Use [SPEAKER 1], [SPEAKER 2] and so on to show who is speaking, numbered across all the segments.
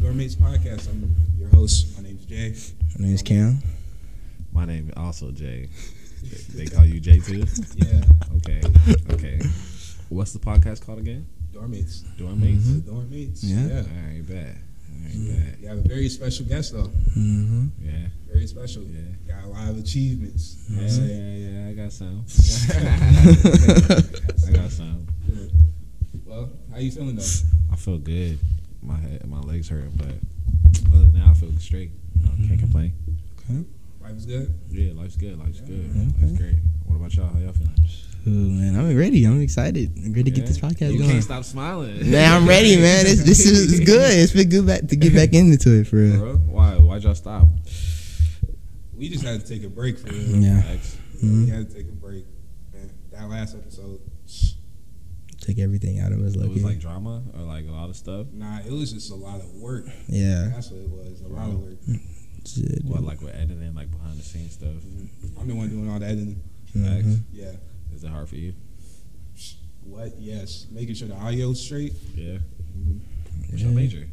[SPEAKER 1] Gourmets Podcast. I'm your host. My name's Jay.
[SPEAKER 2] My name's Cam.
[SPEAKER 3] My name also Jay. They call you Jay too.
[SPEAKER 1] Yeah,
[SPEAKER 3] Okay. Okay. What's the podcast called again?
[SPEAKER 1] Dormates.
[SPEAKER 3] Dormates.
[SPEAKER 1] The Dormates.
[SPEAKER 2] Mm-hmm. Yeah.
[SPEAKER 1] yeah.
[SPEAKER 3] I ain't bad. I ain't bad.
[SPEAKER 1] You have a very special guest though.
[SPEAKER 2] Mm-hmm.
[SPEAKER 3] Yeah.
[SPEAKER 1] Very special.
[SPEAKER 3] Yeah.
[SPEAKER 1] Got a lot of achievements. You know
[SPEAKER 3] Yeah.
[SPEAKER 1] what I'm saying?
[SPEAKER 3] Yeah. yeah I got some. I got some.
[SPEAKER 1] Well, how you feeling though?
[SPEAKER 3] I feel good. My head, my legs hurt, but other than that, I feel straight. I
[SPEAKER 2] Mm-hmm.
[SPEAKER 3] can't complain.
[SPEAKER 2] Okay.
[SPEAKER 1] Life is good.
[SPEAKER 3] Yeah, life's good. Life's good.
[SPEAKER 2] Yeah.
[SPEAKER 3] Life's great. What about y'all? How y'all feeling?
[SPEAKER 2] Ooh, man, I'm ready. I'm excited. I'm ready to
[SPEAKER 3] Yeah?
[SPEAKER 2] get this podcast
[SPEAKER 3] you
[SPEAKER 2] going.
[SPEAKER 3] can't stop smiling.
[SPEAKER 2] Man, I'm ready, man. This this is it's good. It's been good back to get back into it for real.
[SPEAKER 3] Bro, why? Why'd y'all stop?
[SPEAKER 1] We just had to take a break for real.
[SPEAKER 2] Yeah.
[SPEAKER 3] X.
[SPEAKER 1] We
[SPEAKER 2] Mhm.
[SPEAKER 1] had to take a break. Man, that last episode,
[SPEAKER 2] Took everything out of us,
[SPEAKER 3] It
[SPEAKER 2] lucky.
[SPEAKER 3] was like drama or like a lot of stuff.
[SPEAKER 1] nah, it was just a lot of work.
[SPEAKER 2] yeah.
[SPEAKER 1] That's what it was. A lot of work.
[SPEAKER 2] Shit.
[SPEAKER 3] What like with editing, like behind the scenes stuff.
[SPEAKER 1] I'm the one doing all that and
[SPEAKER 2] Mhm.
[SPEAKER 3] X.
[SPEAKER 1] yeah.
[SPEAKER 3] Is it hard for you?
[SPEAKER 1] What? Yes. Making sure the audio's straight.
[SPEAKER 3] Yeah. What's your major?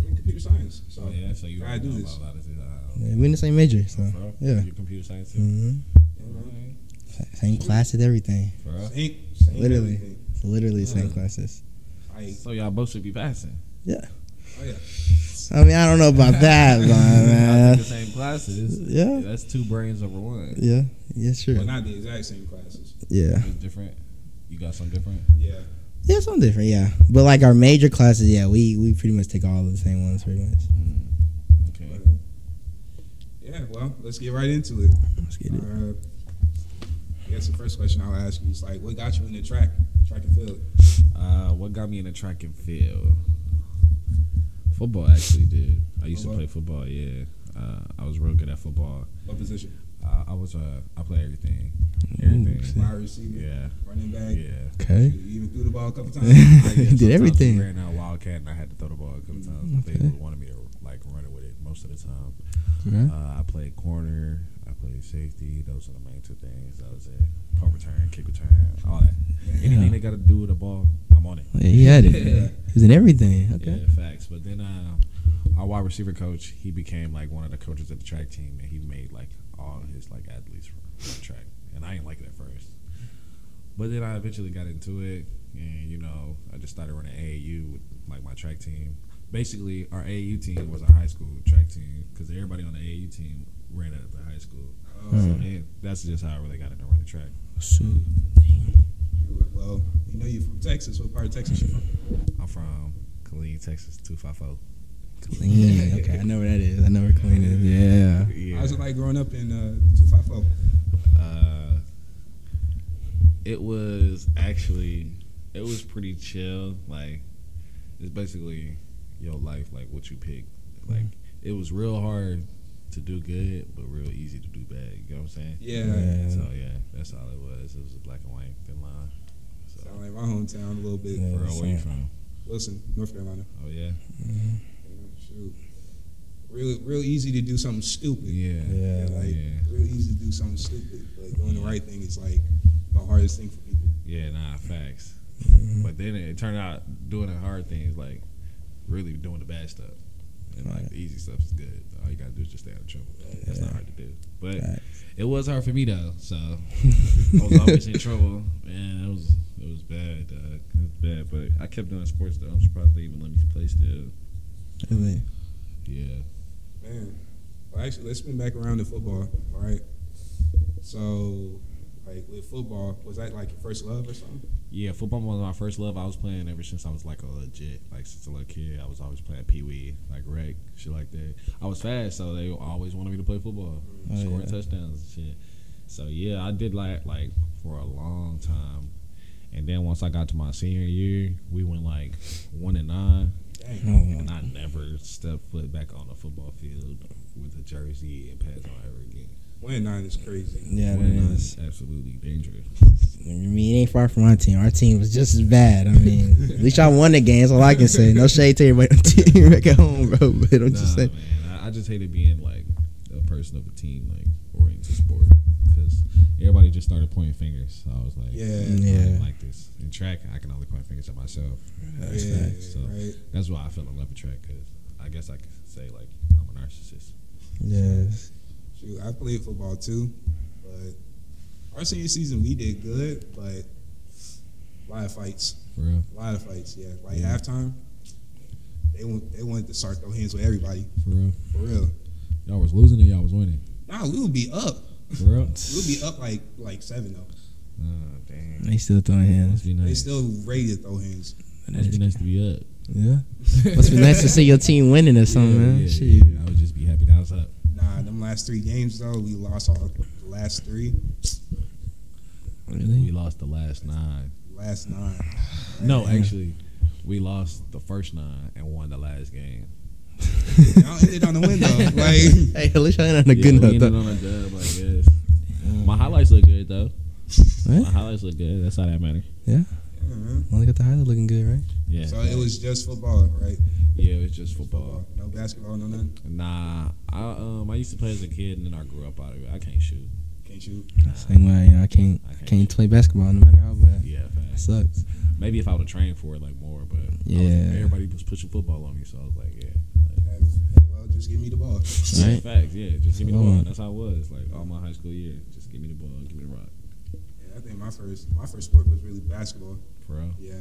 [SPEAKER 1] I'm in computer science. So
[SPEAKER 3] Oh yeah, so you
[SPEAKER 1] I do
[SPEAKER 3] know
[SPEAKER 1] this.
[SPEAKER 3] about a lot of this. Uh,
[SPEAKER 2] Yeah, we in the same major, so
[SPEAKER 3] bro,
[SPEAKER 2] yeah.
[SPEAKER 3] You're computer science. too?
[SPEAKER 2] hmm
[SPEAKER 3] Alright,
[SPEAKER 2] Same classes, everything.
[SPEAKER 3] bro.
[SPEAKER 1] Same, same
[SPEAKER 2] Literally.
[SPEAKER 1] everything.
[SPEAKER 2] Literally same
[SPEAKER 3] Yeah.
[SPEAKER 2] classes.
[SPEAKER 1] Like,
[SPEAKER 3] So y'all both should be passing.
[SPEAKER 1] oh yeah.
[SPEAKER 2] I mean, I don't know about that, but
[SPEAKER 3] Y'all
[SPEAKER 2] man.
[SPEAKER 3] took the same classes.
[SPEAKER 2] Yeah.
[SPEAKER 3] That's two brains over one.
[SPEAKER 2] Yeah. Yeah, sure.
[SPEAKER 1] Well, not the exact same classes.
[SPEAKER 2] Yeah.
[SPEAKER 3] It's different. You got some different.
[SPEAKER 1] Yeah.
[SPEAKER 2] Yeah, something different, yeah. But like our major classes, yeah, we we pretty much take all of the same ones pretty much.
[SPEAKER 3] Okay.
[SPEAKER 1] But, uh, yeah. Well, let's get right into it.
[SPEAKER 2] Let's get it.
[SPEAKER 1] Uh, I guess the first question I'll ask you is like, what got you in the track, track and field?
[SPEAKER 3] Uh, what got me in the track and field? Football actually did. I used
[SPEAKER 1] Football?
[SPEAKER 3] to play football. Yeah. Uh, I was real good at football.
[SPEAKER 1] What position?
[SPEAKER 3] Uh, I was uh, I play everything. Everything.
[SPEAKER 2] Ooh,
[SPEAKER 1] Wide receiver,
[SPEAKER 3] Yeah.
[SPEAKER 1] running back.
[SPEAKER 3] Yeah.
[SPEAKER 2] Okay.
[SPEAKER 1] You even threw the ball a couple times. Like,
[SPEAKER 2] Did
[SPEAKER 3] sometimes
[SPEAKER 2] everything.
[SPEAKER 3] We ran out wildcat, and I had to throw the ball a couple times. But They wanted me to like run it with it most of the time.
[SPEAKER 2] Okay.
[SPEAKER 3] Uh, I played corner. I played safety. Those are the main two things. That was it. Punt return, kick return, all that. Anything that got to do with the ball, I'm on it.
[SPEAKER 2] Yeah, he had it. He was in everything. Okay.
[SPEAKER 3] Yeah, facts. But then uh, our wide receiver coach, he became like one of the coaches at the track team, and he made like all his like athletes from track. And I didn't like it at first, but then I eventually got into it, and you know, I just started running AAU with like my track team. Basically, our AAU team was our high school track team because everybody on the AAU team ran at the high school.
[SPEAKER 1] Uh,
[SPEAKER 3] So
[SPEAKER 2] Mm.
[SPEAKER 3] then, that's just how I really got into running track.
[SPEAKER 2] Shoot.
[SPEAKER 1] Well, you know you're from Texas. What part of Texas you from?
[SPEAKER 3] I'm from Killeen, Texas, two five four.
[SPEAKER 2] Clean. Okay, I know where that is. I know where clean is. Yeah.
[SPEAKER 3] Yeah.
[SPEAKER 1] I was like growing up in uh, 254.
[SPEAKER 3] Uh, it was actually it was pretty chill. Like it's basically your life, like what you pick. Like it was real hard to do good, but real easy to do bad. You know what I'm saying?
[SPEAKER 1] Yeah.
[SPEAKER 2] Yeah.
[SPEAKER 3] So yeah, that's all it was. It was a black and white thin line. So
[SPEAKER 1] Sound like my hometown a little bit.
[SPEAKER 2] Yeah.
[SPEAKER 3] bro, where you
[SPEAKER 2] same.
[SPEAKER 3] from?
[SPEAKER 1] Wilson, North Carolina.
[SPEAKER 3] Oh yeah,
[SPEAKER 1] Shoot. Real, real easy to do something stupid.
[SPEAKER 3] yeah,
[SPEAKER 2] Yeah,
[SPEAKER 1] Yeah, like
[SPEAKER 3] yeah.
[SPEAKER 1] real easy to do something stupid, but doing the right thing is like the hardest thing for people.
[SPEAKER 3] Yeah, nah, facts. But then it turned out doing the hard things, like really doing the bad stuff. And like
[SPEAKER 2] Right.
[SPEAKER 3] the easy stuff is good. All you gotta do is just stay out of trouble. That's not
[SPEAKER 2] Yeah.
[SPEAKER 3] hard to do. But
[SPEAKER 2] Right.
[SPEAKER 3] it was hard for me though, so I was always in trouble. Man, it was it was bad, dog. It was bad. But I kept doing sports though. I'm surprised they even let me play still.
[SPEAKER 2] Really?
[SPEAKER 3] Yeah.
[SPEAKER 1] Man. Well, actually, let's spin back around to football. All right. So, like with football, was that like your first love or something?
[SPEAKER 3] Yeah, football was my first love. I was playing ever since I was like a legit, like since a little kid. I was always playing pee wee, like rec, shit like that. I was fast, so they always wanted me to play football,
[SPEAKER 2] Oh,
[SPEAKER 3] scoring
[SPEAKER 2] yeah.
[SPEAKER 3] touchdowns and shit. So yeah, I did like like for a long time, and then once I got to my senior year, we went like one and nine,
[SPEAKER 2] Oh,
[SPEAKER 1] Dang.
[SPEAKER 2] my-
[SPEAKER 3] and I never stepped foot back on a football field with a jersey and pads on ever again.
[SPEAKER 1] One and nine is crazy.
[SPEAKER 2] yeah,
[SPEAKER 3] One and
[SPEAKER 2] that
[SPEAKER 3] nine
[SPEAKER 2] is.
[SPEAKER 3] is absolutely dangerous.
[SPEAKER 2] I mean, it ain't far from our team. Our team was just as bad. I mean, at least y'all won the game. That's all I can say. No shade to everybody on the team back at home, bro. But I'm
[SPEAKER 3] Nah,
[SPEAKER 2] just saying.
[SPEAKER 3] man, I, I just hated being like a person of a team, like or into sport, because everybody just started pointing fingers. So I was like,
[SPEAKER 1] Yeah.
[SPEAKER 3] I
[SPEAKER 2] Yeah.
[SPEAKER 3] didn't like this in track, I can only point fingers at myself.
[SPEAKER 1] yeah,
[SPEAKER 3] So
[SPEAKER 1] right.
[SPEAKER 3] that's why I fell in love with track, cause I guess I could say like I'm a narcissist.
[SPEAKER 2] Yes.
[SPEAKER 1] Shoot, I played football too, but our senior season we did good, but a lot of fights,
[SPEAKER 3] For real.
[SPEAKER 1] a lot of fights. Yeah, like
[SPEAKER 3] Yeah.
[SPEAKER 1] halftime, they want they wanted to start throwing hands with everybody
[SPEAKER 3] For real.
[SPEAKER 1] for real.
[SPEAKER 3] Y'all was losing or y'all was winning.
[SPEAKER 1] Nah, we would be up.
[SPEAKER 3] For real.
[SPEAKER 1] We would be up like like seven though.
[SPEAKER 3] Oh, dang.
[SPEAKER 2] They still throwing hands.
[SPEAKER 3] Must be
[SPEAKER 1] They
[SPEAKER 3] nice.
[SPEAKER 1] still ready to throw hands.
[SPEAKER 3] Must be nice to be up.
[SPEAKER 2] Yeah. Must be nice to see your team winning or something, man.
[SPEAKER 3] yeah,
[SPEAKER 2] Shit.
[SPEAKER 3] yeah. I would just be happy that I was up.
[SPEAKER 1] Nah, them last three games though, we lost all the last three,
[SPEAKER 3] We
[SPEAKER 2] Really?
[SPEAKER 3] lost the last nine.
[SPEAKER 1] last nine.
[SPEAKER 3] No, actually, we lost the first nine and won the last game.
[SPEAKER 1] Y'all ended on the win though. Like
[SPEAKER 2] Hey, at least I ain't on a
[SPEAKER 3] Yeah,
[SPEAKER 2] good
[SPEAKER 3] we
[SPEAKER 2] note
[SPEAKER 3] ended
[SPEAKER 2] though.
[SPEAKER 3] on a dub, I guess. My highlights look good though. My
[SPEAKER 2] Right?
[SPEAKER 3] highlights look good. That's how that matter.
[SPEAKER 1] mhm.
[SPEAKER 2] Only got the highlight looking good, right?
[SPEAKER 3] Yeah.
[SPEAKER 1] so, it was just football, right?
[SPEAKER 3] yeah, it was just football.
[SPEAKER 1] no basketball, no nothing.
[SPEAKER 3] Nah, I um I used to play as a kid and then I grew up out of it. I can't shoot.
[SPEAKER 1] Can't shoot.
[SPEAKER 2] Same way. yeah, I can't.
[SPEAKER 3] I
[SPEAKER 2] I
[SPEAKER 3] can't.
[SPEAKER 2] can't play basketball no matter how bad.
[SPEAKER 3] Yeah,
[SPEAKER 2] It
[SPEAKER 3] fast.
[SPEAKER 2] sucks.
[SPEAKER 3] Maybe if I would have trained for it like more, but I was-
[SPEAKER 2] Yeah.
[SPEAKER 3] everybody was pushing football on me, so I was like, yeah.
[SPEAKER 1] Hey, well, just give me the ball.
[SPEAKER 2] Right?
[SPEAKER 3] Facts, yeah. Just give me the
[SPEAKER 2] Oh.
[SPEAKER 3] ball. That's how it was. Like all my high school year, just give me the ball, give me the rock.
[SPEAKER 1] Yeah, I think my first my first sport was really basketball.
[SPEAKER 3] For real.
[SPEAKER 1] Yeah.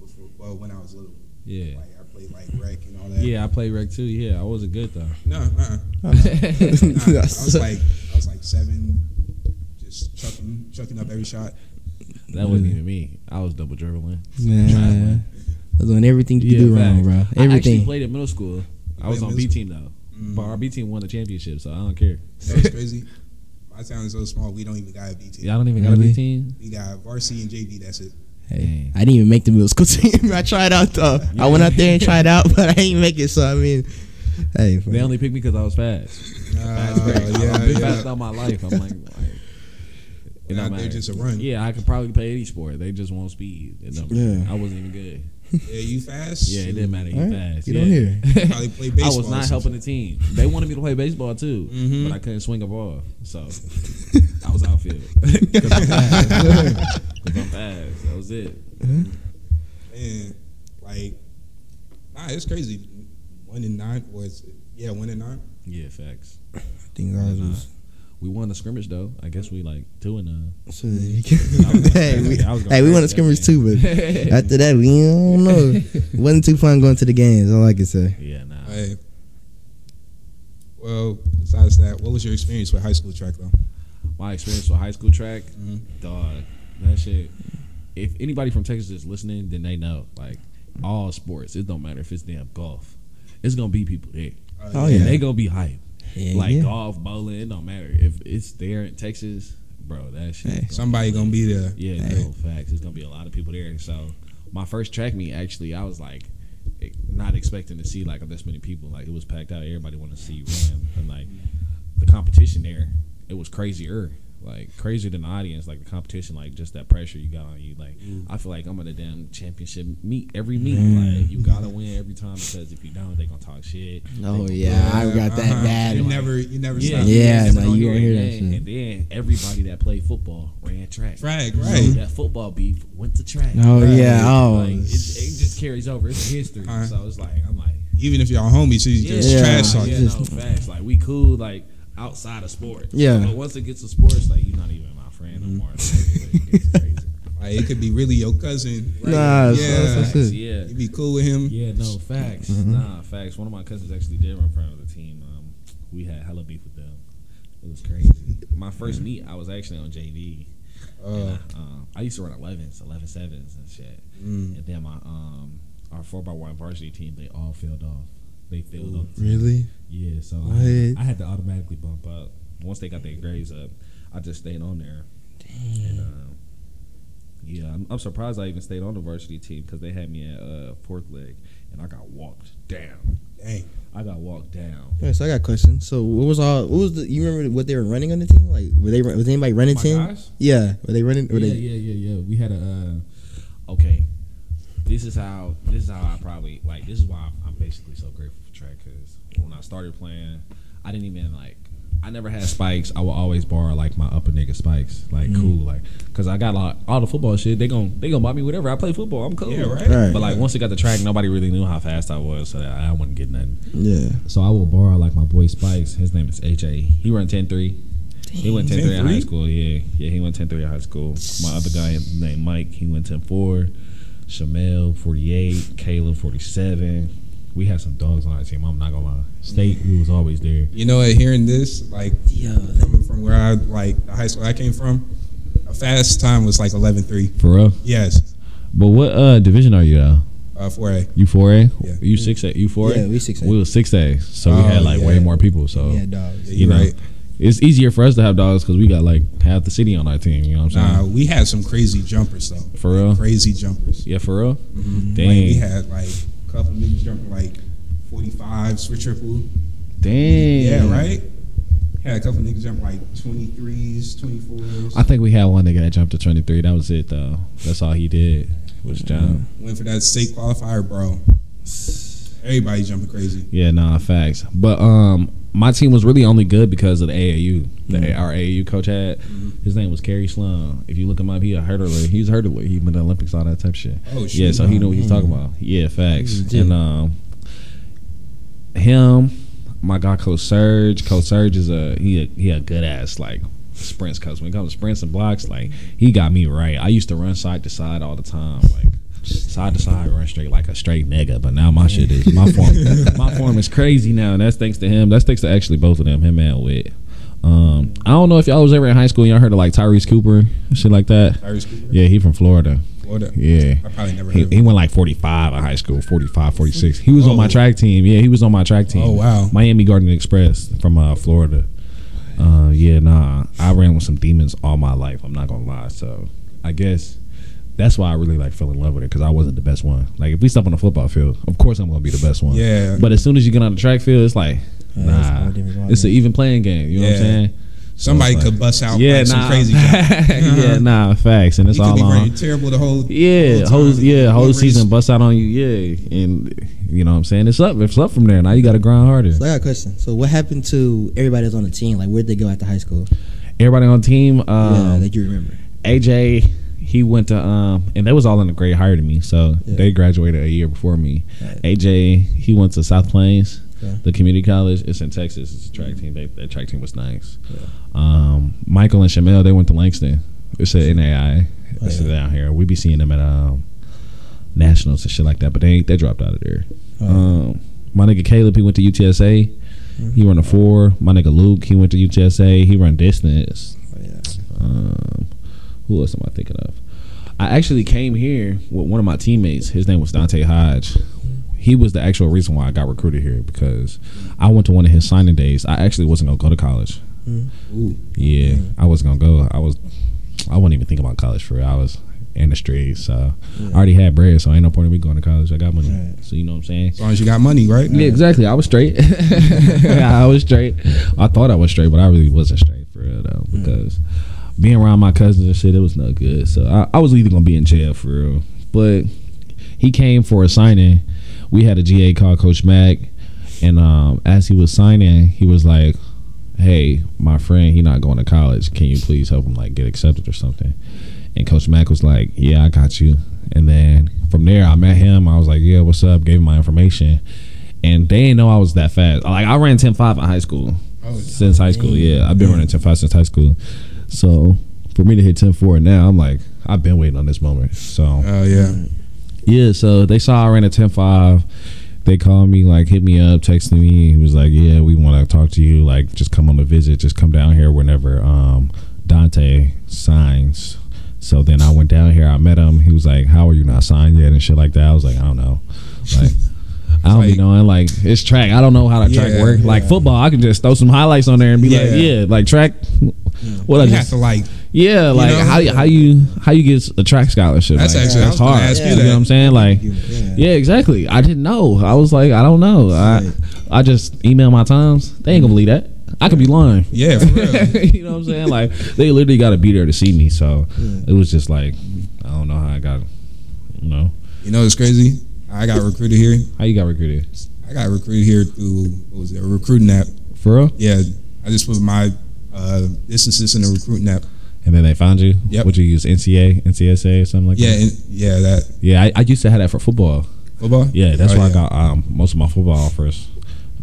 [SPEAKER 1] Before, well, when I was little,
[SPEAKER 3] Yeah.
[SPEAKER 1] like I played like rec and all that.
[SPEAKER 3] Yeah, I played rec too. Yeah, I wasn't good though.
[SPEAKER 1] No, uh-uh.
[SPEAKER 3] That's
[SPEAKER 1] nah, I was like I was like seven, just chucking chucking up every shot.
[SPEAKER 3] That wasn't even me. I was double dribbling.
[SPEAKER 2] Man, I was doing everything you could do wrong,
[SPEAKER 3] facts.
[SPEAKER 2] bro.
[SPEAKER 3] I actually
[SPEAKER 2] Everything.
[SPEAKER 3] played in middle school. I was
[SPEAKER 1] played middle
[SPEAKER 3] on B
[SPEAKER 1] school?
[SPEAKER 3] team though,
[SPEAKER 1] Mm.
[SPEAKER 3] but our B team won the championship, so I don't care.
[SPEAKER 1] That was crazy. My town is so small, we don't even got a B team.
[SPEAKER 3] Y'all don't even got a B
[SPEAKER 2] Really?
[SPEAKER 3] team.
[SPEAKER 1] We got varsity and JV. That's it.
[SPEAKER 2] Hey, I didn't even make the middle school team. I tried out though.
[SPEAKER 3] Yeah.
[SPEAKER 2] I went out there and tried out, but I ain't make it. So I mean, hey,
[SPEAKER 3] They
[SPEAKER 2] fuck.
[SPEAKER 3] only picked me because I was fast. Fast
[SPEAKER 1] Uh,
[SPEAKER 3] break. I've
[SPEAKER 1] yeah,
[SPEAKER 3] been
[SPEAKER 1] yeah.
[SPEAKER 3] fast all my life. I'm like, like it
[SPEAKER 1] We're
[SPEAKER 3] don't
[SPEAKER 1] out there
[SPEAKER 3] matter.
[SPEAKER 1] just a run. Yeah.
[SPEAKER 3] yeah, I could probably play any sport. They just want speed. It don't
[SPEAKER 2] Yeah.
[SPEAKER 3] matter. I wasn't even good.
[SPEAKER 1] you fast.
[SPEAKER 3] Yeah, it didn't matter. He
[SPEAKER 2] All right,
[SPEAKER 3] fast.
[SPEAKER 2] you
[SPEAKER 3] yeah.
[SPEAKER 2] don't hear.
[SPEAKER 1] Probably play baseball.
[SPEAKER 3] I was not helping the team. They wanted me to play baseball too,
[SPEAKER 1] Mhm.
[SPEAKER 3] but I couldn't swing a ball, so I was outfield. Because I'm fast. 'Cause I'm fast. That was it.
[SPEAKER 1] Man, like, nah, it's crazy. One and nine was yeah, one and nine.
[SPEAKER 3] Yeah, facts.
[SPEAKER 2] Things I was
[SPEAKER 3] We won the scrimmage though. I guess we like two and nine.
[SPEAKER 2] So you can- hey, we,
[SPEAKER 3] I was gonna
[SPEAKER 2] hey, we won
[SPEAKER 3] say
[SPEAKER 2] the
[SPEAKER 3] that
[SPEAKER 2] scrimmage
[SPEAKER 3] game.
[SPEAKER 2] too, but after that, we don't know. Wasn't too fun going to the games. All I can say.
[SPEAKER 3] Yeah, nah.
[SPEAKER 1] Hey. Well, besides that, what was your experience with high school track though?
[SPEAKER 3] my experience with high school track,
[SPEAKER 1] Mhm.
[SPEAKER 3] dog, that shit. If anybody from Texas is listening, then they know. Like all sports, it don't matter if it's damn golf. It's gonna be people there.
[SPEAKER 1] Uh,
[SPEAKER 2] Oh, yeah.
[SPEAKER 3] They gonna be hype.
[SPEAKER 2] Yeah,
[SPEAKER 3] like
[SPEAKER 2] yeah.
[SPEAKER 3] golf, bowling, it don't matter. If it's there in Texas, bro, that shit.
[SPEAKER 2] Hey.
[SPEAKER 3] gonna-
[SPEAKER 1] Somebody gonna be there.
[SPEAKER 3] yeah,
[SPEAKER 2] Hey.
[SPEAKER 3] no facts. It's gonna be a lot of people there. So my first track meet, actually, I was like e- not expecting to see like this many people. Like it was packed out. Everybody wanted to see you run, and like the competition there, it was crazier. Like crazier than the audience, like the competition, like just that pressure you got on you. Like
[SPEAKER 2] Mm.
[SPEAKER 3] I feel like I'm at a damn championship meet every meet. Like you gotta win every time because if you don't, they gonna talk shit.
[SPEAKER 2] Oh yeah, I got that
[SPEAKER 1] uh-huh.
[SPEAKER 2] bad.
[SPEAKER 1] You never, you never
[SPEAKER 3] Yeah,
[SPEAKER 1] stop.
[SPEAKER 2] Yeah,
[SPEAKER 3] Never
[SPEAKER 2] like,
[SPEAKER 3] gonna
[SPEAKER 2] you
[SPEAKER 3] do
[SPEAKER 2] won't
[SPEAKER 3] it
[SPEAKER 2] hear that
[SPEAKER 3] again.
[SPEAKER 2] shit.
[SPEAKER 3] And then everybody that played football ran track.
[SPEAKER 1] Track,
[SPEAKER 3] So
[SPEAKER 1] right?
[SPEAKER 3] that football beef went to track.
[SPEAKER 2] Oh
[SPEAKER 1] Right.
[SPEAKER 2] yeah. Oh.
[SPEAKER 3] Like, it, it just carries over. It's history.
[SPEAKER 1] Uh-huh.
[SPEAKER 3] So it's like I'm like,
[SPEAKER 1] Even if y'all homies, he's
[SPEAKER 3] yeah,
[SPEAKER 1] just trash
[SPEAKER 3] nah,
[SPEAKER 1] talking.
[SPEAKER 3] yeah,
[SPEAKER 2] Just-
[SPEAKER 3] no, facts. Like we cool, like outside of sports.
[SPEAKER 2] Yeah.
[SPEAKER 3] But once it gets to sports, like you're not even my friend no more. Like, it's crazy.
[SPEAKER 1] Like it could be really your cousin. Right?
[SPEAKER 2] Nah, it's-
[SPEAKER 1] yeah,
[SPEAKER 2] it's-
[SPEAKER 3] Facts, yeah.
[SPEAKER 1] you be cool with him.
[SPEAKER 3] Yeah, no facts.
[SPEAKER 2] Mm-hmm.
[SPEAKER 3] Nah, facts. One of my cousins actually did run for another team. Um, we had hella beef with them. It was crazy. My first meet, I was actually on JV.
[SPEAKER 1] Uh,
[SPEAKER 3] Um, I used to run 11s, 11 sevens and shit.
[SPEAKER 1] mm.
[SPEAKER 3] And then my um our four by one varsity team, they all failed off. They failed off.
[SPEAKER 2] Really?
[SPEAKER 3] Yeah, so
[SPEAKER 2] What?
[SPEAKER 3] I, I had to automatically bump up. Once they got their grades up, I just stayed on there. And, um, yeah, I'm, I'm surprised I even stayed on the varsity team because they had me at uh, fourth leg, and I got walked down.
[SPEAKER 1] Dang.
[SPEAKER 3] I got walked down.
[SPEAKER 2] All right, so I got a question. So what was all? What was the? You remember what they were running on the team? Like were they? Was anybody running
[SPEAKER 3] My
[SPEAKER 2] team?
[SPEAKER 3] guys?
[SPEAKER 2] Yeah. Were they running? Were
[SPEAKER 3] yeah,
[SPEAKER 2] they?
[SPEAKER 3] yeah, yeah, yeah. We had a uh, okay. This is how this is how I probably like. This is why I'm, I'm basically so grateful for track because when I started playing, I didn't even like I never had spikes. I would always borrow like my upper nigga spikes, like cool, like because I got like all the football shit. They gon' they gonna buy me whatever. I play football. I'm cool.
[SPEAKER 1] Yeah, right.
[SPEAKER 2] Right.
[SPEAKER 3] But like once it got the track, nobody really knew how fast I was, so I I wasn't getting nothing.
[SPEAKER 2] Yeah.
[SPEAKER 3] So I will borrow like my boy Spikes. His name is AJ. He run 10-3. He went 10-3 in
[SPEAKER 1] 10-3?
[SPEAKER 3] high school. Yeah, yeah, he went 10-3 in high school. My other guy named Mike. He went 10-4. Shamel 48. Caleb 47. We had some dogs on our team. I'm not gonna lie. State, we was always there.
[SPEAKER 1] You know, what, hearing this, like
[SPEAKER 2] Yeah.
[SPEAKER 1] coming from where I like the high school I came from, a fast time was like 11-3.
[SPEAKER 3] For real.
[SPEAKER 1] Yes,
[SPEAKER 3] But what uh division are you at?
[SPEAKER 1] uh, four A.
[SPEAKER 3] You four A?
[SPEAKER 1] Yeah.
[SPEAKER 3] You six A? You four A?
[SPEAKER 2] Yeah, we 6A.
[SPEAKER 3] We was six A. So we
[SPEAKER 1] Oh,
[SPEAKER 3] had like way
[SPEAKER 1] yeah.
[SPEAKER 3] more people. So
[SPEAKER 2] Yeah, dogs.
[SPEAKER 1] You
[SPEAKER 3] you know,
[SPEAKER 1] right?
[SPEAKER 3] it's easier for us to have dogs because we got like half the city on our team. You know what I'm saying?
[SPEAKER 1] Nah, we had some crazy jumpers though.
[SPEAKER 3] For real?
[SPEAKER 1] Crazy jumpers.
[SPEAKER 3] Yeah, for real.
[SPEAKER 1] Like, we
[SPEAKER 3] Mm-hmm. Dang,
[SPEAKER 1] had like a couple of niggas jumping like 45s for triple.
[SPEAKER 3] dang.
[SPEAKER 1] Yeah, right? Had a couple of niggas jumping like 23s, 24s.
[SPEAKER 3] I think we had one nigga that jumped to 23. That was it though. That's all he did was jump.
[SPEAKER 1] Went for that state qualifier, bro. Mm. Everybody jumping crazy.
[SPEAKER 3] Yeah, nah, facts. But um, my team was really only good because of the AAU. The
[SPEAKER 1] Mm.
[SPEAKER 3] our AAU coach had
[SPEAKER 1] Mm-hmm.
[SPEAKER 3] his name was Kerry Slum. If you look him up, he a hurdler. He's a hurdler. He been to the Olympics, all that type of shit.
[SPEAKER 1] Oh shit.
[SPEAKER 3] Yeah, so he knew what he's talking about. Yeah, facts. And um, him, my guy, Coach Surge. Coach Surge is a he a, he a good ass like sprints coach. When it comes to sprints and blocks, like he got me right. I used to run side to side all the time, like side to side, run straight like a straight nigga. But now my shit is my form. my form is crazy now, and that's thanks to him. That's thanks to actually both of them, him and Wit. Um, I don't know if y'all was ever in high school. and Y'all heard of like Tyrese Cooper, shit like that.
[SPEAKER 1] Irish Cooper.
[SPEAKER 3] Yeah, he from Florida.
[SPEAKER 1] Florida.
[SPEAKER 3] Yeah.
[SPEAKER 1] I probably never
[SPEAKER 3] He,
[SPEAKER 1] heard of
[SPEAKER 3] he
[SPEAKER 1] him.
[SPEAKER 3] went like 45 in high school, 45, 46. He was on my
[SPEAKER 1] Oh.
[SPEAKER 3] track team. Yeah, he was on my track team.
[SPEAKER 1] Oh, wow.
[SPEAKER 3] Miami Garden Express from uh, Florida. Uh, yeah, nah. I ran with some demons all my life. I'm not going to lie. So I guess that's why I really like fell in love with it because I wasn't the best one. Like, if we step on the football field, of course I'm going to be the best one.
[SPEAKER 1] Yeah.
[SPEAKER 3] But as soon as you get on the track field, it's like,
[SPEAKER 2] Yeah, it's
[SPEAKER 3] nah.
[SPEAKER 2] all different ball
[SPEAKER 3] It's an
[SPEAKER 2] game.
[SPEAKER 3] even playing game. You know what I'm
[SPEAKER 1] Yeah.
[SPEAKER 3] saying?
[SPEAKER 1] Somebody
[SPEAKER 3] Like-
[SPEAKER 1] could bust out
[SPEAKER 3] yeah,
[SPEAKER 1] like,
[SPEAKER 3] nah.
[SPEAKER 1] some crazy jump.
[SPEAKER 3] yeah, nah. Facts. And it's
[SPEAKER 1] You could
[SPEAKER 3] all
[SPEAKER 1] be
[SPEAKER 3] on.
[SPEAKER 1] running terrible the whole
[SPEAKER 3] Yeah,
[SPEAKER 1] whole
[SPEAKER 3] whole
[SPEAKER 1] time.
[SPEAKER 3] yeah,
[SPEAKER 1] Whole
[SPEAKER 3] whole
[SPEAKER 1] race.
[SPEAKER 3] season bust out on you. Yeah, and you know what I'm saying it's up. It's up from there. Now you got to grind harder.
[SPEAKER 2] So I got a question. So what happened to everybody that's on the team? Like where'd they go after high school?
[SPEAKER 3] Everybody on the team,
[SPEAKER 2] yeah,
[SPEAKER 3] um,
[SPEAKER 2] that you remember.
[SPEAKER 3] AJ, he went to um, and they was all in a grade higher than me, so
[SPEAKER 2] Yeah.
[SPEAKER 3] they graduated a year before me.
[SPEAKER 2] Right.
[SPEAKER 3] AJ, he went to South Plains,
[SPEAKER 2] Yeah. Mm-hmm.
[SPEAKER 3] the community college. It's in Texas. It's a track team. They, that track team was nice.
[SPEAKER 2] Yeah.
[SPEAKER 3] Um, Michael and Shamel, they went to Langston. It's at NAI.
[SPEAKER 2] Oh,
[SPEAKER 3] It's
[SPEAKER 2] yeah.
[SPEAKER 3] down here. We be seeing them at um, nationals and shit like that, but they they dropped out of there.
[SPEAKER 2] Oh, yeah.
[SPEAKER 3] Um, my nigga Caleb, he went to UTSA.
[SPEAKER 2] Mm-hmm.
[SPEAKER 3] He run a four. My nigga Luke, he went to UTSA. He run distance.
[SPEAKER 2] Oh, yeah.
[SPEAKER 3] Um, who else am I thinking of? I actually came here with one of my teammates. His name was Dante Hodge. He was the actual reason why I got recruited here because I went to one of his signing days. I actually wasn't gonna go to college.
[SPEAKER 1] Ooh.
[SPEAKER 3] Yeah, I wasn't gonna go. I was, I wasn't even thinking about college for real. I was in the streets, so I already had bread, so ain't no point in me going to college. I got money,
[SPEAKER 2] Right.
[SPEAKER 3] so you know what I'm saying.
[SPEAKER 1] As long as you got money, right?
[SPEAKER 3] Yeah, exactly. I was straight. I was straight. I thought I was straight, but I really wasn't straight for real though, because being around my cousins and shit, it was no good. So I, I was either gonna be in jail for real. But he came for a signing. We had a GA called Coach Mack, and um, as he was signing, he was like, "Hey, my friend, he not going to college. Can you please help him like get accepted or something?" And Coach Mack was like, "Yeah, I got you." And then from there, I met him. I was like, "Yeah, what's up?" Gave him my information, and they didn't know I was that fast. Like I ran 10.5 in high school
[SPEAKER 1] Oh,
[SPEAKER 3] since high school. Yeah, I've been running 10.5 since high school. So for me to hit 10.4 now, I'm like, I've been waiting on this moment. So
[SPEAKER 1] oh yeah.
[SPEAKER 3] yeah, so they saw I ran a 10.5. They called me, like hit me up, texted me. He was like, "Yeah, we want to talk to you. Like, just come on a visit. Just come down here whenever um, Dante signs." So then I went down here. I met him. He was like, "How are you not signed yet?" and shit like that. I was like, "I don't know." Like, I don't be
[SPEAKER 1] Like-
[SPEAKER 3] knowing. Like, it's track. I don't know how to track
[SPEAKER 1] Yeah,
[SPEAKER 3] work. Like
[SPEAKER 1] yeah.
[SPEAKER 3] football, I can just throw some highlights on there and be like,
[SPEAKER 1] Yeah.
[SPEAKER 3] "Yeah, like track." What I
[SPEAKER 1] You
[SPEAKER 3] just
[SPEAKER 1] have to like
[SPEAKER 3] yeah, like
[SPEAKER 1] know?
[SPEAKER 3] how how you how you get a track scholarship?
[SPEAKER 1] That's
[SPEAKER 3] like,
[SPEAKER 1] actually- I
[SPEAKER 3] that's
[SPEAKER 1] was gonna
[SPEAKER 3] hard.
[SPEAKER 1] ask
[SPEAKER 2] you
[SPEAKER 3] you know
[SPEAKER 2] that.
[SPEAKER 3] what I'm saying? Like,
[SPEAKER 2] You- yeah.
[SPEAKER 3] yeah. exactly. I didn't know. I was like, I don't know. I I just email my times. They ain't gonna believe that. I could be lying.
[SPEAKER 1] yeah, for real.
[SPEAKER 3] you know what I'm saying? Like, they literally got to be there to see me. So it was just like, I don't know how I got. You know
[SPEAKER 1] you know it's crazy? I got recruited here.
[SPEAKER 3] how you got recruited
[SPEAKER 1] I got recruited here through what was it, a recruiting app.
[SPEAKER 3] for real?
[SPEAKER 1] Yeah, I just put my uh, distances in the recruiting app.
[SPEAKER 3] And then they found you.
[SPEAKER 1] Yep.
[SPEAKER 3] Would you use NCA, NCSA, or something like
[SPEAKER 1] Yeah,
[SPEAKER 3] that?
[SPEAKER 1] and, yeah, that
[SPEAKER 3] Yeah. I, I used to have that for football.
[SPEAKER 1] football.
[SPEAKER 3] Yeah, that's
[SPEAKER 1] Oh,
[SPEAKER 3] where I got um, most of my football offers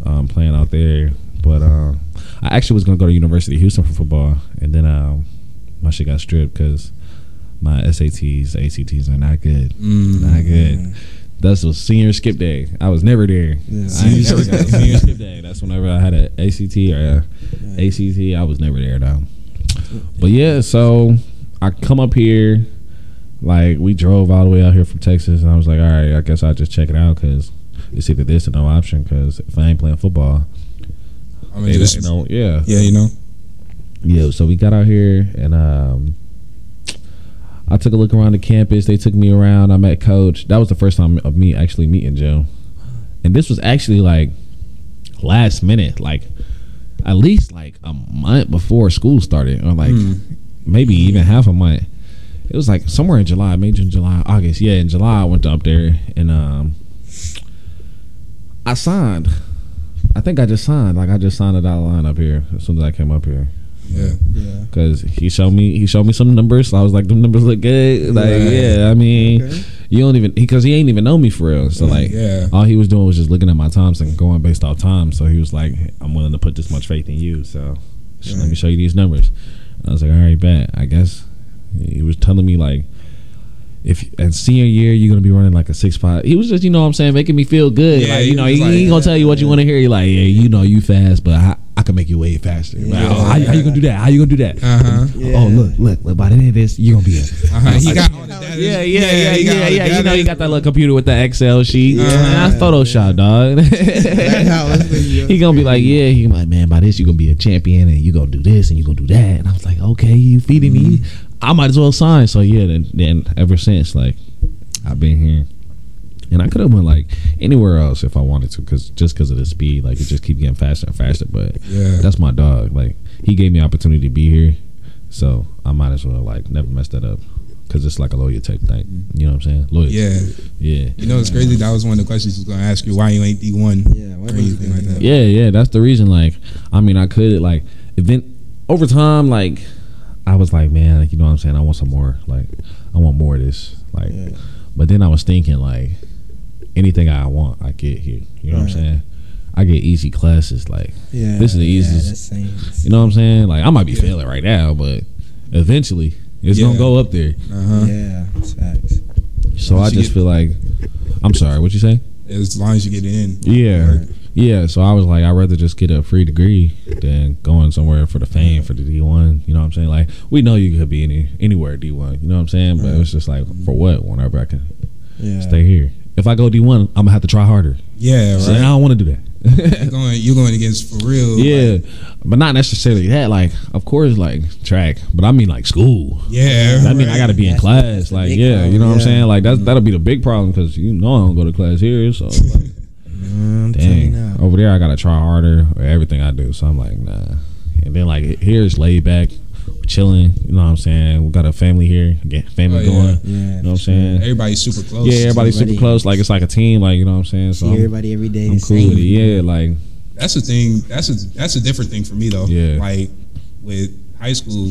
[SPEAKER 3] um, playing out there. But um, I actually was gonna go to University of Houston for football, and then um, my shit got stripped because my SATs, ACTs are not good.
[SPEAKER 1] Mm.
[SPEAKER 3] Not good. That's was senior skip day. I was never there.
[SPEAKER 2] Yeah.
[SPEAKER 3] I ain't never got a senior
[SPEAKER 1] skip
[SPEAKER 3] skip day. That's whenever I had an ACT or a ACT. I was never there though. But yeah, so I come up here, like we drove all the way out here from Texas, and I was like, all right, I guess I'll just check it out because it's either this or no option. Because if I ain't playing football,
[SPEAKER 1] I mean,
[SPEAKER 3] they
[SPEAKER 1] just,
[SPEAKER 3] just don't. Yeah,
[SPEAKER 1] yeah, you know.
[SPEAKER 3] yeah, so we got out here and um, I took a look around the campus. They took me around. I met Coach. That was the first time of me actually meeting Joe. And this was actually like last minute, like at least like a month before school started, or like
[SPEAKER 1] Hmm.
[SPEAKER 3] maybe even half a month. It was like somewhere in July, maybe in July, August. Yeah, in July I went up there and um, I signed. I think I just signed. Like I just signed it out of line up here as soon as I came up here.
[SPEAKER 1] Yeah,
[SPEAKER 2] Yeah.
[SPEAKER 3] Cause he showed me he showed me some numbers. So I was like, them numbers look good. Like,
[SPEAKER 1] Right.
[SPEAKER 3] yeah, I mean,
[SPEAKER 2] Okay.
[SPEAKER 3] you don't even because he, ain't even know me for real. So like,
[SPEAKER 1] yeah.
[SPEAKER 3] all he was doing was just looking at my times and going based off time. So he was like, I'm willing to put this much faith in you. So just let me
[SPEAKER 1] Right.
[SPEAKER 3] show you these numbers. And I was like, all right, bet. I guess he was telling me like, if and senior year you're gonna be running like a six five. He was just you know what I'm saying making me feel good.
[SPEAKER 1] Yeah,
[SPEAKER 3] like
[SPEAKER 1] he
[SPEAKER 3] you know
[SPEAKER 1] was
[SPEAKER 3] he,
[SPEAKER 1] like-
[SPEAKER 3] he gonna tell you what you want to hear. You like, yeah, you know you fast, but I, I can make you way faster. Like,
[SPEAKER 2] Yeah.
[SPEAKER 3] oh, how, how you gonna do that? How you gonna do that?
[SPEAKER 1] Uh huh.
[SPEAKER 2] Yeah.
[SPEAKER 3] Oh look, look, look! By the end of this, you're gonna be a
[SPEAKER 1] Uh-huh. He got all the data.
[SPEAKER 3] yeah, yeah, yeah, yeah,
[SPEAKER 1] he got all
[SPEAKER 3] yeah.
[SPEAKER 1] the
[SPEAKER 3] You
[SPEAKER 1] data.
[SPEAKER 3] know, you got that little computer with the Excel sheet.
[SPEAKER 1] Yeah.
[SPEAKER 3] Man, I Photoshop,
[SPEAKER 2] how it's
[SPEAKER 3] dog.
[SPEAKER 2] been, yeah.
[SPEAKER 3] he gonna be like, yeah. He like, man, by this you're gonna be a champion, and you gonna do this, and you gonna do that. And I was like, okay, you feeding me.
[SPEAKER 1] Mm-hmm.
[SPEAKER 3] I might as well sign. So yeah, then, then ever since, like, I've been here. And I could have went like anywhere else if I wanted to, cause just because of the speed, like it just keep getting faster and faster. But
[SPEAKER 1] Yeah.
[SPEAKER 3] that's my dog. Like he gave me opportunity to be here, so I might as well like never mess that up, cause it's like a lawyer type thing. You know what I'm saying? Lawyer.
[SPEAKER 1] Yeah,
[SPEAKER 3] Yeah.
[SPEAKER 1] you know it's crazy. That was one of the questions he was gonna ask you why you ain't D one
[SPEAKER 2] Yeah, why
[SPEAKER 1] or
[SPEAKER 2] don't you
[SPEAKER 1] anything like
[SPEAKER 2] do
[SPEAKER 1] that.
[SPEAKER 3] Yeah, yeah. That's the reason. Like, I mean, I could like event over time. Like, I was like, man, like you know what I'm saying. I want some more. Like, I want more of this. Like,
[SPEAKER 2] Yeah.
[SPEAKER 3] but then I was thinking like, anything I want, I get here. You know
[SPEAKER 2] Right.
[SPEAKER 3] what I'm saying? I get easy classes. Like,
[SPEAKER 2] Yeah.
[SPEAKER 3] This is the easiest-
[SPEAKER 2] Yeah, that's
[SPEAKER 3] you know what I'm saying? Like, I might be failing right now, but eventually it's gonna
[SPEAKER 1] Yeah.
[SPEAKER 3] go up there.
[SPEAKER 1] Uh huh.
[SPEAKER 2] yeah, it's facts.
[SPEAKER 3] So
[SPEAKER 1] Once
[SPEAKER 3] I
[SPEAKER 1] you
[SPEAKER 3] just
[SPEAKER 1] get-
[SPEAKER 3] feel like, I'm sorry. What you say?
[SPEAKER 1] As long as you get it in.
[SPEAKER 3] Yeah.
[SPEAKER 1] Right.
[SPEAKER 3] Yeah. So I was like, I'd rather just get a free degree than going somewhere for the fame for the D one. You know what I'm saying? Like we know you could be any anywhere D one, you know what I'm saying? But it's just like for what whenever I can
[SPEAKER 2] Yeah.
[SPEAKER 3] stay here. If I go D one, I'm gonna have to try harder.
[SPEAKER 1] Yeah,
[SPEAKER 3] So I
[SPEAKER 1] right.
[SPEAKER 3] don't wanna do that.
[SPEAKER 1] You're going, you're going against for real.
[SPEAKER 3] yeah.
[SPEAKER 1] like-
[SPEAKER 3] But not necessarily that, like of course like track. But I mean like school.
[SPEAKER 1] yeah.
[SPEAKER 3] I mean, I
[SPEAKER 1] right.
[SPEAKER 3] got to be in
[SPEAKER 2] That's- that's
[SPEAKER 3] class.
[SPEAKER 2] the
[SPEAKER 3] Like,
[SPEAKER 2] big
[SPEAKER 3] yeah,
[SPEAKER 2] problem,
[SPEAKER 3] you know what I'm
[SPEAKER 2] yeah.
[SPEAKER 3] saying. Like, that's that'll be the big problem because you know I don't go to class here. So, like,
[SPEAKER 2] I'm telling you
[SPEAKER 3] Dang.
[SPEAKER 2] now.
[SPEAKER 3] Over there, I gotta try harder or everything I do. So I'm like, nah. And then like here's laid back, we're chilling. You know what I'm saying? We got a family here, get
[SPEAKER 1] Oh,
[SPEAKER 3] family
[SPEAKER 1] yeah.
[SPEAKER 3] going.
[SPEAKER 2] Yeah,
[SPEAKER 3] You know what I'm saying?
[SPEAKER 1] Everybody's super close.
[SPEAKER 3] Yeah, everybody's
[SPEAKER 2] everybody-
[SPEAKER 3] super close. Like it's like a team. Like you know what I'm saying? So
[SPEAKER 2] See
[SPEAKER 3] I'm,
[SPEAKER 2] everybody every day
[SPEAKER 3] I'm
[SPEAKER 2] the
[SPEAKER 3] cool
[SPEAKER 2] same.
[SPEAKER 3] with it. Yeah, like
[SPEAKER 1] That's a thing. That's a that's a different thing for me though.
[SPEAKER 3] Yeah.
[SPEAKER 1] Like with high school,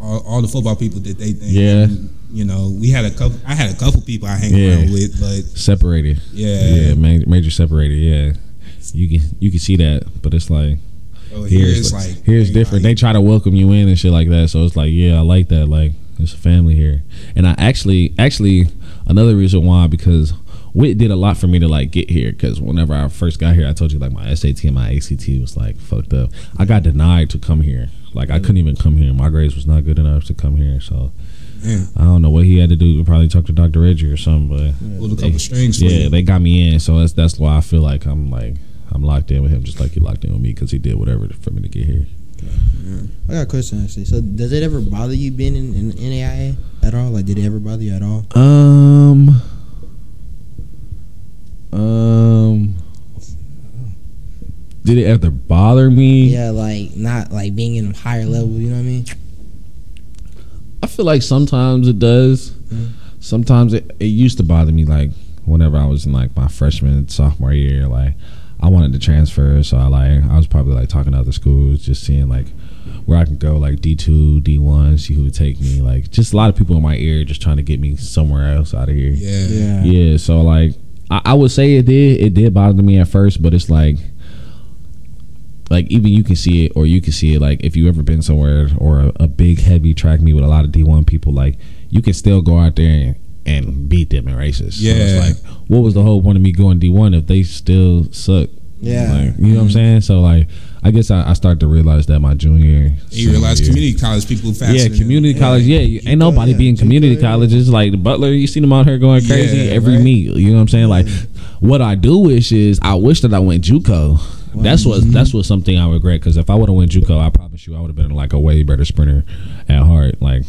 [SPEAKER 1] all, all the football people did they thing.
[SPEAKER 3] Yeah.
[SPEAKER 1] And, you know, we had a couple. I had a couple people I hang
[SPEAKER 3] Yeah.
[SPEAKER 1] around with, but
[SPEAKER 3] separated.
[SPEAKER 1] yeah,
[SPEAKER 3] Yeah, ma- major separated. Yeah, you can you can see that, but it's like
[SPEAKER 1] bro, here
[SPEAKER 3] here's
[SPEAKER 1] it's
[SPEAKER 3] like,
[SPEAKER 1] like
[SPEAKER 3] here's different. They try to welcome you in and shit like that. So it's like, yeah, I like that. Like it's a family here. And I actually, actually, another reason why because Wit did a lot for me to like get here. Because whenever I first got here, I told you like my SAT and my ACT was like fucked up. I got denied to come here. Like I couldn't even come here. My grades was not good enough to come here. So
[SPEAKER 1] Damn.
[SPEAKER 3] I don't know what he had to do. He probably talked to Dr. Reggie or something. But
[SPEAKER 1] pulled a couple strings. For
[SPEAKER 3] yeah,
[SPEAKER 1] you.
[SPEAKER 3] they got me in, so that's that's why I feel like I'm like I'm locked in with him, just like he locked in with me because he did whatever for me to get here.
[SPEAKER 2] I got a question actually. So does it ever bother you being in, in NAIA at all? Like did it ever bother you at all?
[SPEAKER 3] Um. Um. Did it ever bother me?
[SPEAKER 2] Yeah, like not like being in a higher level, you know what I mean?
[SPEAKER 3] I feel like sometimes it does.
[SPEAKER 2] Mhm.
[SPEAKER 3] Sometimes it, it used to bother me, like whenever I was in like my freshman sophomore year, like I wanted to transfer, so I like I was probably like talking to other schools, just seeing like where I can go, like D two, D one, see who would take me. Like just a lot of people in my ear, just trying to get me somewhere else out of here.
[SPEAKER 1] Yeah.
[SPEAKER 2] Yeah.
[SPEAKER 3] Yeah, so like I, I would say it did it did bother me at first, but it's like like even you can see it or you can see it like if you ever been somewhere or a, a big heavy track meet with a lot of D one people, like you can still go out there and, and beat them in races. So
[SPEAKER 1] Yeah.
[SPEAKER 3] it's like what was the whole point of me going D one if they still suck?
[SPEAKER 2] Yeah.
[SPEAKER 3] Like, you know what
[SPEAKER 1] Mm-hmm.
[SPEAKER 3] I'm saying? So like I guess I, I started to realize that my junior
[SPEAKER 1] And you realize
[SPEAKER 3] senior year-
[SPEAKER 1] community college people faster.
[SPEAKER 3] yeah,
[SPEAKER 1] than-
[SPEAKER 3] community college. Yeah, you,
[SPEAKER 2] G
[SPEAKER 3] ain't nobody
[SPEAKER 2] thirty,
[SPEAKER 3] being
[SPEAKER 2] G
[SPEAKER 3] community
[SPEAKER 2] thirty.
[SPEAKER 3] colleges like Butler. You see them out here going crazy
[SPEAKER 1] Yeah,
[SPEAKER 3] every
[SPEAKER 1] right.
[SPEAKER 3] meet. You know what I'm saying? Like, what I do wish is I wish that I went JUCO. That's what
[SPEAKER 1] Mm-hmm.
[SPEAKER 3] that's what something I regret because if I would have went JUCO, I promise you I would have been like a way better sprinter at heart. Like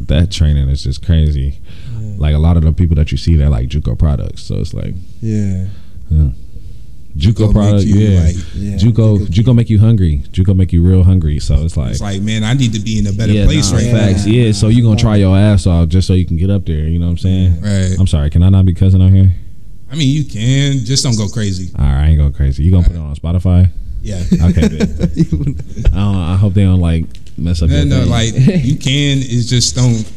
[SPEAKER 3] that training is just crazy. Like a lot of the people that you see, they're like JUCO products. So it's like
[SPEAKER 2] Yeah.
[SPEAKER 3] JUCO,
[SPEAKER 1] make
[SPEAKER 3] product.
[SPEAKER 1] you,
[SPEAKER 3] yeah.
[SPEAKER 1] like-
[SPEAKER 2] Yeah.
[SPEAKER 3] JUCO JUCO make you hungry. JUCO make you real hungry. So it's like
[SPEAKER 1] It's like, man, I need to be in a better place
[SPEAKER 3] nah,
[SPEAKER 1] right
[SPEAKER 3] facts.
[SPEAKER 1] now.
[SPEAKER 3] Yeah, so you gonna try your ass off just so you can get up there. You know what I'm saying?
[SPEAKER 1] Right.
[SPEAKER 3] I'm sorry. Can I not be cussing on here?
[SPEAKER 1] I mean, you can just don't go crazy.
[SPEAKER 3] All right, I ain't going crazy. You gonna put it on Spotify?
[SPEAKER 1] Yeah.
[SPEAKER 3] Okay. good. I, don't, I hope they don't like mess up.
[SPEAKER 1] No,
[SPEAKER 3] your
[SPEAKER 1] no,
[SPEAKER 3] thing.
[SPEAKER 1] like you can. It's just don't,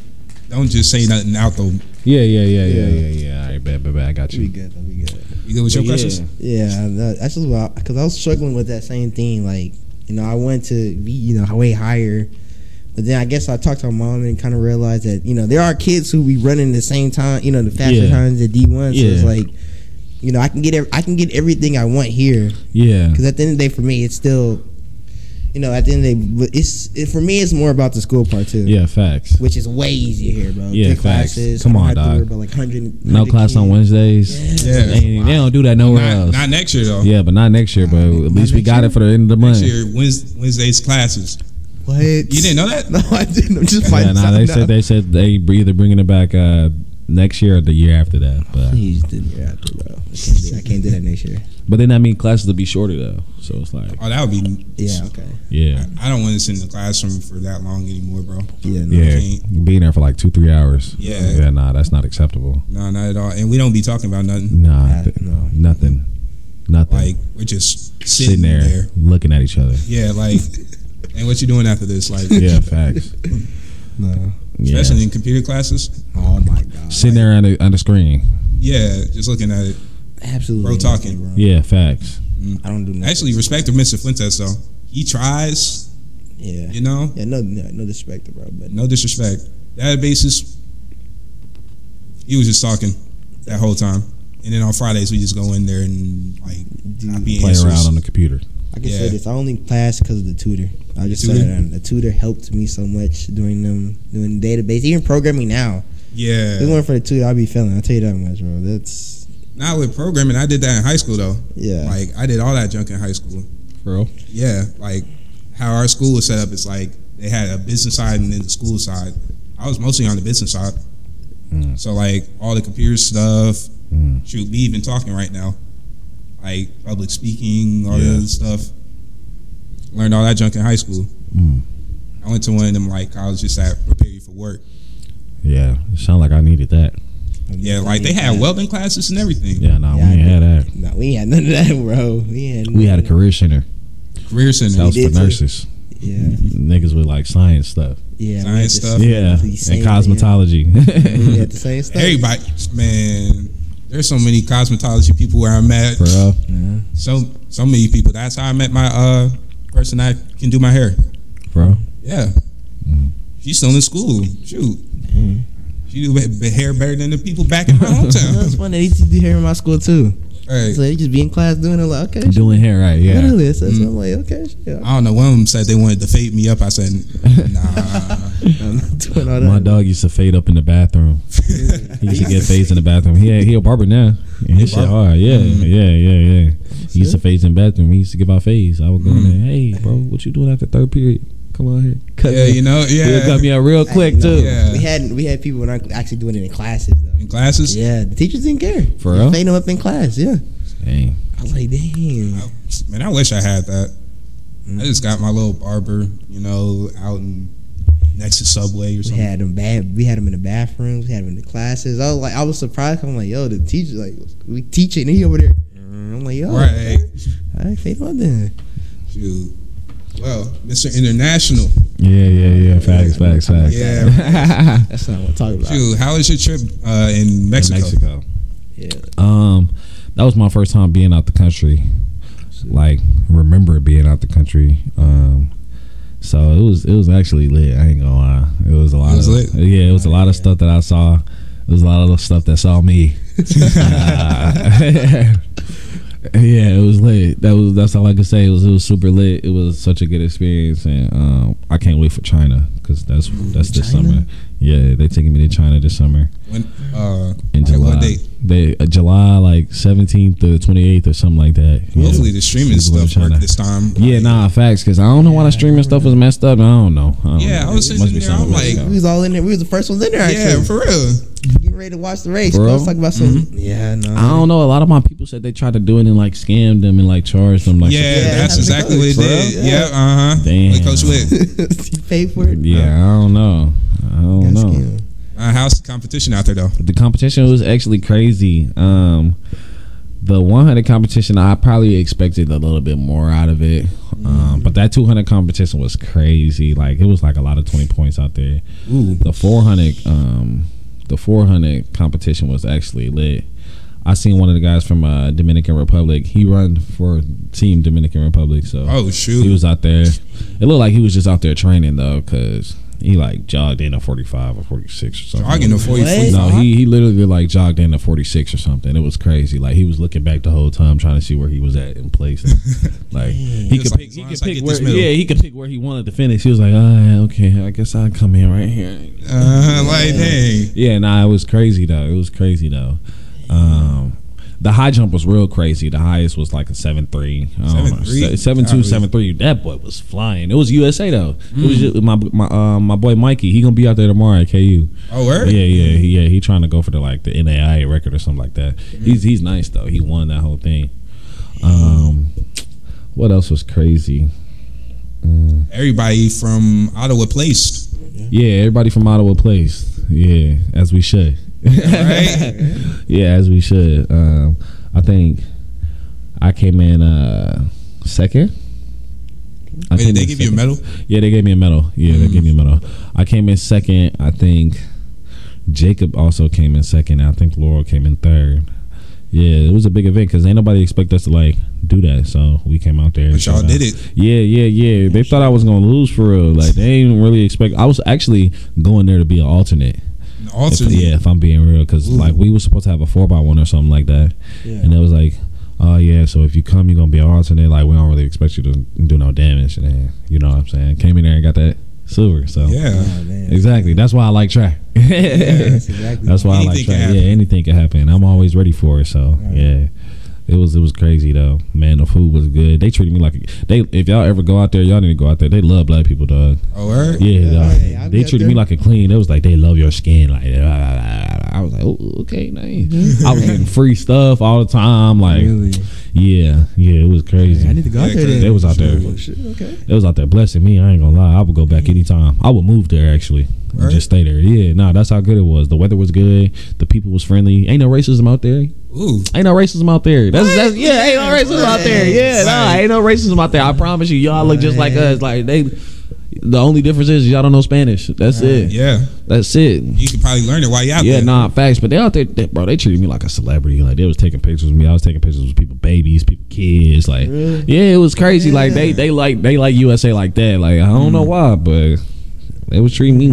[SPEAKER 1] don't just say nothing out though.
[SPEAKER 3] yeah, yeah, yeah, yeah,
[SPEAKER 2] Yeah.
[SPEAKER 3] yeah, yeah. All right, bet, bet, bet. I got
[SPEAKER 2] We
[SPEAKER 3] you.
[SPEAKER 2] good. Though, we good.
[SPEAKER 1] You know what your
[SPEAKER 3] But yeah.
[SPEAKER 1] questions?
[SPEAKER 2] Yeah, that, that's just what because I, was struggling with that same thing. Like, you know, I went to be you know way higher, but then I guess I talked to my mom and kind of realized that you know there are kids who be running the same time, you know, the faster
[SPEAKER 3] Yeah.
[SPEAKER 2] times at D one. So it's
[SPEAKER 3] Yeah.
[SPEAKER 2] like, you know, I can get ev- I can get everything I want here
[SPEAKER 3] Yeah,
[SPEAKER 2] because at the end of the day, for me, it's still, you know, at the end of the day, but it's it, for me, it's more about the school part too.
[SPEAKER 3] yeah. Facts.
[SPEAKER 2] Which is way easier here, bro.
[SPEAKER 3] Yeah,
[SPEAKER 2] Take
[SPEAKER 3] facts.
[SPEAKER 2] classes.
[SPEAKER 3] Come
[SPEAKER 2] I don't
[SPEAKER 3] on,
[SPEAKER 2] have to
[SPEAKER 3] dog.
[SPEAKER 2] worry about like 100,
[SPEAKER 3] No
[SPEAKER 2] 100
[SPEAKER 3] class on
[SPEAKER 2] kids.
[SPEAKER 3] Wednesdays.
[SPEAKER 1] Yeah.
[SPEAKER 3] They, ain't- they don't do that nowhere
[SPEAKER 1] Not,
[SPEAKER 3] else.
[SPEAKER 1] not next year though.
[SPEAKER 3] yeah, but not next year. But at least we
[SPEAKER 2] next
[SPEAKER 3] got
[SPEAKER 2] year.
[SPEAKER 3] it for the end of the month.
[SPEAKER 1] Next year, Wednes- Wednesday's classes.
[SPEAKER 2] What? You
[SPEAKER 1] didn't know that?
[SPEAKER 2] No, I didn't. I'm just
[SPEAKER 3] Yeah,
[SPEAKER 2] finding
[SPEAKER 3] nah,
[SPEAKER 2] out
[SPEAKER 3] they
[SPEAKER 2] now.
[SPEAKER 3] said they said they either bringing it back uh, next year or the year after that. But
[SPEAKER 2] Please do the year after, bro. I can't do, I can't do that next year.
[SPEAKER 3] But then that mean classes will be shorter though. So it's like,
[SPEAKER 1] Oh, that would be.
[SPEAKER 2] Yeah, okay.
[SPEAKER 3] yeah,
[SPEAKER 1] I don't want to sit in the classroom for that long anymore, bro.
[SPEAKER 2] Yeah, no.
[SPEAKER 3] yeah,
[SPEAKER 1] can't.
[SPEAKER 3] being there for like two three hours.
[SPEAKER 1] Yeah.
[SPEAKER 3] yeah, nah, that's not acceptable.
[SPEAKER 1] No, not at all. And we don't be talking about nothing.
[SPEAKER 3] Nah,
[SPEAKER 2] Nah,
[SPEAKER 3] th-
[SPEAKER 2] no.
[SPEAKER 3] nothing, nothing.
[SPEAKER 1] Like we're just sitting,
[SPEAKER 3] sitting there,
[SPEAKER 1] there.
[SPEAKER 3] looking at each other.
[SPEAKER 1] Yeah, like. and what you doing after this? Like,
[SPEAKER 3] Yeah, facts.
[SPEAKER 2] No.
[SPEAKER 3] Yeah.
[SPEAKER 1] especially in computer classes.
[SPEAKER 2] Oh, my God.
[SPEAKER 3] Sitting there on the on the screen.
[SPEAKER 1] Yeah, just looking at it.
[SPEAKER 2] Absolutely.
[SPEAKER 1] Bro
[SPEAKER 2] nothing,
[SPEAKER 1] talking.
[SPEAKER 2] bro.
[SPEAKER 3] Yeah, facts.
[SPEAKER 2] I don't do nothing.
[SPEAKER 1] Actually, respect to Mr. Fuentes though. He tries.
[SPEAKER 2] yeah.
[SPEAKER 1] You know,
[SPEAKER 2] Yeah, no, no, no disrespect, bro. But
[SPEAKER 1] no disrespect. That basis, he was just talking that whole time. And then on Fridays we just go in there and like
[SPEAKER 2] Dude,
[SPEAKER 1] copy
[SPEAKER 3] Play
[SPEAKER 1] answers.
[SPEAKER 3] around on the computer.
[SPEAKER 2] I can
[SPEAKER 1] Yeah.
[SPEAKER 2] say this. I only passed because of the tutor. I just
[SPEAKER 1] Tutor?
[SPEAKER 2] said that the tutor helped me so much doing them, doing database, even programming now. If it
[SPEAKER 1] Yeah.
[SPEAKER 2] weren't for the tutor, I'd be failing. I'll tell you that much, bro. That's,
[SPEAKER 1] Not with programming. I did that in high school though.
[SPEAKER 2] yeah.
[SPEAKER 1] Like I did all that junk in high school.
[SPEAKER 3] Bro,
[SPEAKER 1] Yeah. Like how our school was set up is like they had a business side and then the school side. I was mostly on the business side.
[SPEAKER 3] Mm.
[SPEAKER 1] So like all the computer stuff,
[SPEAKER 3] Mm.
[SPEAKER 1] shoot, me even talking right now, like public speaking, all
[SPEAKER 3] Yeah.
[SPEAKER 1] that stuff. Learned all that junk in high school.
[SPEAKER 3] Mm.
[SPEAKER 1] I went to one of them like colleges that prepare you for work.
[SPEAKER 3] yeah, it sounded like I needed that.
[SPEAKER 1] Yeah, like they had welding classes and everything.
[SPEAKER 3] Yeah, nah,
[SPEAKER 2] Yeah, I
[SPEAKER 3] we ain't had that.
[SPEAKER 2] No, we ain't had none of that, bro. We had
[SPEAKER 3] We had a
[SPEAKER 2] none of-
[SPEAKER 3] career center.
[SPEAKER 1] Career
[SPEAKER 3] That
[SPEAKER 1] center.
[SPEAKER 3] was for
[SPEAKER 2] did too.
[SPEAKER 3] nurses.
[SPEAKER 2] Yeah,
[SPEAKER 3] Niggas with like science stuff.
[SPEAKER 2] yeah. we
[SPEAKER 1] Science
[SPEAKER 2] had the
[SPEAKER 1] stuff.
[SPEAKER 2] same-
[SPEAKER 3] Yeah,
[SPEAKER 2] the
[SPEAKER 3] and
[SPEAKER 2] same thing.
[SPEAKER 3] cosmetology.
[SPEAKER 2] We had the same stuff.
[SPEAKER 1] Everybody, man, there's so many cosmetology people where I'm at.
[SPEAKER 3] Bro,
[SPEAKER 2] Yeah.
[SPEAKER 1] So so many people. That's how I met my uh person I can do my hair.
[SPEAKER 3] bro.
[SPEAKER 1] Yeah,
[SPEAKER 3] Mm.
[SPEAKER 1] she's still in school. Shoot, she do ba- ba- hair better than the people back in my
[SPEAKER 2] That's
[SPEAKER 1] hometown.
[SPEAKER 2] funny. They used to do hair in my school too.
[SPEAKER 1] Right.
[SPEAKER 2] So they just be in class doing it. Like, okay, shit,
[SPEAKER 3] Doing hair right,
[SPEAKER 2] what
[SPEAKER 3] yeah.
[SPEAKER 2] is this? That's- I'm like, okay, shit,
[SPEAKER 1] I don't know. One of them said they wanted to fade me up. I said, Nah.
[SPEAKER 2] I'm not doing all that.
[SPEAKER 3] My dog used to fade up in the bathroom. He used to get fades in the bathroom. He had, he a barber now. And his shit
[SPEAKER 1] barber?
[SPEAKER 3] hard. Yeah, yeah, yeah, yeah. He used to fades in the bathroom. He used to give out fades. I would go in there. Hey, bro, what you doing after third period? Come on here. Cut
[SPEAKER 1] yeah,
[SPEAKER 3] me.
[SPEAKER 1] you know,
[SPEAKER 3] He'll cut
[SPEAKER 1] yeah.
[SPEAKER 3] me out real
[SPEAKER 2] Hey,
[SPEAKER 3] quick
[SPEAKER 2] no,
[SPEAKER 3] too.
[SPEAKER 1] yeah.
[SPEAKER 2] We had we had people not actually doing it in classes though.
[SPEAKER 1] In classes,
[SPEAKER 2] Yeah, the teachers didn't care.
[SPEAKER 3] For
[SPEAKER 2] They
[SPEAKER 3] real?
[SPEAKER 2] Fade them up in class. Yeah,
[SPEAKER 3] Dang.
[SPEAKER 2] I was like, damn.
[SPEAKER 1] man, I wish I had that. I just got my little barber, you know, out in next to Subway or
[SPEAKER 2] We
[SPEAKER 1] something.
[SPEAKER 2] had them bad. We had them in the bathrooms. We had them in the classes. I was like, I was surprised. I'm like, yo, the teacher like we teaching. He over there I'm like, yo,
[SPEAKER 1] Right.
[SPEAKER 2] all right, fade on then.
[SPEAKER 1] Shoot. Well, Mr. International.
[SPEAKER 3] Yeah, yeah, yeah. Facts, facts, facts.
[SPEAKER 1] Yeah.
[SPEAKER 2] That's not what I'm talking about.
[SPEAKER 1] Shoot, how was your trip uh, in Mexico?
[SPEAKER 4] Mexico.
[SPEAKER 2] Yeah,
[SPEAKER 3] um, that was my first time being out the country. Like, remember being out the country. Um, so it was it was actually lit. I ain't gonna lie. It was a lot.
[SPEAKER 1] It was
[SPEAKER 3] of,
[SPEAKER 1] lit?
[SPEAKER 3] Yeah, it was a lot of stuff that I saw. It was a lot of stuff that saw me. Uh, yeah, it was lit. That was that's all I could say. It was it was super lit. It was such a good experience, and um, I can't wait for China because that's that's this
[SPEAKER 2] China?
[SPEAKER 3] summer. Yeah, they taking me to China this summer
[SPEAKER 1] When, uh,
[SPEAKER 3] in
[SPEAKER 1] like,
[SPEAKER 3] July.
[SPEAKER 1] what date?
[SPEAKER 3] They uh, July like seventeenth or twenty eighth or something like that. Yeah.
[SPEAKER 1] Hopefully the streaming
[SPEAKER 3] She's going
[SPEAKER 1] stuff
[SPEAKER 3] to China.
[SPEAKER 1] worked this time.
[SPEAKER 3] Yeah, nah, facts. Cause I don't know why the streaming stuff was messed up. I don't know. I don't
[SPEAKER 1] Yeah,
[SPEAKER 3] know.
[SPEAKER 1] I was
[SPEAKER 3] It must
[SPEAKER 1] sitting
[SPEAKER 3] be
[SPEAKER 1] there, I'm
[SPEAKER 3] something
[SPEAKER 1] like,
[SPEAKER 3] messed up.
[SPEAKER 2] we was all in there. We was the first ones in there.
[SPEAKER 1] Yeah,
[SPEAKER 2] Actually,
[SPEAKER 1] for real.
[SPEAKER 2] getting ready to watch the race.
[SPEAKER 3] Bro.
[SPEAKER 2] I was talking about some. Yeah, no.
[SPEAKER 3] I don't know. A lot of my people said they tried to do it and like scammed them and like charged them. Like,
[SPEAKER 1] yeah,
[SPEAKER 2] Yeah,
[SPEAKER 1] that's
[SPEAKER 2] happened
[SPEAKER 1] exactly
[SPEAKER 2] to
[SPEAKER 1] what it
[SPEAKER 2] Coach,
[SPEAKER 1] did.
[SPEAKER 2] bro.
[SPEAKER 1] Yeah,
[SPEAKER 2] Yeah.
[SPEAKER 1] uh huh.
[SPEAKER 3] Damn.
[SPEAKER 1] With Coach Wick.
[SPEAKER 2] you paid for it.
[SPEAKER 3] yeah, I don't know. I don't
[SPEAKER 2] That's
[SPEAKER 3] know.
[SPEAKER 2] cute.
[SPEAKER 1] Uh, how's the competition out there though?
[SPEAKER 3] The competition was actually crazy. Um, the 100 competition, I probably expected a little bit more out of it. Um, but that 200 competition was crazy. Like it was like a lot of 20 points out there.
[SPEAKER 1] Ooh,
[SPEAKER 3] the 400 um the 400 competition was actually lit i seen one of the guys from uh dominican republic he run for team dominican republic so
[SPEAKER 1] oh
[SPEAKER 3] he
[SPEAKER 1] shoot.
[SPEAKER 3] was out there it looked like he was just out there training though because he like jogged in a 45 or 46 or something
[SPEAKER 1] Jogging a forty
[SPEAKER 2] What?
[SPEAKER 1] foot.
[SPEAKER 3] no, he, he literally like jogged in to 46 or something. It was crazy. Like he was looking back the whole time trying to see where he was at in place. Like he
[SPEAKER 1] He was like,
[SPEAKER 3] could pick,
[SPEAKER 1] as
[SPEAKER 3] he
[SPEAKER 1] long
[SPEAKER 3] could
[SPEAKER 1] as I
[SPEAKER 3] pick
[SPEAKER 1] get
[SPEAKER 3] where
[SPEAKER 1] this middle.
[SPEAKER 3] yeah, he could pick where he wanted to finish. He was like, "All right, okay, I guess I'll come in right here."
[SPEAKER 1] Uh, like dang.
[SPEAKER 3] Yeah, nah, it was crazy though. It was crazy though. Um, the high jump was real crazy. The highest was like a seven three, seven
[SPEAKER 1] 7'3"?
[SPEAKER 3] three, seven two, seven three. That boy was flying. It was USA though. It
[SPEAKER 1] Mm.
[SPEAKER 3] was just, my my uh, my boy Mikey. He gonna be out there tomorrow at KU.
[SPEAKER 1] Oh word.
[SPEAKER 3] Yeah, yeah, he- yeah. He trying to go for the like the NAIA record or something like that.
[SPEAKER 1] Mm-hmm.
[SPEAKER 3] He's he's nice though. He won that whole thing. Um, what else was crazy?
[SPEAKER 1] Everybody from Ottawa placed.
[SPEAKER 3] Yeah, everybody from Ottawa plays. Yeah, as we should.
[SPEAKER 1] Right.
[SPEAKER 3] Yeah, as we should. Um, I think I came in uh, second. I
[SPEAKER 1] Wait,
[SPEAKER 3] came
[SPEAKER 1] did they
[SPEAKER 3] in
[SPEAKER 1] give you a
[SPEAKER 3] second.
[SPEAKER 1] medal?
[SPEAKER 3] Yeah, they gave me a medal. Yeah, they gave me a medal. I came in second. I think Jacob also came in second. I think Laurel came in third. Yeah, it was a big event because ain't nobody expect us to like do that. So we came out there. and
[SPEAKER 1] But y'all
[SPEAKER 3] showed out.
[SPEAKER 1] did it.
[SPEAKER 3] Yeah, yeah, yeah. They thought I was gonna lose for real. Like they didn't really expect. I was actually going there to be an alternate.
[SPEAKER 1] An
[SPEAKER 3] If-
[SPEAKER 1] alternate.
[SPEAKER 3] yeah, if I'm being real, because
[SPEAKER 1] Ooh.
[SPEAKER 3] like we were supposed to have a four by one or something like that,
[SPEAKER 2] Yeah.
[SPEAKER 3] and it was like, oh yeah, so if you come, you're gonna be an alternate. Like we don't really expect you to do no damage, and then, you know what I'm saying. Came in there and got that silver, so
[SPEAKER 1] Yeah.
[SPEAKER 2] Oh, man.
[SPEAKER 3] exactly. That's why I like track.
[SPEAKER 2] That's exactly.
[SPEAKER 3] That's why I
[SPEAKER 1] Anything can
[SPEAKER 3] like track. Yeah,
[SPEAKER 1] happen.
[SPEAKER 3] anything can happen. I'm always ready for it. So
[SPEAKER 2] Right.
[SPEAKER 3] yeah. It was it was crazy though, man. The food was good. They treated me like a, they. If y'all ever go out there, y'all need to go out there. They love black people, dog.
[SPEAKER 1] Oh word.
[SPEAKER 3] Yeah,
[SPEAKER 2] Yeah,
[SPEAKER 3] dog.
[SPEAKER 2] hey, I'll
[SPEAKER 3] they
[SPEAKER 2] be up
[SPEAKER 3] treated
[SPEAKER 2] there.
[SPEAKER 3] me like a queen. It was like they love your skin. Like blah, blah, blah, blah. I was like, oh, okay, nice. I was getting free stuff all the time. Like,
[SPEAKER 2] Mm-hmm. Really?
[SPEAKER 3] yeah, yeah, it was crazy.
[SPEAKER 2] I need to go
[SPEAKER 1] Yeah,
[SPEAKER 2] out there.
[SPEAKER 1] 'cause
[SPEAKER 2] then.
[SPEAKER 3] they was out there.
[SPEAKER 2] Oh, shit, Okay.
[SPEAKER 3] It was out there blessing me. I ain't gonna lie. I would go
[SPEAKER 2] Mm-hmm.
[SPEAKER 3] back anytime. I would move there actually. and
[SPEAKER 1] Word.
[SPEAKER 3] Just stay there. Yeah, nah, that's how good it was. The weather was good. The people was friendly. Ain't no racism out there.
[SPEAKER 1] Ooh.
[SPEAKER 3] Ain't no racism out there. That's, that's yeah. Ain't no racism out there. Yeah, nah.
[SPEAKER 1] Right.
[SPEAKER 3] Ain't no racism out there. I promise you, y'all look just like us. Like they. The only difference is y'all don't know Spanish. That's it.
[SPEAKER 1] Yeah.
[SPEAKER 3] That's it.
[SPEAKER 1] You could probably learn it while you out
[SPEAKER 3] Yeah,
[SPEAKER 1] there.
[SPEAKER 3] nah, facts. But they out there, they- bro. They treated me like a celebrity. Like they was taking pictures with me. I was taking pictures with people, babies, people, kids. Like,
[SPEAKER 2] Really?
[SPEAKER 3] yeah, it was crazy. Like they, they like, they like USA like that. Like I don't know why, but they was treating me.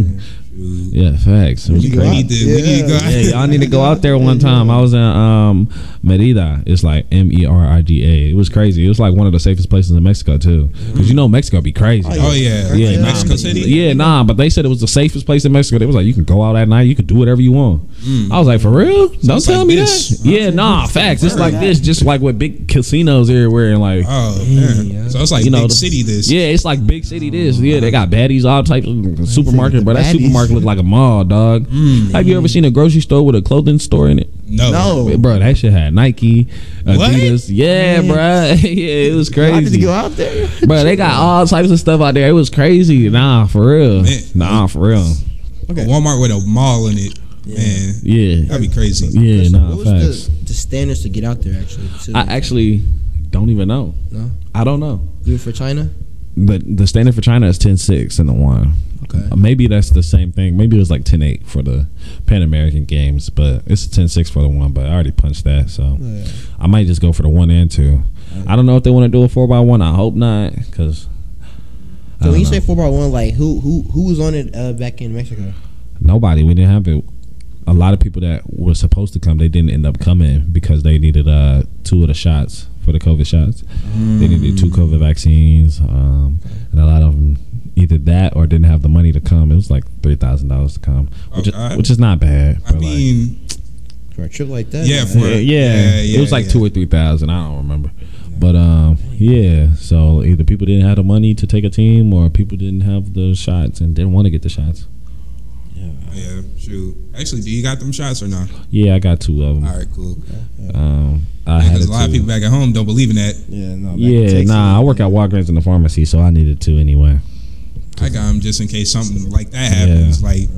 [SPEAKER 1] Ooh.
[SPEAKER 3] Yeah, facts. It was
[SPEAKER 1] We
[SPEAKER 2] go
[SPEAKER 3] crazy.
[SPEAKER 1] need to. We need to go.
[SPEAKER 2] Yeah.
[SPEAKER 1] out-
[SPEAKER 3] Yeah, y'all need to go out there one time. I was in um, Merida. It's like M E R I D A. It was crazy. It was like one of the safest places in Mexico too, because you know Mexico be crazy.
[SPEAKER 1] Oh yeah.
[SPEAKER 2] Yeah,
[SPEAKER 1] Like
[SPEAKER 2] nah.
[SPEAKER 1] Mexico City.
[SPEAKER 3] Yeah, nah, but they said it was the safest place in Mexico. They was like, you can go out at night, you can do whatever you want. I was like, for real? Don't
[SPEAKER 1] Mm. Sounds
[SPEAKER 3] tell
[SPEAKER 1] like
[SPEAKER 3] me
[SPEAKER 1] this.
[SPEAKER 3] that. Yeah, nah, facts. It's like
[SPEAKER 2] Word.
[SPEAKER 3] this, just like with big casinos everywhere and like.
[SPEAKER 1] Oh
[SPEAKER 2] Yeah.
[SPEAKER 1] man. So it's like
[SPEAKER 3] You know,
[SPEAKER 1] big
[SPEAKER 3] the-
[SPEAKER 1] city. This.
[SPEAKER 3] Yeah, it's like big city this. Yeah, they got baddies, all types of supermarket,
[SPEAKER 2] the
[SPEAKER 3] but that
[SPEAKER 2] baddies.
[SPEAKER 3] supermarket look like a mall, dog.
[SPEAKER 1] Mm.
[SPEAKER 3] Have you ever seen a grocery store with a clothing store in it?
[SPEAKER 1] No.
[SPEAKER 2] No.
[SPEAKER 3] Bro, that shit had Nike,
[SPEAKER 1] What?
[SPEAKER 3] Adidas. Yeah,
[SPEAKER 2] Oh. Man.
[SPEAKER 3] bruh. yeah, it was
[SPEAKER 2] I need to
[SPEAKER 3] crazy.
[SPEAKER 2] go out there.
[SPEAKER 3] Bro, they got all types of stuff out there. It was crazy. Nah, for real.
[SPEAKER 1] Man.
[SPEAKER 3] Nah, for real.
[SPEAKER 1] A Walmart with a mall in it. Man.
[SPEAKER 3] Yeah.
[SPEAKER 1] That'd be crazy.
[SPEAKER 3] Yeah,
[SPEAKER 2] So
[SPEAKER 3] nah,
[SPEAKER 2] what was
[SPEAKER 3] facts.
[SPEAKER 2] the, the standards to get out there? Actually, to-
[SPEAKER 3] I actually don't even know.
[SPEAKER 2] no,
[SPEAKER 3] I don't know.
[SPEAKER 2] even for China.
[SPEAKER 3] The the standard for China is 10-6 in the one.
[SPEAKER 2] Okay,
[SPEAKER 3] Uh, Maybe that's the same thing. Maybe it was like 10-8 for the Pan American Games, but it's 10-6 for the one. But I already punched that, so
[SPEAKER 2] Yeah.
[SPEAKER 3] I might just go for the one and two. I don't know if they want to do a four by one. I hope not, because
[SPEAKER 2] so when you say four by one, like who who who was on it uh, back in Mexico?
[SPEAKER 3] nobody, we didn't have it. A lot of people that were supposed to come, they didn't end up coming because they needed uh two of the shots for the COVID shots. They
[SPEAKER 1] Mm.
[SPEAKER 3] needed two COVID vaccines, um, and a lot of them either that or didn't have the money to come. It was like three thousand dollars to come, which,
[SPEAKER 1] Oh,
[SPEAKER 3] is,
[SPEAKER 1] God.
[SPEAKER 3] which is not bad.
[SPEAKER 1] I
[SPEAKER 3] but, like, eh,
[SPEAKER 1] mean,
[SPEAKER 2] For a trip like that?
[SPEAKER 1] Yeah,
[SPEAKER 2] man.
[SPEAKER 1] for-
[SPEAKER 3] yeah,
[SPEAKER 1] Yeah,
[SPEAKER 3] it was
[SPEAKER 1] yeah,
[SPEAKER 3] like
[SPEAKER 1] yeah.
[SPEAKER 3] two or three thousand. I don't remember, but um, yeah. So either people didn't have the money to take a team, or people didn't have the shots and didn't want to get the shots.
[SPEAKER 1] yeah, shoot. Actually, do you got them shots or not?
[SPEAKER 3] Yeah, I got two of
[SPEAKER 1] All
[SPEAKER 3] them.
[SPEAKER 1] right, cool.
[SPEAKER 3] Um, I had
[SPEAKER 1] Because
[SPEAKER 3] it
[SPEAKER 1] a lot of
[SPEAKER 3] too.
[SPEAKER 1] people back at home don't believe in that.
[SPEAKER 2] yeah, no, back in
[SPEAKER 3] Yeah,
[SPEAKER 2] Texas.
[SPEAKER 3] nah. I work at Walgreens in the pharmacy, so I needed two anyway.
[SPEAKER 1] I got them just in case something like that happens. Like,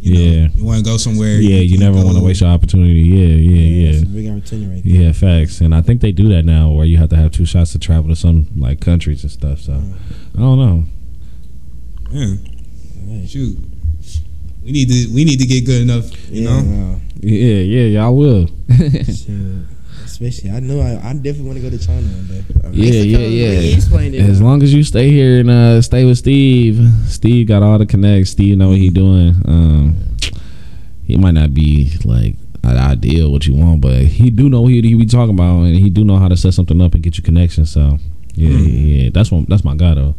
[SPEAKER 1] you know,
[SPEAKER 3] Yeah.
[SPEAKER 1] you want to go somewhere.
[SPEAKER 3] Yeah, you
[SPEAKER 1] can
[SPEAKER 3] never
[SPEAKER 1] go-
[SPEAKER 3] want to waste your opportunity. Yeah, yeah,
[SPEAKER 2] It's a
[SPEAKER 3] yeah.
[SPEAKER 2] big opportunity right there.
[SPEAKER 3] Yeah, facts. And I think they do that now where you have to have two shots to travel to some like countries and stuff. So
[SPEAKER 1] Mm.
[SPEAKER 3] I don't know.
[SPEAKER 1] Yeah.
[SPEAKER 2] Right.
[SPEAKER 1] Shoot. We need to we need to get good enough, you
[SPEAKER 2] yeah,
[SPEAKER 1] know.
[SPEAKER 2] no.
[SPEAKER 3] Yeah, yeah, y'all will.
[SPEAKER 2] Shit. Especially, I know I, I definitely want to go to China one day.
[SPEAKER 3] Yeah,
[SPEAKER 2] Mexico,
[SPEAKER 3] yeah,
[SPEAKER 2] the way
[SPEAKER 3] yeah.
[SPEAKER 2] you explained it.
[SPEAKER 3] As long as you stay here and uh, stay with Steve, Steve got all the connects. Steve know what he doing. Um, he might not be like i- ideal what you want, but he do know what he, he be talking about, and he do know how to set something up and get you connections. So yeah,
[SPEAKER 2] Hmm.
[SPEAKER 3] yeah, yeah. that's what that's my guy though.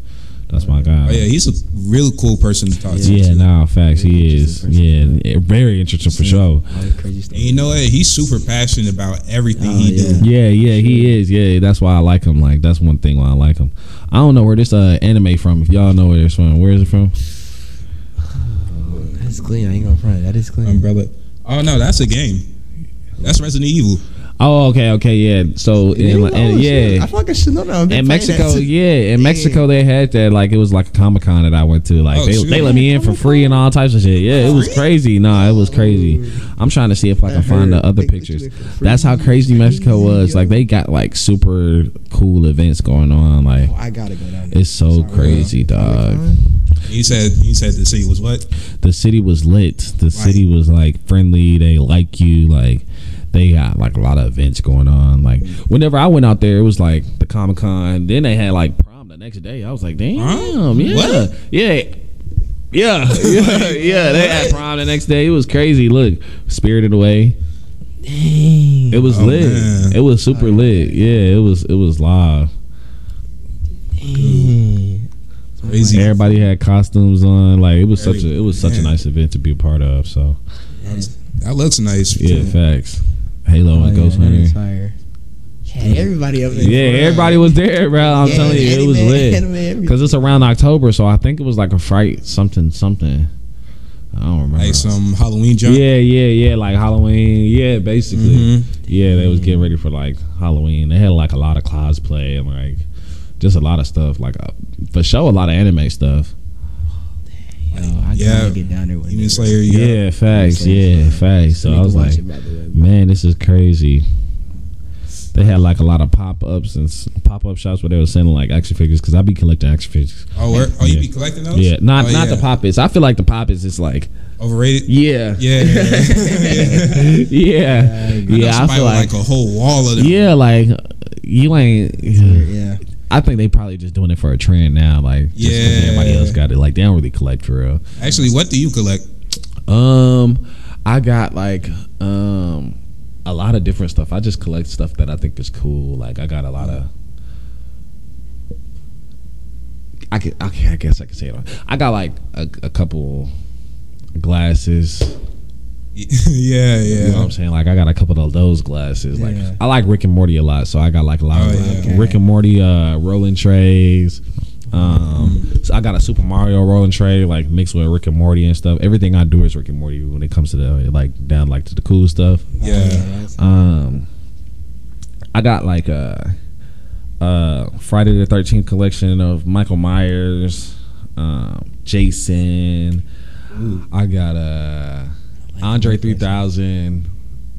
[SPEAKER 3] That's my guy.
[SPEAKER 1] Oh yeah, he's a real cool person to talk to.
[SPEAKER 3] Yeah,
[SPEAKER 1] too.
[SPEAKER 3] nah, facts.
[SPEAKER 2] Very
[SPEAKER 3] He
[SPEAKER 2] interesting
[SPEAKER 3] is.
[SPEAKER 2] person.
[SPEAKER 3] Yeah, eh, very interesting for sure.
[SPEAKER 2] All the crazy stuff.
[SPEAKER 1] And you know what? He's super passionate about everything
[SPEAKER 2] Oh,
[SPEAKER 1] he
[SPEAKER 2] yeah.
[SPEAKER 1] do.
[SPEAKER 3] Yeah, yeah, he is. Yeah, that's why I like him. Like that's one thing why I like him. I don't know where this uh, anime from. If y'all know where it's from, where is it from?
[SPEAKER 2] That's clean. I ain't gonna front. That is clean.
[SPEAKER 1] Umbrella. Oh no, that's a game. That's Resident Evil.
[SPEAKER 3] Oh, okay, okay, yeah. So in, in- yeah,
[SPEAKER 2] I feel like I should know that. I've been
[SPEAKER 3] in
[SPEAKER 2] playing
[SPEAKER 3] Mexico,
[SPEAKER 2] that.
[SPEAKER 3] yeah, in
[SPEAKER 2] Yeah.
[SPEAKER 3] Mexico they had that. Like it was like a Comic Con that I went to. Like
[SPEAKER 1] Oh,
[SPEAKER 3] they,
[SPEAKER 1] shoot.
[SPEAKER 3] they let me in for free and all types of shit. Yeah, it was crazy. Nah, it was crazy. I'm trying to see if I can
[SPEAKER 2] That
[SPEAKER 3] find the
[SPEAKER 2] hurt.
[SPEAKER 3] other
[SPEAKER 2] They get you
[SPEAKER 3] pictures.
[SPEAKER 2] in for free.
[SPEAKER 3] That's how crazy Mexico
[SPEAKER 2] Crazy,
[SPEAKER 3] was. Like
[SPEAKER 2] yo.
[SPEAKER 3] they got like super cool events going on. Like
[SPEAKER 2] Oh, I gotta go down there.
[SPEAKER 3] it's so
[SPEAKER 2] Sorry.
[SPEAKER 3] crazy, dog.
[SPEAKER 1] He said he said the city was what?
[SPEAKER 3] the city was lit. The city was like friendly. They like you. Like they got like a lot of events going on. Like whenever I went out there, it was like the Comic Con. Then they had like prom the next day. I was like, damn,
[SPEAKER 1] Prom?
[SPEAKER 3] yeah,
[SPEAKER 1] What?
[SPEAKER 3] yeah. Yeah, yeah, yeah. They had prom the next day. It was crazy. Look, Spirited Away.
[SPEAKER 2] Dang.
[SPEAKER 3] It was
[SPEAKER 1] Oh,
[SPEAKER 3] lit.
[SPEAKER 1] man.
[SPEAKER 3] It was super lit. Yeah, it was. It was live.
[SPEAKER 2] Dang.
[SPEAKER 1] Crazy.
[SPEAKER 3] Everybody had costumes on. Like it was such
[SPEAKER 1] Every-
[SPEAKER 3] a. It was such a
[SPEAKER 1] man.
[SPEAKER 3] nice event to be a part of. So
[SPEAKER 1] That looks nice.
[SPEAKER 3] yeah, facts.
[SPEAKER 1] Oh,
[SPEAKER 3] Halo and Ghost Hunter.
[SPEAKER 2] Yeah, everybody up there.
[SPEAKER 3] Yeah, everybody was there, bro. I'm
[SPEAKER 2] Yeah,
[SPEAKER 3] telling you, it was
[SPEAKER 2] anime,
[SPEAKER 3] lit.
[SPEAKER 2] anime, everything.
[SPEAKER 3] Because it's around October, so I think it was like a fright something something. I don't remember.
[SPEAKER 1] Like some Halloween junk.
[SPEAKER 3] yeah, yeah, yeah, like Halloween. Yeah, basically.
[SPEAKER 2] Mm-hmm.
[SPEAKER 1] Mhm.
[SPEAKER 3] Yeah, they was getting ready for like Halloween. They had like a lot of cosplay and like just a lot of stuff. Like uh, for sure, a lot of anime stuff.
[SPEAKER 2] Yo, Oh, I
[SPEAKER 1] Yeah.
[SPEAKER 2] gotta get down there one day.
[SPEAKER 1] Demon Slayer.
[SPEAKER 3] Yeah,
[SPEAKER 1] Yeah.
[SPEAKER 3] facts. Yeah, facts. So
[SPEAKER 2] Need
[SPEAKER 3] I
[SPEAKER 2] to
[SPEAKER 3] was
[SPEAKER 2] watch
[SPEAKER 3] like,
[SPEAKER 2] it, by the way.
[SPEAKER 3] Man, this is crazy. They had like a lot of pop ups and pop up shops where they were sending like action figures because I be collecting action figures.
[SPEAKER 1] Oh, where, oh,
[SPEAKER 3] Yeah.
[SPEAKER 1] you be collecting those?
[SPEAKER 3] Yeah, not
[SPEAKER 1] Oh,
[SPEAKER 3] not
[SPEAKER 1] yeah.
[SPEAKER 3] the pop its. I feel like the pop its is like
[SPEAKER 1] Overrated.
[SPEAKER 3] yeah,
[SPEAKER 1] Yeah. yeah.
[SPEAKER 3] yeah, yeah. I
[SPEAKER 1] Somebody
[SPEAKER 3] feel
[SPEAKER 1] with
[SPEAKER 3] like
[SPEAKER 1] a whole wall of them.
[SPEAKER 3] yeah, like you ain't.
[SPEAKER 2] Yeah.
[SPEAKER 3] I think they probably just doing it for a trend now, like just 'cause
[SPEAKER 1] Yeah.
[SPEAKER 3] everybody else got it. Like they don't really collect for real.
[SPEAKER 1] Actually, what do you collect?
[SPEAKER 3] Um, I got like um a lot of different stuff. I just collect stuff that I think is cool. Like I got a lot of. I could, I, could- I guess I could say it. all. I got like a, a couple glasses.
[SPEAKER 1] yeah, yeah.
[SPEAKER 3] You know what I'm saying? Like I got a couple of those glasses. Like
[SPEAKER 2] Yeah.
[SPEAKER 3] I like Rick and Morty a lot, so I got like a lot
[SPEAKER 1] Oh,
[SPEAKER 3] of
[SPEAKER 1] yeah.
[SPEAKER 3] like,
[SPEAKER 2] Okay.
[SPEAKER 3] Rick and Morty uh, rolling trays. Um,
[SPEAKER 1] Mm-hmm.
[SPEAKER 3] so I got a Super Mario rolling tray, like mixed with Rick and Morty and stuff. Everything I do is Rick and Morty when it comes to the like down like to the cool stuff.
[SPEAKER 1] Yeah.
[SPEAKER 3] Um, I got like a, uh Friday the Thirteenth collection of Michael Myers, um, Jason. I got a Andre three thousand.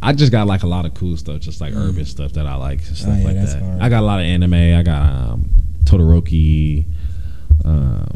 [SPEAKER 3] I just got like a lot of cool stuff, just like urban stuff that I like, and stuff
[SPEAKER 2] yeah,
[SPEAKER 3] like
[SPEAKER 2] that's
[SPEAKER 3] that.
[SPEAKER 2] hard.
[SPEAKER 3] I got a lot of anime. I got um, Todoroki. Um,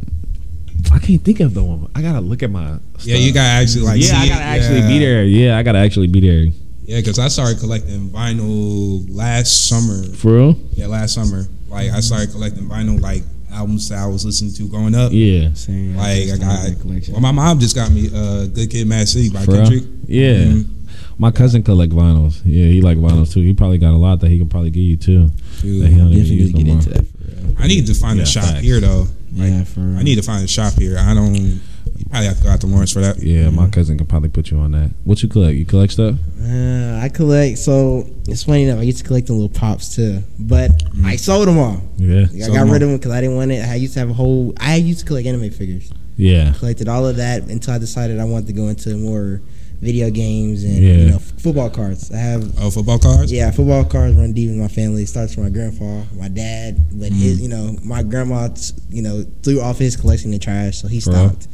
[SPEAKER 3] I can't think of the one. I gotta look at my. Stuff.
[SPEAKER 1] Yeah, you gotta actually like.
[SPEAKER 3] yeah,
[SPEAKER 1] see
[SPEAKER 3] I
[SPEAKER 1] it.
[SPEAKER 3] gotta actually
[SPEAKER 1] Yeah.
[SPEAKER 3] be there. Yeah, I gotta actually be there.
[SPEAKER 1] Yeah, because I started collecting vinyl last summer.
[SPEAKER 3] For real?
[SPEAKER 1] Yeah, last summer. Like I started collecting vinyl, like albums that I was listening to growing up.
[SPEAKER 3] Yeah.
[SPEAKER 2] Same.
[SPEAKER 1] Like I
[SPEAKER 2] Same
[SPEAKER 1] got.
[SPEAKER 2] collection.
[SPEAKER 1] Well, my mom just got me uh, "Good Kid, Mad City" by
[SPEAKER 3] For real?
[SPEAKER 1] Kendrick.
[SPEAKER 3] Yeah.
[SPEAKER 1] Mhm.
[SPEAKER 3] My cousin collect vinyls. Yeah, he like vinyls too. He probably got a lot that he can probably give you too. That he
[SPEAKER 1] Dude,
[SPEAKER 3] don't even
[SPEAKER 2] Definitely need to
[SPEAKER 3] use no
[SPEAKER 2] get
[SPEAKER 3] more.
[SPEAKER 2] into that for real.
[SPEAKER 1] I need to find
[SPEAKER 3] Yeah,
[SPEAKER 1] a shop
[SPEAKER 3] facts.
[SPEAKER 1] here though. Like,
[SPEAKER 2] Yeah, for real.
[SPEAKER 1] I need to find a shop here. I don't. You probably have to go out to Lawrence for that.
[SPEAKER 3] Yeah, my cousin can probably put you on that. What you collect? You collect stuff?
[SPEAKER 2] Uh, I collect. So it's funny enough. I used to collect the little pops too, but I sold them all.
[SPEAKER 3] Yeah.
[SPEAKER 2] Like, I
[SPEAKER 1] Sold
[SPEAKER 2] got
[SPEAKER 1] 'em
[SPEAKER 2] rid of them because I didn't want it. I used to have a whole. I used to collect anime figures.
[SPEAKER 3] Yeah.
[SPEAKER 2] Collected all of that until I decided I wanted to go into more video games and
[SPEAKER 3] Yeah.
[SPEAKER 2] you know f- football cards. I have.
[SPEAKER 1] Oh, football cards.
[SPEAKER 2] Yeah, football cards run deep in my family. It starts from my grandpa, my dad, but his, you know, my grandma, t- you know, threw off his collection in the trash, so he
[SPEAKER 3] For real?
[SPEAKER 2] stopped.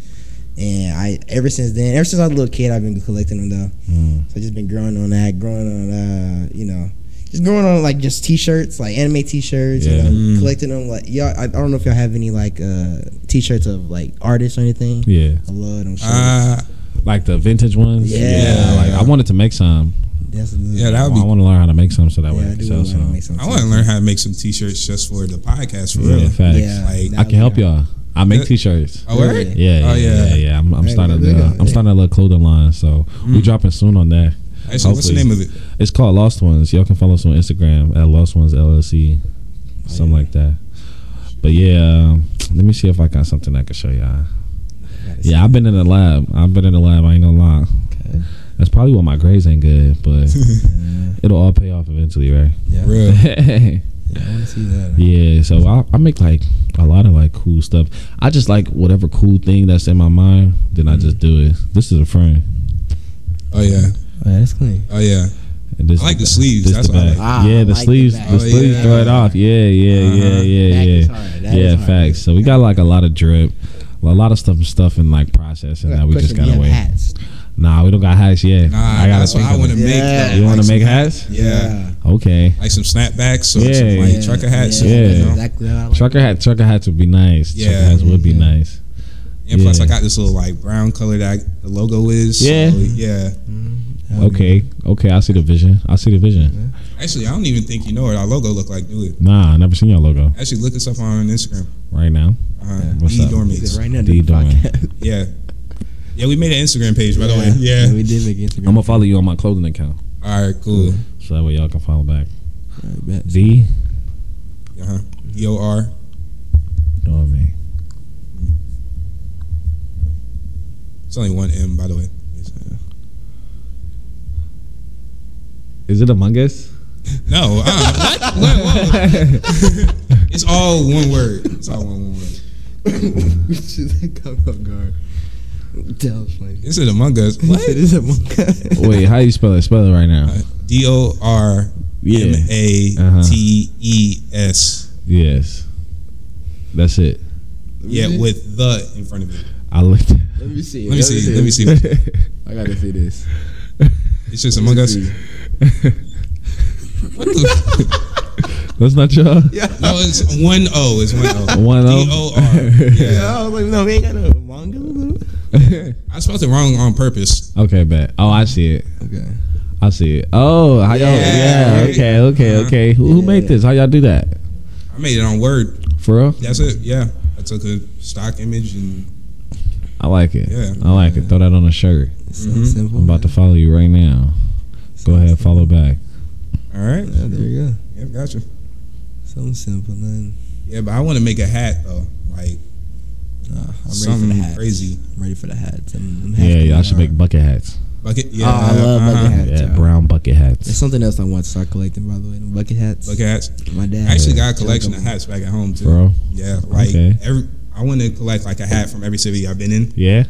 [SPEAKER 2] And I, ever since then, ever since I was a little kid, I've been collecting them though.
[SPEAKER 3] Mm.
[SPEAKER 2] So I just been growing on that, growing on uh, you know, just growing on like just t-shirts, like anime t-shirts, you
[SPEAKER 3] Yeah.
[SPEAKER 2] know,
[SPEAKER 1] Mm.
[SPEAKER 2] collecting them like y'all. I, I don't know if y'all have any like uh t-shirts of like artists or anything.
[SPEAKER 3] Yeah.
[SPEAKER 2] I love them. shirts.
[SPEAKER 1] Uh,
[SPEAKER 3] Like the vintage ones.
[SPEAKER 2] Yeah.
[SPEAKER 3] like I wanted to make some.
[SPEAKER 2] That's good.
[SPEAKER 1] yeah, that
[SPEAKER 3] I
[SPEAKER 1] would be.
[SPEAKER 3] want to learn how to make some so that way
[SPEAKER 2] yeah,
[SPEAKER 3] I
[SPEAKER 2] I
[SPEAKER 3] can
[SPEAKER 2] do
[SPEAKER 3] sell
[SPEAKER 2] want to
[SPEAKER 3] some.
[SPEAKER 2] make some.
[SPEAKER 1] I want to
[SPEAKER 2] t-shirts.
[SPEAKER 1] learn how to make some t-shirts just for the podcast for
[SPEAKER 3] Yeah,
[SPEAKER 1] real.
[SPEAKER 3] facts.
[SPEAKER 2] Yeah,
[SPEAKER 1] Like,
[SPEAKER 3] I can help y'all. I make
[SPEAKER 1] Yeah.
[SPEAKER 3] t-shirts.
[SPEAKER 1] Oh, word?
[SPEAKER 2] Yeah.
[SPEAKER 3] Yeah, yeah,
[SPEAKER 1] Oh,
[SPEAKER 3] yeah,
[SPEAKER 1] yeah.
[SPEAKER 3] yeah. I'm, I'm
[SPEAKER 2] Hey,
[SPEAKER 3] starting.
[SPEAKER 2] we
[SPEAKER 3] A,
[SPEAKER 2] got-
[SPEAKER 3] I'm starting a little clothing line, so
[SPEAKER 2] Mm.
[SPEAKER 3] we dropping soon on that.
[SPEAKER 1] Actually, what's the
[SPEAKER 3] Hopefully.
[SPEAKER 1] name of it?
[SPEAKER 3] It's called Lost Ones. Y'all can follow us on Instagram at Lost Ones LLC,
[SPEAKER 2] Oh,
[SPEAKER 3] something like that. But yeah, um, let me see if I got something I can show y'all. Yeah, I've been in the lab. I've been in the lab. I ain't gonna lie.
[SPEAKER 2] Okay.
[SPEAKER 3] That's probably why my grades ain't good, but it'll all pay off eventually, right?
[SPEAKER 2] Yeah,
[SPEAKER 1] Real.
[SPEAKER 2] yeah, I want to see that.
[SPEAKER 3] Yeah, so I, I make like a lot of like cool stuff. I just like whatever cool thing that's in my mind, then I just do it. This is a friend.
[SPEAKER 1] Oh yeah.
[SPEAKER 2] Oh, yeah, that's clean.
[SPEAKER 1] Oh yeah.
[SPEAKER 3] And this
[SPEAKER 1] I like
[SPEAKER 3] is
[SPEAKER 1] the sleeves.
[SPEAKER 3] This
[SPEAKER 1] That's
[SPEAKER 3] the
[SPEAKER 1] what I
[SPEAKER 3] back.
[SPEAKER 1] like.
[SPEAKER 2] Ah,
[SPEAKER 3] yeah,
[SPEAKER 2] I
[SPEAKER 3] the
[SPEAKER 2] like the
[SPEAKER 3] sleeves.
[SPEAKER 2] back.
[SPEAKER 3] the
[SPEAKER 1] Oh,
[SPEAKER 3] sleeves
[SPEAKER 1] yeah.
[SPEAKER 3] throw it off. Yeah, yeah, yeah,
[SPEAKER 1] Uh-huh.
[SPEAKER 3] yeah,
[SPEAKER 2] Back
[SPEAKER 3] yeah.
[SPEAKER 2] is hard. That
[SPEAKER 3] yeah,
[SPEAKER 2] is hard.
[SPEAKER 3] facts. So we got like a lot of drip, a lot of stuff, stuff and like process, and now we just
[SPEAKER 2] Question, do
[SPEAKER 3] gotta
[SPEAKER 2] you
[SPEAKER 3] wait.
[SPEAKER 2] have Hats.
[SPEAKER 3] Nah, we don't got hats yet.
[SPEAKER 1] Nah, that's what
[SPEAKER 3] think
[SPEAKER 1] I
[SPEAKER 3] of
[SPEAKER 1] want to
[SPEAKER 3] it.
[SPEAKER 1] make.
[SPEAKER 2] Yeah.
[SPEAKER 1] Though.
[SPEAKER 3] You want
[SPEAKER 1] Like
[SPEAKER 3] to make
[SPEAKER 1] some-
[SPEAKER 3] hats?
[SPEAKER 1] Yeah.
[SPEAKER 3] Okay.
[SPEAKER 1] Like some snapbacks or
[SPEAKER 3] Yeah,
[SPEAKER 1] some like
[SPEAKER 3] yeah,
[SPEAKER 1] trucker hats.
[SPEAKER 3] yeah.
[SPEAKER 1] Yeah. You know?
[SPEAKER 2] Exactly. how I like
[SPEAKER 3] Trucker hat. Trucker hats would be nice. Trucker
[SPEAKER 1] Yeah.
[SPEAKER 3] hats would be
[SPEAKER 2] Yeah.
[SPEAKER 3] nice.
[SPEAKER 1] And plus,
[SPEAKER 3] Yeah.
[SPEAKER 1] I got this little like brown color that I, the logo is.
[SPEAKER 3] Yeah.
[SPEAKER 1] So, yeah.
[SPEAKER 2] Mm-hmm.
[SPEAKER 3] Okay, okay, I see the vision. I see the vision.
[SPEAKER 1] Actually, I don't even think you know what our logo look like, do it.
[SPEAKER 3] Nah, I never seen your logo
[SPEAKER 1] Actually, look us up on Instagram.
[SPEAKER 3] right now.
[SPEAKER 1] Uh,
[SPEAKER 3] What's
[SPEAKER 1] D
[SPEAKER 3] up?
[SPEAKER 1] Dormates.
[SPEAKER 2] Right now,
[SPEAKER 3] What you
[SPEAKER 2] dude.
[SPEAKER 3] doing?
[SPEAKER 2] podcast.
[SPEAKER 1] Yeah. Yeah, we made an Instagram page by the way.
[SPEAKER 2] Yeah.
[SPEAKER 1] Yeah.
[SPEAKER 2] we did make Instagram.
[SPEAKER 3] I'm gonna follow you on my clothing account
[SPEAKER 1] All right. Cool.
[SPEAKER 3] so that way y'all can follow back.
[SPEAKER 2] I bet.
[SPEAKER 3] D
[SPEAKER 1] Uh huh. D O R.
[SPEAKER 3] Dorme.
[SPEAKER 1] It's only one M by the way.
[SPEAKER 3] Is it Among Us?
[SPEAKER 1] No. Uh, what? Whoa, whoa. It's all one word. It's all one, one word.
[SPEAKER 2] that come off guard? That was funny.
[SPEAKER 1] This is Among Us. What?
[SPEAKER 2] It is a monk.
[SPEAKER 3] Wait, how you spell it? Spell it right now.
[SPEAKER 1] D O R M
[SPEAKER 3] Yeah.
[SPEAKER 1] A T E S.
[SPEAKER 3] Yes. That's it.
[SPEAKER 1] Yeah, with the in front of it.
[SPEAKER 3] I looked.
[SPEAKER 5] Let me see.
[SPEAKER 1] Let me see. Let me see.
[SPEAKER 5] I gotta see this.
[SPEAKER 1] It's just Among Us. What the?
[SPEAKER 3] That's not y'all.
[SPEAKER 1] No, it's one O. It's one O.
[SPEAKER 3] One O?
[SPEAKER 1] D O R. Yeah.
[SPEAKER 2] I was like, no, we ain't got no manga.
[SPEAKER 1] I spelled it wrong on purpose.
[SPEAKER 3] Okay, bet. Oh, I see it.
[SPEAKER 5] Okay.
[SPEAKER 3] I see it. Oh, how y'all?
[SPEAKER 1] Yeah.
[SPEAKER 3] Yeah. Okay. Okay.
[SPEAKER 1] Uh-huh.
[SPEAKER 3] Okay. Who, who made this? How y'all do that?
[SPEAKER 1] I made it on Word.
[SPEAKER 3] For real?
[SPEAKER 1] That's it. Yeah. I took a stock image and
[SPEAKER 3] I like it.
[SPEAKER 1] Yeah.
[SPEAKER 3] I like it. Throw that on a shirt.
[SPEAKER 2] So
[SPEAKER 1] Mhm.
[SPEAKER 2] simple.
[SPEAKER 3] I'm about to follow you right now. Go ahead, follow back.
[SPEAKER 1] all right.
[SPEAKER 2] Yeah, there you go.
[SPEAKER 1] Yeah, gotcha.
[SPEAKER 2] Something simple, then.
[SPEAKER 1] Yeah, but I want to make a hat though. Like
[SPEAKER 2] Nah, I'm ready for
[SPEAKER 1] something
[SPEAKER 2] the hats.
[SPEAKER 1] crazy.
[SPEAKER 2] I'm ready for the hats. I'm, I'm
[SPEAKER 3] Yeah,
[SPEAKER 2] happy
[SPEAKER 3] y'all
[SPEAKER 2] with
[SPEAKER 3] should
[SPEAKER 2] our-
[SPEAKER 3] make bucket hats.
[SPEAKER 1] Bucket. Yeah. uh-huh.
[SPEAKER 2] Oh, I love bucket hats.
[SPEAKER 3] Yeah,
[SPEAKER 2] y'all.
[SPEAKER 3] brown bucket
[SPEAKER 2] There's
[SPEAKER 3] hats.
[SPEAKER 2] something else I want to start collecting, by the way. The bucket hats.
[SPEAKER 1] Bucket hats.
[SPEAKER 2] My dad.
[SPEAKER 1] I actually
[SPEAKER 2] Yeah.
[SPEAKER 1] got a collection of hats back at home too.
[SPEAKER 3] Bro.
[SPEAKER 1] Yeah, like
[SPEAKER 3] Okay.
[SPEAKER 1] every I want to collect like a hat from every city I've been in.
[SPEAKER 3] Yeah,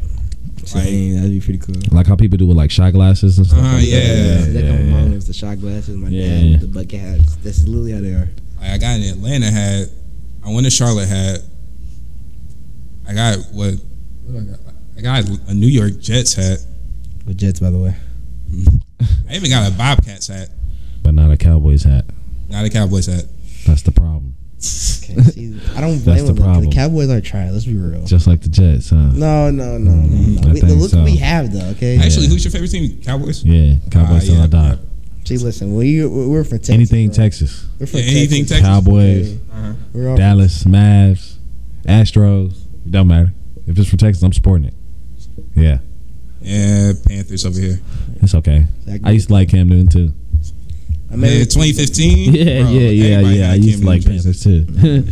[SPEAKER 2] Dang, that'd be pretty cool.
[SPEAKER 3] like how people do with like shot glasses and stuff.
[SPEAKER 1] Uh-huh,
[SPEAKER 3] like
[SPEAKER 1] yeah.
[SPEAKER 3] that.
[SPEAKER 2] That
[SPEAKER 3] yeah,
[SPEAKER 2] come
[SPEAKER 3] yeah.
[SPEAKER 2] along with the shot glasses, my
[SPEAKER 3] Yeah.
[SPEAKER 2] dad with the bucket hats. That's literally how they are.
[SPEAKER 1] Like I got an Atlanta hat. I want a Charlotte hat. I got what? what do I got? I got a New York Jets hat.
[SPEAKER 2] With Jets, by the way.
[SPEAKER 1] I even got a Bobcats hat,
[SPEAKER 3] but not a Cowboys hat.
[SPEAKER 1] not a Cowboys hat.
[SPEAKER 3] That's the problem.
[SPEAKER 2] Can't see- I don't blame
[SPEAKER 3] the
[SPEAKER 2] them. though, 'cause
[SPEAKER 3] problem.
[SPEAKER 2] The Cowboys are trying. Let's be real.
[SPEAKER 3] Just like the Jets, huh?
[SPEAKER 2] No, no, no, no.
[SPEAKER 3] I
[SPEAKER 2] no. We, the
[SPEAKER 3] think
[SPEAKER 2] look what we
[SPEAKER 3] so.
[SPEAKER 2] have though. Okay.
[SPEAKER 1] Actually, who's your favorite team? Cowboys.
[SPEAKER 3] Yeah, Cowboys
[SPEAKER 1] Ah,
[SPEAKER 3] till
[SPEAKER 1] yeah,
[SPEAKER 3] I die.
[SPEAKER 2] See, listen, we we're from Texas.
[SPEAKER 3] Anything
[SPEAKER 2] bro.
[SPEAKER 3] Texas,
[SPEAKER 2] We're from
[SPEAKER 1] Yeah, anything Texas.
[SPEAKER 3] Cowboys,
[SPEAKER 1] Uh-huh.
[SPEAKER 2] We're all,
[SPEAKER 3] Dallas, Mavs, Astros. It don't matter. If it's from Texas, I'm supporting it. Yeah,
[SPEAKER 1] Yeah, Panthers over here.
[SPEAKER 3] it's okay. I used to like Cam Newton too.
[SPEAKER 2] I
[SPEAKER 1] Man,
[SPEAKER 2] mean,
[SPEAKER 1] 2015.
[SPEAKER 3] Yeah,
[SPEAKER 1] bro,
[SPEAKER 3] yeah, yeah,
[SPEAKER 1] everybody
[SPEAKER 3] yeah.
[SPEAKER 1] had
[SPEAKER 3] I
[SPEAKER 1] Cam
[SPEAKER 3] used to
[SPEAKER 1] Newton
[SPEAKER 3] like
[SPEAKER 1] jerseys.
[SPEAKER 3] Panthers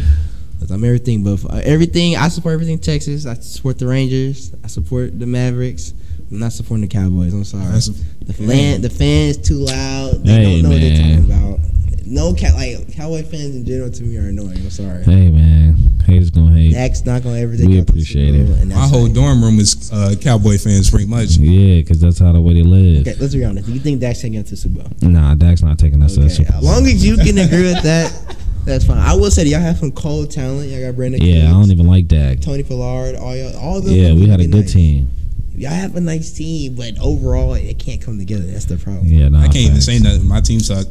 [SPEAKER 3] too.
[SPEAKER 2] I'm everything, but for- everything I support everything Texas. I support the Rangers. I support the Mavericks. I'm not supporting the Cowboys. I'm sorry.
[SPEAKER 1] That's-
[SPEAKER 2] the land, the fans too loud. They
[SPEAKER 3] Hey,
[SPEAKER 2] don't know what
[SPEAKER 3] man.
[SPEAKER 2] they're talking about. No, cow, like Cowboy fans in general to me are annoying. I'm sorry.
[SPEAKER 3] hey man, haters gonna hate.
[SPEAKER 2] Dak's not gonna ever take
[SPEAKER 3] We
[SPEAKER 2] out the
[SPEAKER 3] appreciate
[SPEAKER 2] Super Bowl,
[SPEAKER 3] it.
[SPEAKER 2] and that's
[SPEAKER 1] My whole
[SPEAKER 2] it.
[SPEAKER 1] dorm room is uh, Cowboy fans, pretty much.
[SPEAKER 3] Yeah, because that's how the way they live.
[SPEAKER 2] Okay, let's be honest. Do you think Dak's taking out the Super Bowl?
[SPEAKER 3] Nah, Dak's not taking us to the
[SPEAKER 2] Okay,
[SPEAKER 3] Super
[SPEAKER 2] as
[SPEAKER 3] Bowl.
[SPEAKER 2] long as you can agree with that, that's fine. I will say that y'all have some cold talent. Y'all got Brandon.
[SPEAKER 3] Yeah, I
[SPEAKER 2] Cooks,
[SPEAKER 3] don't even like Dak.
[SPEAKER 2] Tony Pollard, all y'all, all the
[SPEAKER 3] Yeah, we had a good team.
[SPEAKER 2] Y'all have a nice team, but overall, it can't come together. That's the problem.
[SPEAKER 3] Yeah, nah,
[SPEAKER 1] I can't even
[SPEAKER 3] facts.
[SPEAKER 1] say nothing. My team suck.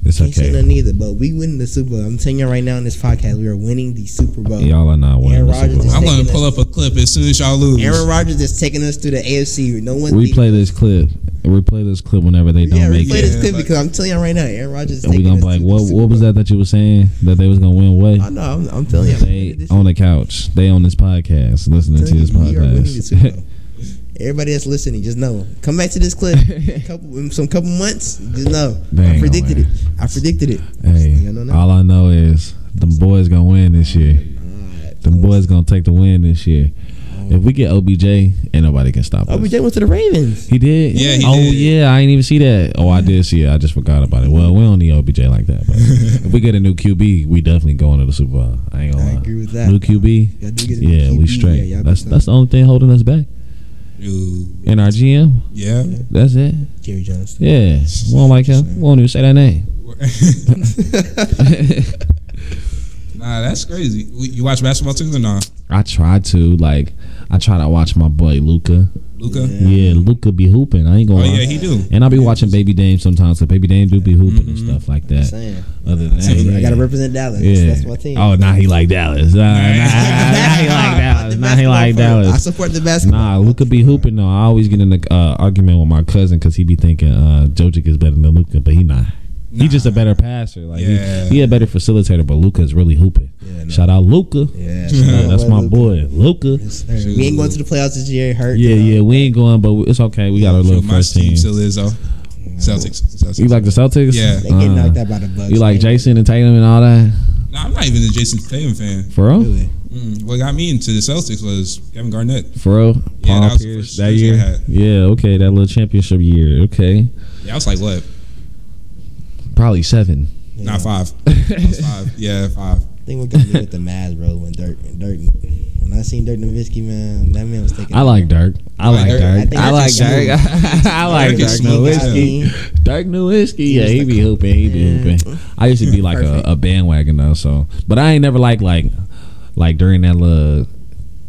[SPEAKER 3] It's
[SPEAKER 2] Can't say
[SPEAKER 3] okay.
[SPEAKER 2] nothing either, but we win the Super Bowl. I'm telling you right now in this podcast, we are winning the Super Bowl.
[SPEAKER 3] Y'all are not winning
[SPEAKER 2] Aaron
[SPEAKER 3] the Super
[SPEAKER 2] Rodgers
[SPEAKER 3] Bowl.
[SPEAKER 2] is
[SPEAKER 1] I'm gonna
[SPEAKER 2] taking
[SPEAKER 1] pull up a clip as soon as y'all lose.
[SPEAKER 2] Aaron Rodgers is taking us through the AFC. No one. thinks-
[SPEAKER 3] Replay this clip. Replay this clip whenever they don't
[SPEAKER 2] yeah,
[SPEAKER 3] make
[SPEAKER 2] replay
[SPEAKER 3] it.
[SPEAKER 2] this
[SPEAKER 1] Yeah,
[SPEAKER 2] clip
[SPEAKER 1] but-
[SPEAKER 2] because I'm telling you right now, Aaron Rodgers. Is
[SPEAKER 3] And we
[SPEAKER 2] taking
[SPEAKER 3] gonna
[SPEAKER 2] us
[SPEAKER 3] be like,
[SPEAKER 2] to the
[SPEAKER 3] what
[SPEAKER 2] Super
[SPEAKER 3] what was
[SPEAKER 2] Bowl.
[SPEAKER 3] that that you were saying that they was gonna win?
[SPEAKER 2] I
[SPEAKER 3] What?
[SPEAKER 2] know. I'm, I'm telling you. I'm winning
[SPEAKER 3] They
[SPEAKER 2] this
[SPEAKER 3] on the couch. They on this podcast, listening to
[SPEAKER 2] telling
[SPEAKER 3] this
[SPEAKER 2] you, we are winning the Super Bowl.
[SPEAKER 3] podcast.
[SPEAKER 2] Everybody that's listening, just know. Come back to this clip. a couple, in some couple months, just know.
[SPEAKER 3] They ain't
[SPEAKER 2] I
[SPEAKER 3] gonna
[SPEAKER 2] predicted it.
[SPEAKER 3] win.
[SPEAKER 2] I predicted it. Just let y'all know
[SPEAKER 3] hey,
[SPEAKER 2] now.
[SPEAKER 3] all I know is them boys gonna win this year.
[SPEAKER 2] Alright.
[SPEAKER 3] Them boys gonna take the win this year. If we get OBJ, ain't nobody can stop us.
[SPEAKER 2] OBJ went to the Ravens.
[SPEAKER 3] He did.
[SPEAKER 1] Yeah, he
[SPEAKER 3] oh
[SPEAKER 1] did.
[SPEAKER 3] yeah, I ain't even see that. Oh, I did see it. I just forgot about it. Well, we don't need OBJ like that. But if we get a new QB, we definitely going to the Super Bowl. I ain't gonna
[SPEAKER 2] I
[SPEAKER 3] lie.
[SPEAKER 2] agree with that.
[SPEAKER 3] New QB.
[SPEAKER 2] Y'all do get a new
[SPEAKER 3] yeah, we
[SPEAKER 2] QB.
[SPEAKER 3] straight.
[SPEAKER 2] Yeah, y'all
[SPEAKER 3] that's
[SPEAKER 2] be
[SPEAKER 3] that's the only thing holding us back.
[SPEAKER 1] Dude,
[SPEAKER 3] And our GM.
[SPEAKER 1] yeah.
[SPEAKER 3] That's it.
[SPEAKER 2] Jerry Johnson.
[SPEAKER 3] Yeah, we don't like him. We won't even say that name.
[SPEAKER 1] nah, that's crazy. We- You watch basketball too or nah?
[SPEAKER 3] I try to like. I try to watch my boy Luca.
[SPEAKER 1] Luca.
[SPEAKER 3] Yeah, Luca be hooping. I ain't
[SPEAKER 1] Oh
[SPEAKER 3] gonna. lie.
[SPEAKER 1] yeah, he do. Mm-hmm.
[SPEAKER 3] And I be watching Baby Dame sometimes. So Baby Dame do be hooping and stuff like that.
[SPEAKER 2] Saying.
[SPEAKER 3] Other than that,
[SPEAKER 2] Hey, I
[SPEAKER 3] yeah.
[SPEAKER 2] gotta represent Dallas.
[SPEAKER 3] Yeah.
[SPEAKER 2] That's my team.
[SPEAKER 3] Oh, nah, he like Dallas. Nah, nah, nah, nah, he like
[SPEAKER 2] I
[SPEAKER 3] Dallas. Nah, he like
[SPEAKER 2] I
[SPEAKER 3] Dallas.
[SPEAKER 2] support the basketball.
[SPEAKER 3] Nah, Luca be hooping though. I always get in an uh, argument with my cousin because he be thinking uh, Jokic is better than Luca, but he not. He just a better passer. Like
[SPEAKER 1] Yeah.
[SPEAKER 3] he, he a better facilitator, but Luca is really hooping.
[SPEAKER 2] Yeah, no.
[SPEAKER 3] Shout out Luca.
[SPEAKER 2] Yeah,
[SPEAKER 3] that's my boy, Luca.
[SPEAKER 2] Yes, sir. We ain't going to the playoffs this year. Hurt.
[SPEAKER 3] Yeah, yeah, we ain't going, but it's okay. We got a little
[SPEAKER 1] Shoot, my
[SPEAKER 3] first
[SPEAKER 1] team
[SPEAKER 3] team.
[SPEAKER 1] still is though. Celtics. Celtics.
[SPEAKER 3] You like the Celtics?
[SPEAKER 1] Yeah.
[SPEAKER 2] They get knocked
[SPEAKER 3] Uh,
[SPEAKER 2] out by the Bucks.
[SPEAKER 3] you like Jason and Tatum and all that?
[SPEAKER 1] Nah, I'm not even a Jason Tatum fan.
[SPEAKER 3] For real?
[SPEAKER 2] Really?
[SPEAKER 1] Mm, what got me into the Celtics was Kevin Garnett.
[SPEAKER 3] For real?
[SPEAKER 1] Yeah, that
[SPEAKER 3] Paul
[SPEAKER 1] was the
[SPEAKER 3] Pierce
[SPEAKER 1] first
[SPEAKER 3] that
[SPEAKER 1] jersey I
[SPEAKER 3] year?
[SPEAKER 1] had.
[SPEAKER 3] Yeah, okay, that little championship year. Okay.
[SPEAKER 1] Yeah, I was like what?
[SPEAKER 3] Probably seven.
[SPEAKER 2] Yeah.
[SPEAKER 1] Not five. I was five. Yeah, five.
[SPEAKER 2] I think what got me with the Mavs, bro, when Dirk, Dirk, when I seen Dirk Nowitzki, man, that man was taking.
[SPEAKER 3] I like Dirk. I like
[SPEAKER 1] Dirk. I
[SPEAKER 3] Dirk.
[SPEAKER 2] think
[SPEAKER 3] I like
[SPEAKER 2] Dirk is
[SPEAKER 3] Dirk. I like
[SPEAKER 1] Dirk
[SPEAKER 3] Dirk
[SPEAKER 1] is smooth as
[SPEAKER 3] Nowitzki. Dirk Nowitzki. Yeah,
[SPEAKER 2] was
[SPEAKER 3] he
[SPEAKER 2] the
[SPEAKER 3] be hooping. He be hooping. I used to be like a,
[SPEAKER 2] Perfect.
[SPEAKER 3] a bandwagon though. So, but I ain't never like like like during that little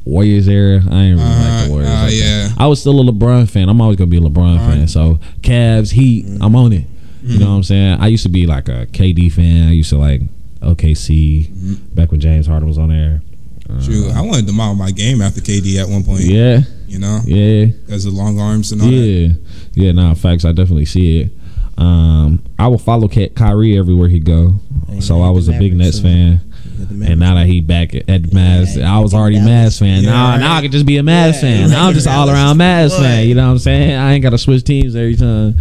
[SPEAKER 3] Warriors era. I ain't really like the
[SPEAKER 1] Uh,
[SPEAKER 3] Warriors.
[SPEAKER 1] uh,
[SPEAKER 3] like that.
[SPEAKER 1] yeah. Uh-huh.
[SPEAKER 3] I was still a LeBron fan. I'm always gonna be a LeBron
[SPEAKER 1] Alright.
[SPEAKER 3] fan. So Cavs, Heat, I'm on it. You know
[SPEAKER 1] Mm-hmm.
[SPEAKER 3] what I'm saying? I used to be like a KD fan. I used to like OKC
[SPEAKER 1] Mm-hmm.
[SPEAKER 3] back when James Harden was on there. Uh,
[SPEAKER 1] Shoot, I wanted to model my game after KD at one point.
[SPEAKER 3] Yeah,
[SPEAKER 1] You know,
[SPEAKER 3] yeah.
[SPEAKER 1] because of long arms and all that.
[SPEAKER 3] Yeah, yeah. Nah, facts. I definitely see it. Um, I will follow Ky- Kyrie everywhere he go.
[SPEAKER 2] Hey,
[SPEAKER 3] so
[SPEAKER 2] man,
[SPEAKER 3] I
[SPEAKER 2] the
[SPEAKER 3] was a big
[SPEAKER 2] Mavericks,
[SPEAKER 3] Nets
[SPEAKER 2] so-
[SPEAKER 3] fan,
[SPEAKER 2] the
[SPEAKER 3] and now that he back at, at Mavs,
[SPEAKER 2] yeah,
[SPEAKER 3] I was
[SPEAKER 2] back in
[SPEAKER 3] already
[SPEAKER 2] Dallas.
[SPEAKER 3] Mavs fan.
[SPEAKER 1] Yeah,
[SPEAKER 3] now,
[SPEAKER 1] right.
[SPEAKER 3] now I can just be a Mavs
[SPEAKER 2] Yeah,
[SPEAKER 3] fan.
[SPEAKER 2] back
[SPEAKER 3] I'm
[SPEAKER 2] in
[SPEAKER 3] just all
[SPEAKER 2] Dallas.
[SPEAKER 3] around Mavs
[SPEAKER 2] Boy.
[SPEAKER 3] fan. You know what I'm saying? I ain't got to switch teams every time.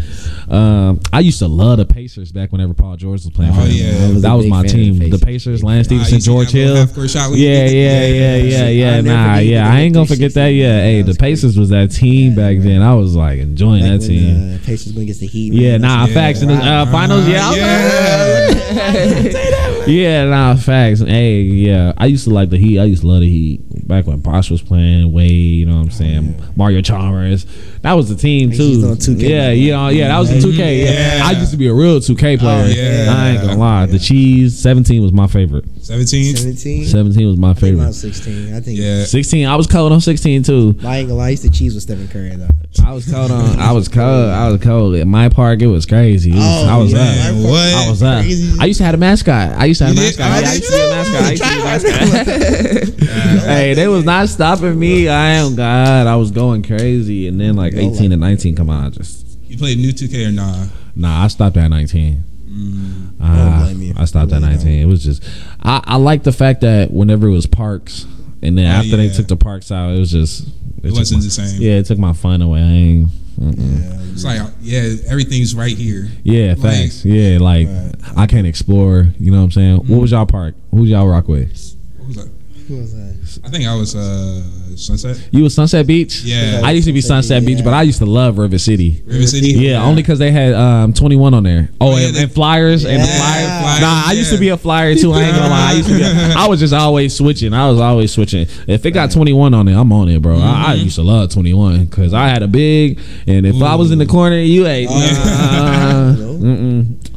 [SPEAKER 3] Um, I used to love the Pacers back whenever Paul George was playing.
[SPEAKER 1] Oh,
[SPEAKER 3] for them.
[SPEAKER 1] yeah. I
[SPEAKER 2] was a
[SPEAKER 3] that was
[SPEAKER 2] big
[SPEAKER 3] my
[SPEAKER 2] fan of the
[SPEAKER 3] team. The
[SPEAKER 2] Pacers.
[SPEAKER 3] Pacers, Lance
[SPEAKER 1] Nah, you
[SPEAKER 3] Stevenson,
[SPEAKER 1] see that
[SPEAKER 3] George
[SPEAKER 1] little
[SPEAKER 3] Hill.
[SPEAKER 1] half-court shot when you
[SPEAKER 3] Yeah,
[SPEAKER 1] did the-
[SPEAKER 3] yeah, yeah, yeah, yeah.
[SPEAKER 2] I'll never
[SPEAKER 3] Nah,
[SPEAKER 2] forget you
[SPEAKER 3] yeah.
[SPEAKER 2] did
[SPEAKER 3] I
[SPEAKER 2] the
[SPEAKER 3] ain't gonna forget that.
[SPEAKER 2] 360.
[SPEAKER 3] Yeah, hey,
[SPEAKER 2] That
[SPEAKER 3] the
[SPEAKER 2] was crazy.
[SPEAKER 3] Pacers was that team
[SPEAKER 2] Yeah,
[SPEAKER 3] back
[SPEAKER 2] right.
[SPEAKER 3] then. I was like enjoying
[SPEAKER 2] Back
[SPEAKER 3] that
[SPEAKER 2] when,
[SPEAKER 3] team.
[SPEAKER 2] Uh, Pacers going against the Heat.
[SPEAKER 3] Yeah,
[SPEAKER 2] man,
[SPEAKER 3] nah,
[SPEAKER 2] that's-
[SPEAKER 3] facts in the uh,
[SPEAKER 1] Right.
[SPEAKER 3] finals. Yeah, I was
[SPEAKER 1] Yeah.
[SPEAKER 3] like- yeah, nah, facts. Hey, yeah, I used to like the Heat. I used to love the Heat back when Bosch was playing, Wade, you know what I'm saying? Mario Chalmers. That was the team,
[SPEAKER 2] think she's
[SPEAKER 3] too.
[SPEAKER 2] on 2K
[SPEAKER 3] yeah,
[SPEAKER 2] now.
[SPEAKER 3] you know, yeah, that was the 2K.
[SPEAKER 1] Yeah.
[SPEAKER 3] I used to be a real 2K player.
[SPEAKER 1] yeah. Mm-hmm.
[SPEAKER 3] I ain't gonna lie. The cheese, 17 was my favorite.
[SPEAKER 1] 17.
[SPEAKER 2] 17?
[SPEAKER 3] 17 was my
[SPEAKER 2] I think mine
[SPEAKER 3] favorite.
[SPEAKER 2] was 16. I think.
[SPEAKER 1] Yeah.
[SPEAKER 3] 16, I was cold on 16 too.
[SPEAKER 2] I ain't gonna lie, I used to cheese with Stephen Curry though.
[SPEAKER 3] I was cold on. I was cold. I was cold. In my park, it was crazy. It was- I was
[SPEAKER 1] yeah.
[SPEAKER 3] up.
[SPEAKER 1] Man, what?
[SPEAKER 3] I was up. I used to have a mascot. I used to have a
[SPEAKER 1] You did?
[SPEAKER 3] mascot.
[SPEAKER 1] Oh,
[SPEAKER 3] Yeah, I
[SPEAKER 1] did
[SPEAKER 3] used to be a mascot. I used to be a mascot.
[SPEAKER 1] Yeah.
[SPEAKER 3] Hey, they was not stopping me. I am God. I was going crazy, and then like
[SPEAKER 2] Go like-
[SPEAKER 3] eighteen and nineteen come on. I just
[SPEAKER 1] You played new 2K or nah?
[SPEAKER 3] nah. I stopped at nineteen.
[SPEAKER 1] Mm.
[SPEAKER 3] Uh,
[SPEAKER 2] blame you.
[SPEAKER 3] I stopped at
[SPEAKER 2] Really don't.
[SPEAKER 3] 19. It was just, I, I like the fact that whenever it was parks, and then
[SPEAKER 1] Oh,
[SPEAKER 3] after they
[SPEAKER 1] yeah.
[SPEAKER 3] took the parks out, it was just,
[SPEAKER 1] It
[SPEAKER 3] took
[SPEAKER 1] wasn't
[SPEAKER 3] my-
[SPEAKER 1] the same.
[SPEAKER 3] Yeah, it took my fun away. I ain't, mm-mm.
[SPEAKER 1] It's like, yeah, everything's right here.
[SPEAKER 3] yeah,
[SPEAKER 1] Like-
[SPEAKER 3] thanks. yeah, like
[SPEAKER 2] Right.
[SPEAKER 3] I can't explore. You know what I'm saying?
[SPEAKER 1] Mm-hmm.
[SPEAKER 3] What was y'all park? Who y'all rock with?
[SPEAKER 1] What was I?
[SPEAKER 2] Who was that?
[SPEAKER 1] I think I was uh, Sunset.
[SPEAKER 3] You was Sunset Beach.
[SPEAKER 1] Yeah.
[SPEAKER 3] I used to be Sunset
[SPEAKER 2] Sunset Beach,
[SPEAKER 3] Beach, but
[SPEAKER 2] yeah.
[SPEAKER 3] I used to love River City.
[SPEAKER 1] River City.
[SPEAKER 3] Yeah, only because they had um, 21 on there. Oh,
[SPEAKER 1] Oh, yeah,
[SPEAKER 3] and,
[SPEAKER 1] they-
[SPEAKER 3] and flyers and the
[SPEAKER 2] Yeah.
[SPEAKER 3] flyer.
[SPEAKER 1] Flyers,
[SPEAKER 3] nah, I used to
[SPEAKER 1] yeah.
[SPEAKER 3] be a flyer too. I ain't gonna lie. I used to be. A, I was just always switching. I was always switching. If it got 21 on it, I'm on it, bro. I, I
[SPEAKER 1] Mm-hmm.
[SPEAKER 3] used to love 21 because I had a big, and if I was in the corner, you ain't.
[SPEAKER 1] Oh, Yeah. Oh,
[SPEAKER 3] Uh, mm-mm.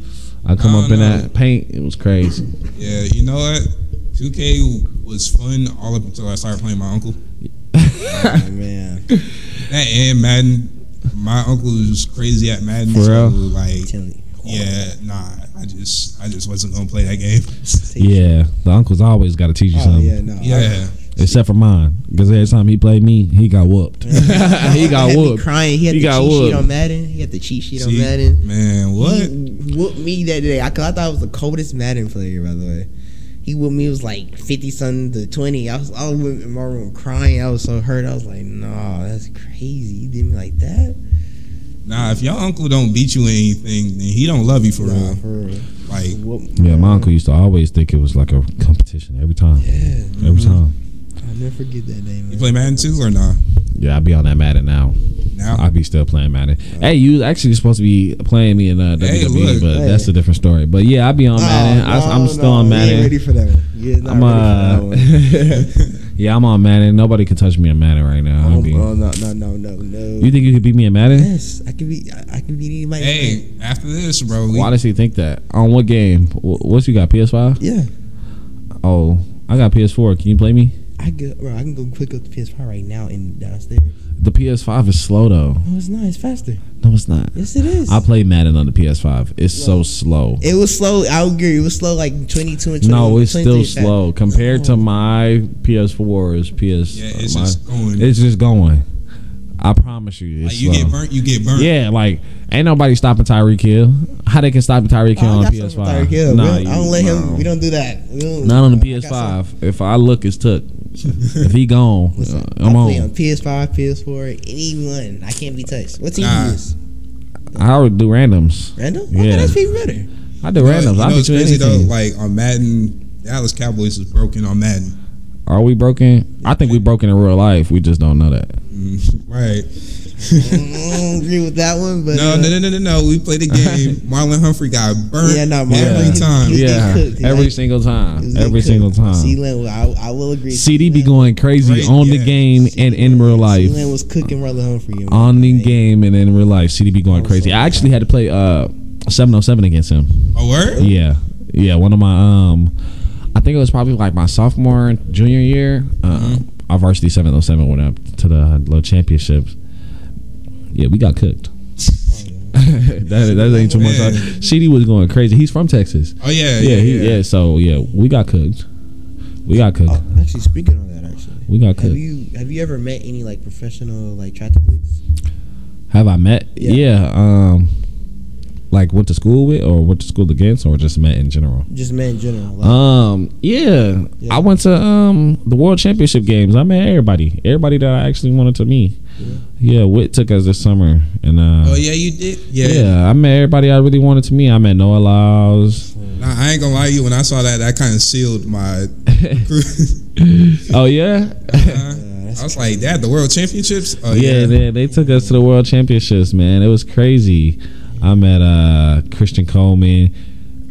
[SPEAKER 3] I come
[SPEAKER 1] I
[SPEAKER 3] up
[SPEAKER 1] don't
[SPEAKER 3] in
[SPEAKER 1] know.
[SPEAKER 3] that paint. It was crazy.
[SPEAKER 1] Yeah, you know what? 2K was fun all up until I started playing my uncle.
[SPEAKER 2] Oh, man,
[SPEAKER 1] That and Madden. My uncle was crazy at Madden.
[SPEAKER 3] For
[SPEAKER 1] so
[SPEAKER 3] real?
[SPEAKER 1] like,
[SPEAKER 2] Tell me.
[SPEAKER 1] yeah, nah. I just, I just wasn't gonna play that game.
[SPEAKER 3] Yeah, the uncle's always got to teach you
[SPEAKER 2] Oh
[SPEAKER 3] something.
[SPEAKER 2] yeah, no.
[SPEAKER 1] Yeah,
[SPEAKER 3] Except for mine, because every time he played me, he got whooped. he got
[SPEAKER 2] had me
[SPEAKER 3] whooped.
[SPEAKER 2] Crying. He had
[SPEAKER 3] He
[SPEAKER 2] the
[SPEAKER 3] got
[SPEAKER 2] cheat sheet
[SPEAKER 3] whooped.
[SPEAKER 2] on Madden. He had the cheat sheet on
[SPEAKER 1] See?
[SPEAKER 2] Madden.
[SPEAKER 1] man, what?
[SPEAKER 2] He whooped me that day. I, cause I thought I was the coldest Madden player, by the way. He whooped me. It was like fifty something to twenty. I was I was in my room crying. I was so hurt. I was like, "Nah, that's crazy. You did me like that."
[SPEAKER 1] Nah, if your uncle don't beat you in anything, then he don't love you for
[SPEAKER 2] Nah,
[SPEAKER 1] real.
[SPEAKER 2] for real.
[SPEAKER 1] Like,
[SPEAKER 2] Whoop-
[SPEAKER 3] Yeah, my uncle used to always think it was like a competition every time.
[SPEAKER 2] Yeah,
[SPEAKER 3] Every time.
[SPEAKER 2] I'll never forget that day,
[SPEAKER 1] you
[SPEAKER 2] man.
[SPEAKER 1] play Madden too or nah?
[SPEAKER 3] Yeah, I be on that Madden now.
[SPEAKER 1] Now,
[SPEAKER 3] I be still playing Madden. Hey, you actually supposed to be playing me in uh, WWE,
[SPEAKER 1] Hey, look.
[SPEAKER 3] but
[SPEAKER 2] Hey.
[SPEAKER 3] that's a different story. But yeah, I be on Madden.
[SPEAKER 2] Oh,
[SPEAKER 3] I, I'm
[SPEAKER 2] no,
[SPEAKER 3] still
[SPEAKER 2] no,
[SPEAKER 3] on
[SPEAKER 2] you ain't
[SPEAKER 3] Madden.
[SPEAKER 2] Ready for that one? You're not
[SPEAKER 3] I'm uh,
[SPEAKER 2] ready for that one.
[SPEAKER 3] yeah, I'm on Madden. Nobody can touch me in Madden right now. I
[SPEAKER 2] Oh,
[SPEAKER 3] be-
[SPEAKER 2] oh, no, no, no, no, no.
[SPEAKER 3] you think you could beat me in Madden?
[SPEAKER 2] yes, I can be. I, I can beat anybody.
[SPEAKER 1] hey, after this, bro, we,
[SPEAKER 3] Why does he think that? On what game? Wh- What you got? PS5?
[SPEAKER 2] Yeah,
[SPEAKER 3] Oh, I got PS4. Can you play me?
[SPEAKER 2] I go. Bro, I can go quick up the PS5 right now and downstairs.
[SPEAKER 3] The PS5 is slow though.
[SPEAKER 2] No, it's not. It's faster.
[SPEAKER 3] No, it's not.
[SPEAKER 2] Yes, it is.
[SPEAKER 3] I play Madden on the PS5. It's so slow.
[SPEAKER 2] It was slow. I agree. It was slow, like twenty two and 21,
[SPEAKER 3] No, it's still
[SPEAKER 2] 23 fast.
[SPEAKER 3] slow compared to my PS4's PS.
[SPEAKER 1] yeah, it's
[SPEAKER 3] uh, my-
[SPEAKER 1] just going.
[SPEAKER 3] it's just going. I promise you, it's
[SPEAKER 1] like, you
[SPEAKER 3] slow.
[SPEAKER 1] get burnt, you get burnt.
[SPEAKER 3] Yeah, like ain't nobody stopping Tyreek Hill. How they can stop Tyreek Hill
[SPEAKER 2] Oh, I
[SPEAKER 3] on
[SPEAKER 2] got something for
[SPEAKER 3] PS5?
[SPEAKER 2] Tyreek Hill,
[SPEAKER 3] Nah,
[SPEAKER 2] bro. I
[SPEAKER 3] you-
[SPEAKER 2] don't let him.
[SPEAKER 3] no.
[SPEAKER 2] We don't do that. We don't-
[SPEAKER 3] Not on the
[SPEAKER 2] I got something.
[SPEAKER 3] PS5. If I look, it's took. if he gone,
[SPEAKER 2] Listen,
[SPEAKER 3] uh,
[SPEAKER 2] I
[SPEAKER 3] I'm
[SPEAKER 2] play on
[SPEAKER 3] on.
[SPEAKER 2] PS5, PS4, anyone. I can't be touched. What team
[SPEAKER 1] Nah.
[SPEAKER 2] you use?
[SPEAKER 3] I would do randoms.
[SPEAKER 2] Random?
[SPEAKER 3] Yeah.
[SPEAKER 2] Okay, that's even better. Mm,
[SPEAKER 3] I do
[SPEAKER 1] You know,
[SPEAKER 3] randoms.
[SPEAKER 1] you
[SPEAKER 3] I
[SPEAKER 1] know
[SPEAKER 3] be
[SPEAKER 1] it's
[SPEAKER 3] doing
[SPEAKER 1] crazy
[SPEAKER 3] anything.
[SPEAKER 1] though. Like on Madden, Dallas Cowboys is broken on Madden.
[SPEAKER 3] Are we broken? I think we broken in real life. We just don't know that.
[SPEAKER 1] Mm, right.
[SPEAKER 2] I don't agree with that one, but
[SPEAKER 1] No,
[SPEAKER 2] uh,
[SPEAKER 1] no, no, no, no, no. We played the game. Marlon Humphrey got burnt.
[SPEAKER 2] Yeah, no, Marlon-
[SPEAKER 1] every
[SPEAKER 2] he-
[SPEAKER 1] time.
[SPEAKER 2] he-
[SPEAKER 3] Yeah,
[SPEAKER 2] cooked. He
[SPEAKER 3] every
[SPEAKER 2] like-
[SPEAKER 3] single
[SPEAKER 2] it was
[SPEAKER 3] time.
[SPEAKER 2] getting
[SPEAKER 3] Every
[SPEAKER 2] cooked.
[SPEAKER 3] single time.
[SPEAKER 2] C-Lan, I, I will agree.
[SPEAKER 3] CD be
[SPEAKER 2] C-Lan-
[SPEAKER 3] going crazy
[SPEAKER 1] Great,
[SPEAKER 3] on
[SPEAKER 1] yeah.
[SPEAKER 3] the game and in real life.
[SPEAKER 2] C-Lan was cooking Marlon Humphrey. man.
[SPEAKER 3] On the
[SPEAKER 2] Like,
[SPEAKER 3] game and in real life, CD be going crazy. I actually had to play uh 707 against him.
[SPEAKER 1] A Oh, word?
[SPEAKER 3] Yeah, yeah. One of my um, I think it was probably like my sophomore, junior year. Um,
[SPEAKER 1] Mm-hmm.
[SPEAKER 3] Our varsity 707 went up to the little championships. Yeah, we got cooked. that, that ain't too much.
[SPEAKER 1] Man.
[SPEAKER 3] CD was going crazy. He's from Texas.
[SPEAKER 1] Oh yeah,
[SPEAKER 3] Yeah, he, yeah. So yeah, we got cooked. We got cooked.
[SPEAKER 2] Oh, actually, speaking on that, actually,
[SPEAKER 3] We got
[SPEAKER 2] have
[SPEAKER 3] cooked.
[SPEAKER 2] you have you ever met any like professional like triathletes?
[SPEAKER 3] Have I met?
[SPEAKER 2] Yeah.
[SPEAKER 3] Yeah. Um, like went to school with, or went to school against, or just met in general.
[SPEAKER 2] Just men in general. Like,
[SPEAKER 3] Um, yeah,
[SPEAKER 2] Yeah.
[SPEAKER 3] I went to um the World Championship games. I met everybody, everybody that I actually wanted to meet. Yeah, Whit took us this summer, and uh,
[SPEAKER 1] Oh yeah, you did. Yeah.
[SPEAKER 3] yeah. I met everybody I really wanted to meet. I met Noah Lyles.
[SPEAKER 1] Nah, I ain't gonna lie to you. When I saw that, that kind of sealed my.
[SPEAKER 3] oh yeah,
[SPEAKER 1] Uh,
[SPEAKER 2] that's
[SPEAKER 1] I was like, Dad, the World Championships. Oh
[SPEAKER 3] yeah. They, they took us to the World Championships, man. It was crazy. I met uh Christian Coleman,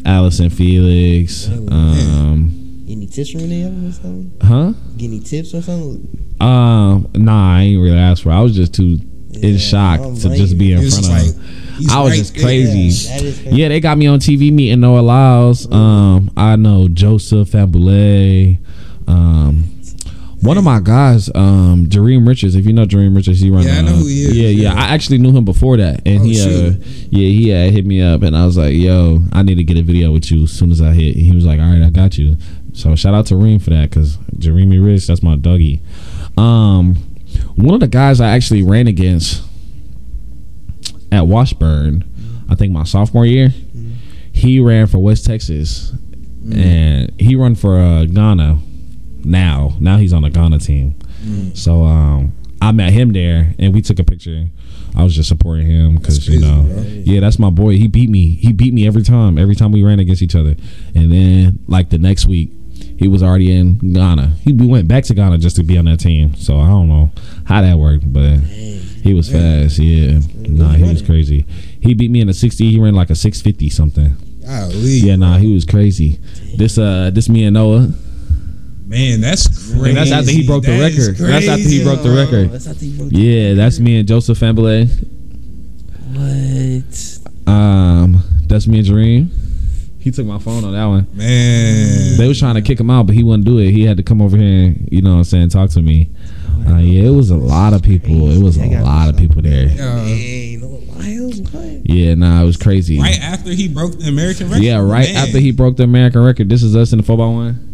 [SPEAKER 3] Allison Felix.
[SPEAKER 2] Oh,
[SPEAKER 3] Um,
[SPEAKER 2] Any tips from any of them or something?
[SPEAKER 3] Huh?
[SPEAKER 2] Get any tips or something?
[SPEAKER 3] Um, nah, I ain't really asked for. it. I was just too
[SPEAKER 2] Yeah,
[SPEAKER 3] in shock
[SPEAKER 2] I don't
[SPEAKER 3] to
[SPEAKER 2] blame
[SPEAKER 3] just
[SPEAKER 2] you.
[SPEAKER 3] be in
[SPEAKER 1] It was
[SPEAKER 3] front
[SPEAKER 1] just
[SPEAKER 3] of.
[SPEAKER 1] like,
[SPEAKER 3] him.
[SPEAKER 1] he's
[SPEAKER 3] I was
[SPEAKER 1] right
[SPEAKER 3] just
[SPEAKER 1] there.
[SPEAKER 3] crazy.
[SPEAKER 2] Yeah, that is crazy.
[SPEAKER 3] Yeah, they got me on TV meeting Noah Lyles. Um, I know Joseph Fabule. Um, one of my guys, um, Jareem Richards. If you know Jareem Richards, he runs.
[SPEAKER 1] Yeah, I know
[SPEAKER 3] uh,
[SPEAKER 1] who he is.
[SPEAKER 3] Yeah, yeah,
[SPEAKER 1] Yeah.
[SPEAKER 3] I actually knew him before that, and
[SPEAKER 1] Oh,
[SPEAKER 3] he, uh,
[SPEAKER 1] shoot.
[SPEAKER 3] yeah, he had hit me up, and I was like, "Yo, I need to get a video with you as soon as I hit." And he was like, "All right, I got you." So shout out to Reem for that, because Jareem Rich, that's my doggy. Um, one of the guys I actually ran against at Washburn, I think my sophomore year, he ran for West Texas,
[SPEAKER 1] Mm.
[SPEAKER 3] and he run for uh, Ghana. Now, now he's on the Ghana team.
[SPEAKER 1] Mm.
[SPEAKER 3] So um, I met him there, and we took a picture. I was just supporting him because
[SPEAKER 1] That's
[SPEAKER 3] you
[SPEAKER 1] crazy,
[SPEAKER 3] know,
[SPEAKER 1] bro.
[SPEAKER 3] yeah, that's my boy. He beat me. He beat me every time. Every time we ran against each other, and then like the next week, he was already in Ghana. He we went back to Ghana just to be on that team. So I don't know how that worked, but he was fast. Yeah, nah, he was
[SPEAKER 2] running.
[SPEAKER 3] crazy. He beat me in a sixty. He ran like a six fifty something.
[SPEAKER 1] Golly.
[SPEAKER 3] Yeah, nah, he was crazy. This uh, this me and Noah.
[SPEAKER 1] Man, that's crazy.
[SPEAKER 3] And that's after he broke the
[SPEAKER 1] That is
[SPEAKER 3] record. That's after he
[SPEAKER 1] crazy.
[SPEAKER 3] broke the
[SPEAKER 2] Yo,
[SPEAKER 3] record.
[SPEAKER 2] Oh, That's how they broke the
[SPEAKER 3] Yeah, that's me and Joseph Ambele.
[SPEAKER 2] What?
[SPEAKER 3] Um, that's me and Dream. He took my phone on that one.
[SPEAKER 1] Man.
[SPEAKER 3] They was trying to kick him out, but he wouldn't do it. He had to come over here and, you know what I'm saying, talk to me. Uh, yeah, it was a lot of people. It was a lot of people there.
[SPEAKER 1] Yeah.
[SPEAKER 2] Hey, no Lyles, what?
[SPEAKER 3] Yeah, nah, it was crazy.
[SPEAKER 1] Right after he broke the American record.
[SPEAKER 3] Yeah, right
[SPEAKER 1] Man.
[SPEAKER 3] after he broke the American record. This is us in the 4 by one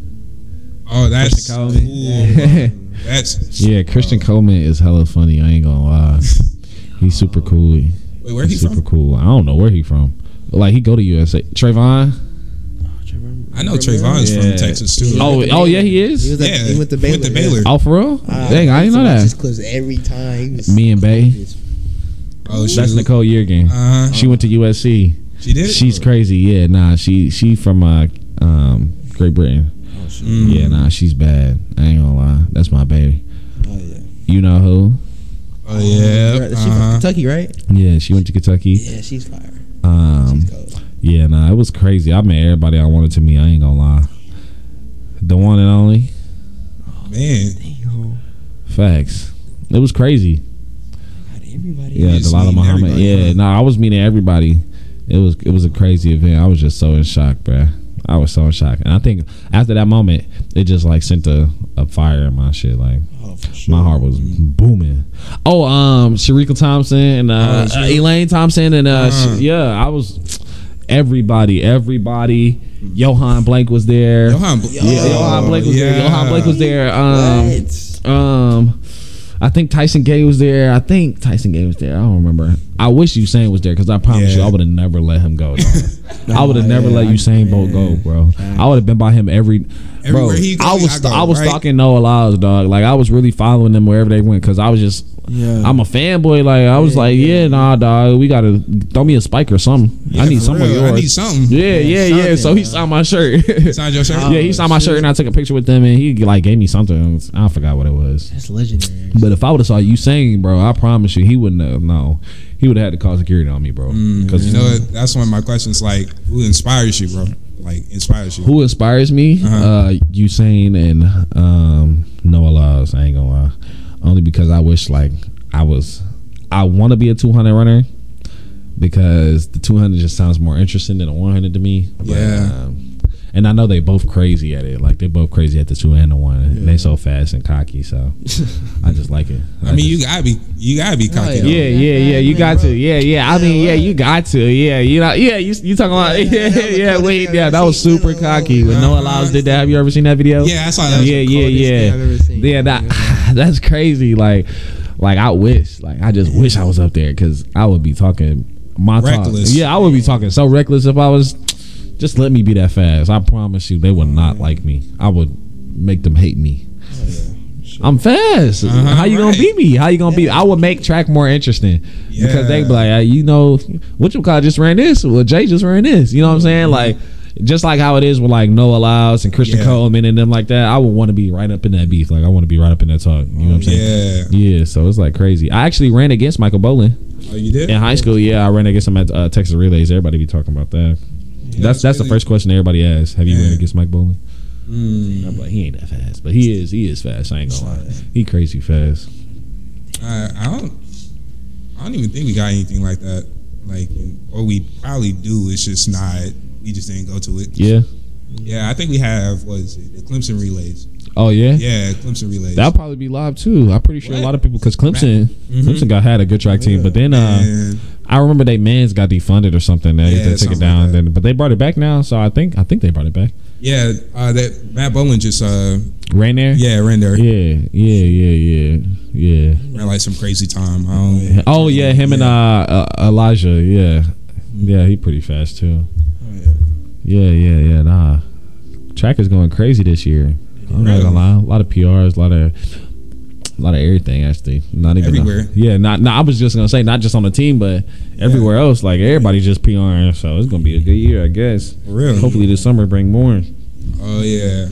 [SPEAKER 1] Oh, that's
[SPEAKER 3] Christian
[SPEAKER 1] cool.
[SPEAKER 3] Coleman.
[SPEAKER 1] bro. that's
[SPEAKER 3] Yeah, Christian Coleman is hella funny. I ain't gonna lie. He's super cool.
[SPEAKER 1] Wait, where he
[SPEAKER 3] super
[SPEAKER 1] from?
[SPEAKER 3] cool. I don't know where he from. Like he go to USA. Trayvon.
[SPEAKER 1] I know Trayvon's
[SPEAKER 3] Yeah.
[SPEAKER 1] from Texas too.
[SPEAKER 3] Oh, oh yeah, he
[SPEAKER 2] He
[SPEAKER 3] is.
[SPEAKER 2] was at,
[SPEAKER 1] yeah,
[SPEAKER 2] he went to Baylor.
[SPEAKER 1] Went to
[SPEAKER 2] yeah. Uh,
[SPEAKER 1] Baylor.
[SPEAKER 3] Oh, for real?
[SPEAKER 1] Uh,
[SPEAKER 3] Dang, I didn't know that.
[SPEAKER 2] Just clips every time. He was
[SPEAKER 3] Me and Bay.
[SPEAKER 2] Just-
[SPEAKER 1] Oh, shoot.
[SPEAKER 3] That's Nicole Yergin.
[SPEAKER 1] Uh-huh.
[SPEAKER 3] She went to USC.
[SPEAKER 1] She did.
[SPEAKER 3] She's crazy. Yeah, nah. She she from uh, um Great Britain.
[SPEAKER 1] Mm.
[SPEAKER 3] Yeah, nah. She's bad. I ain't gonna lie. That's my baby.
[SPEAKER 2] Oh yeah.
[SPEAKER 3] You know who?
[SPEAKER 1] Oh yeah.
[SPEAKER 2] She's from
[SPEAKER 1] Uh-huh.
[SPEAKER 2] Kentucky, right?
[SPEAKER 3] Yeah, she went to Kentucky.
[SPEAKER 2] Yeah, she's fire.
[SPEAKER 3] Um,
[SPEAKER 2] She's cold.
[SPEAKER 3] yeah, nah. It was crazy. I met everybody I wanted to meet. I ain't gonna lie. The one and only.
[SPEAKER 1] Man.
[SPEAKER 2] Damn.
[SPEAKER 3] Facts. It was crazy.
[SPEAKER 2] Got everybody.
[SPEAKER 3] Yeah,
[SPEAKER 1] just
[SPEAKER 3] Delilah
[SPEAKER 1] meeting
[SPEAKER 3] Muhammad.
[SPEAKER 1] everybody,
[SPEAKER 3] Yeah,
[SPEAKER 1] huh?
[SPEAKER 3] no, I was meeting everybody. It was it was a crazy event. I was just so in shock, bruh. I was so in shock, and I think after that moment, it just like sent a, a fire in my shit. Like
[SPEAKER 2] Oh, for sure.
[SPEAKER 3] my heart was booming. Oh, um, Sharika Thompson and uh,
[SPEAKER 1] Oh,
[SPEAKER 3] uh, Elaine Thompson and uh,
[SPEAKER 1] Uh.
[SPEAKER 3] sh- yeah, I was everybody, everybody. Johan Blank was there.
[SPEAKER 1] Johan, Bl-
[SPEAKER 3] yeah, Johan Blake was there. Johan Blake was there. Um,
[SPEAKER 2] What?
[SPEAKER 3] um, I think Tyson Gay was there. I think Tyson Gay was there. I don't remember. I wish Usain was there because I promise you,
[SPEAKER 1] Yeah.
[SPEAKER 3] I would have never let him go. dog. I would have never
[SPEAKER 2] yeah,
[SPEAKER 3] let
[SPEAKER 2] I-
[SPEAKER 3] Usain Bolt go, bro. I would have been by him every. Bro,
[SPEAKER 1] Everywhere he go,
[SPEAKER 3] I was
[SPEAKER 1] I go,
[SPEAKER 3] I was
[SPEAKER 1] right?
[SPEAKER 3] stalking Noah Lyles, dog. Like I was really following them wherever they went because I was just.
[SPEAKER 2] Yeah.
[SPEAKER 3] I'm a fanboy. Like I was like, yeah, nah, dog. We gotta throw me a spike or something. I need
[SPEAKER 1] for
[SPEAKER 3] some of
[SPEAKER 1] real.
[SPEAKER 3] yours.
[SPEAKER 1] I need something.
[SPEAKER 3] Yeah, yeah, yeah.
[SPEAKER 2] something,
[SPEAKER 3] So he
[SPEAKER 2] dog.
[SPEAKER 3] signed my shirt.
[SPEAKER 1] Signed your shirt?
[SPEAKER 3] yeah, he signed my shirt and I took a picture with them and he like gave me something. I forgot what it was.
[SPEAKER 2] That's legendary.
[SPEAKER 3] But if I would have saw Usain, bro, I promise you, he wouldn't have. No, he would have had to call security on me, bro. Because
[SPEAKER 1] You know what? That's one of my questions. Like, who inspires you, bro? Like, inspires you.
[SPEAKER 3] who inspires me?
[SPEAKER 1] Uh-huh.
[SPEAKER 3] uh Usain and um, Noah Lyles. I ain't gonna lie, only because I wish like I was. I want to be a 200 runner because the 200 just sounds more interesting than the 100 to me. But,
[SPEAKER 1] Yeah.
[SPEAKER 3] Um, and I know they both crazy at it. Like they both crazy at the two and the one. And they so fast and cocky. So I just like it.
[SPEAKER 1] I mean, you gotta be, you gotta be cocky. though.
[SPEAKER 3] Yeah, yeah, yeah. You got to. Yeah, yeah. I mean, yeah,
[SPEAKER 2] right.
[SPEAKER 3] you got to. Yeah, you know. Yeah, you you talking about? Yeah,
[SPEAKER 2] that was
[SPEAKER 3] yeah.
[SPEAKER 2] the
[SPEAKER 3] Wait,
[SPEAKER 2] coolest
[SPEAKER 3] yeah.
[SPEAKER 2] thing
[SPEAKER 3] That
[SPEAKER 2] I've
[SPEAKER 3] was
[SPEAKER 2] ever seen. uh,
[SPEAKER 3] super
[SPEAKER 2] That was
[SPEAKER 3] cocky
[SPEAKER 2] the
[SPEAKER 3] when Noah
[SPEAKER 1] coolest
[SPEAKER 3] Lyles
[SPEAKER 1] thing
[SPEAKER 3] did that. Have you ever seen that video?
[SPEAKER 1] Yeah, I saw that.
[SPEAKER 3] Yeah, yeah,
[SPEAKER 2] coldest thing I've
[SPEAKER 3] yeah.
[SPEAKER 2] ever seen.
[SPEAKER 3] Yeah, that, that's crazy. Like, like I wish. Like I just wish I was up there because I would be talking my talk.
[SPEAKER 1] Reckless.
[SPEAKER 3] Yeah, I would be talking so reckless if I was. Just let me be that fast. I promise you, they would not like me. I would make them hate me. I'm fast.
[SPEAKER 1] Uh-huh,
[SPEAKER 3] How you gonna
[SPEAKER 1] right.
[SPEAKER 3] beat me? How you gonna beat? I would make track more interesting because they be
[SPEAKER 1] Yeah.
[SPEAKER 3] like, uh, you know, what you call just ran this? Well, Jay just ran this. You know what I'm
[SPEAKER 1] Mm-hmm.
[SPEAKER 3] saying? Like, just like how it is with like Noah Lyles and Christian
[SPEAKER 1] Yeah.
[SPEAKER 3] Coleman and them like that. I would want to be right up in that beef. Like, I want to be right up in that talk. You know what I'm saying?
[SPEAKER 1] Yeah.
[SPEAKER 3] Yeah, so it's like crazy. I actually ran against Michael Bolin
[SPEAKER 1] Oh, you did?
[SPEAKER 3] in high school. Yeah, I ran against him at uh, Texas Relays. Everybody be talking about that. that's that's
[SPEAKER 1] really-
[SPEAKER 3] the first question everybody asks. Have you
[SPEAKER 1] Yeah.
[SPEAKER 3] ran against Mike Bolin?
[SPEAKER 1] Mm.
[SPEAKER 3] I'm like, he ain't that fast, but he is. He is fast. I ain't gonna lie. He crazy fast.
[SPEAKER 1] I, I don't. I don't even think we got anything like that. Like, or we probably do. It's just not. We just didn't go to it.
[SPEAKER 3] Yeah.
[SPEAKER 1] Yeah, I think we have. What is it? The Clemson relays.
[SPEAKER 3] Oh yeah.
[SPEAKER 1] Yeah, Clemson relays.
[SPEAKER 3] That'll probably be live too. I'm pretty sure a
[SPEAKER 1] What?
[SPEAKER 3] lot of people because Clemson,
[SPEAKER 1] Mhm.
[SPEAKER 3] Clemson got had a good track team, but then uh,
[SPEAKER 1] And-
[SPEAKER 3] I remember they mans got defunded or something. They,
[SPEAKER 1] Yeah,
[SPEAKER 3] they took
[SPEAKER 1] something
[SPEAKER 3] it down,
[SPEAKER 1] like that.
[SPEAKER 3] then but they brought it back now. So I think I think they brought it back.
[SPEAKER 1] yeah, uh, that Matt Bowen just uh,
[SPEAKER 3] Rain there.
[SPEAKER 1] yeah ran there.
[SPEAKER 3] Yeah, yeah, yeah, yeah,
[SPEAKER 1] Ran like some crazy time. I don't.
[SPEAKER 3] yeah. Oh yeah, him and uh, uh Elijah, yeah, yeah, he pretty fast too.
[SPEAKER 1] Oh,
[SPEAKER 3] Yeah, yeah, yeah. Nah, track is going crazy this year. I'm not gonna lie. A lot of PRs, a lot of, a lot of everything. Actually, not even
[SPEAKER 1] Everywhere.
[SPEAKER 3] yeah, not. Nah, I was just gonna say not just on the team, but everywhere else. Like everybody's just PRing, so it's gonna be a good year, I guess.
[SPEAKER 1] For real.
[SPEAKER 3] Hopefully, this summer bring more.
[SPEAKER 1] Oh yeah.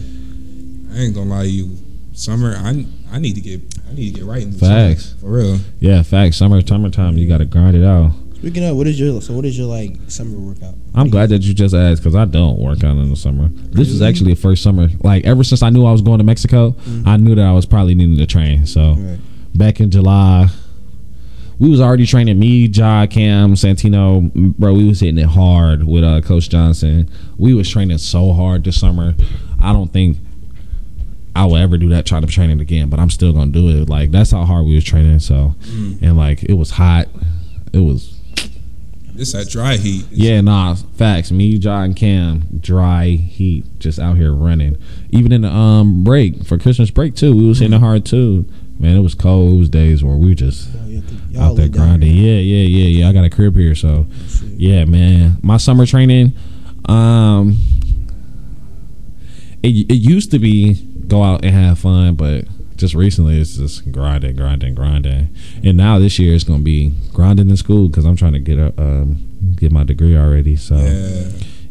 [SPEAKER 1] I ain't gonna lie to you. Summer, I I need to get I need to get right in the
[SPEAKER 3] Facts.
[SPEAKER 1] summer, for real.
[SPEAKER 3] Yeah, facts. Summer, summertime, you gotta grind it out.
[SPEAKER 2] Speaking of, what is your so? What is your like summer workout?
[SPEAKER 3] I'm glad that you just asked because I don't work out in the summer. This is actually the first summer. Like ever since I knew I was going to Mexico, I knew that I was probably needing to train. So
[SPEAKER 2] Right.
[SPEAKER 3] back in July, we was already training. Me, Ja, Cam, Santino, m- bro, we was hitting it hard with uh, Coach Johnson. We was training so hard this summer. I don't think I will ever do that try to training again, but I'm still gonna do it. Like that's how hard we was training. So and like it was hot. It was
[SPEAKER 1] This that dry heat.
[SPEAKER 3] yeah, nah, facts. Me, John, Cam, dry heat, just out here running. Even in the um break for Christmas break too, we was hitting it hard too. Man, it was cold. It was days where we just
[SPEAKER 2] Oh, y'all think- y'all
[SPEAKER 3] out there
[SPEAKER 2] live down
[SPEAKER 3] grinding.
[SPEAKER 2] here.
[SPEAKER 3] Yeah, yeah, yeah, yeah. I got a crib here, so
[SPEAKER 2] Shit.
[SPEAKER 3] yeah, man. My summer training, um, it it used to be go out and have fun, but just recently it's just grinding, grinding, grinding. And now this year it's gonna be grinding in school because I'm trying to get a um get my degree already. So
[SPEAKER 1] Yeah.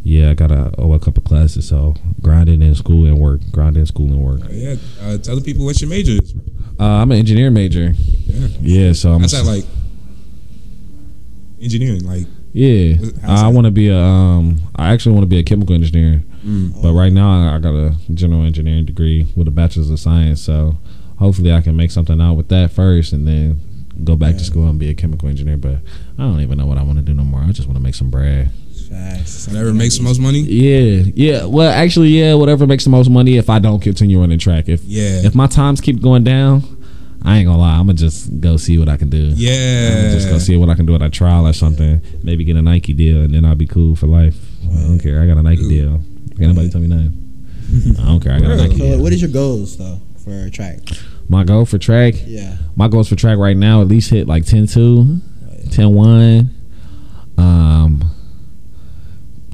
[SPEAKER 3] yeah, I gotta owe a couple classes. So grinding in school and work, grinding school and work.
[SPEAKER 1] Yeah. Uh, tell the people what your major is. bro.
[SPEAKER 3] Uh, I'm an engineer major.
[SPEAKER 1] Yeah.
[SPEAKER 3] Yeah, so I'm
[SPEAKER 1] That's not like engineering, like
[SPEAKER 3] Yeah,
[SPEAKER 1] Wh- how's
[SPEAKER 3] Uh, I
[SPEAKER 1] that?
[SPEAKER 3] want to be a. Um, I actually want to be a chemical engineer,
[SPEAKER 1] Mm.
[SPEAKER 3] but right now I- I got a general engineering degree with a bachelor's of science. So hopefully I can make something out with that first, and then go back to school and be a chemical engineer. But I don't even know what I want to do no more. I just want to make some bread.
[SPEAKER 2] Facts.
[SPEAKER 1] whatever makes the most money.
[SPEAKER 3] Yeah, yeah. Well, actually, yeah. Whatever makes the most money. If I don't continue running track, if
[SPEAKER 1] Yeah.
[SPEAKER 3] if my times keep going down, I ain't gonna lie. I'm gonna just go see what I can do.
[SPEAKER 1] Yeah.
[SPEAKER 3] I'm just go see what I can do at a trial or something. Maybe get a Nike deal, and then I'll be cool for life. I don't care. I got a Nike
[SPEAKER 1] Dude.
[SPEAKER 3] deal. Can't nobody tell me nothing. I don't care. I got a
[SPEAKER 1] Real.
[SPEAKER 3] Nike
[SPEAKER 2] So, like,
[SPEAKER 3] deal.
[SPEAKER 2] what is your goals though for track?
[SPEAKER 3] My goal for track,
[SPEAKER 2] Yeah.
[SPEAKER 3] my goals for track right now, at least hit like 10 2, 10 1, um,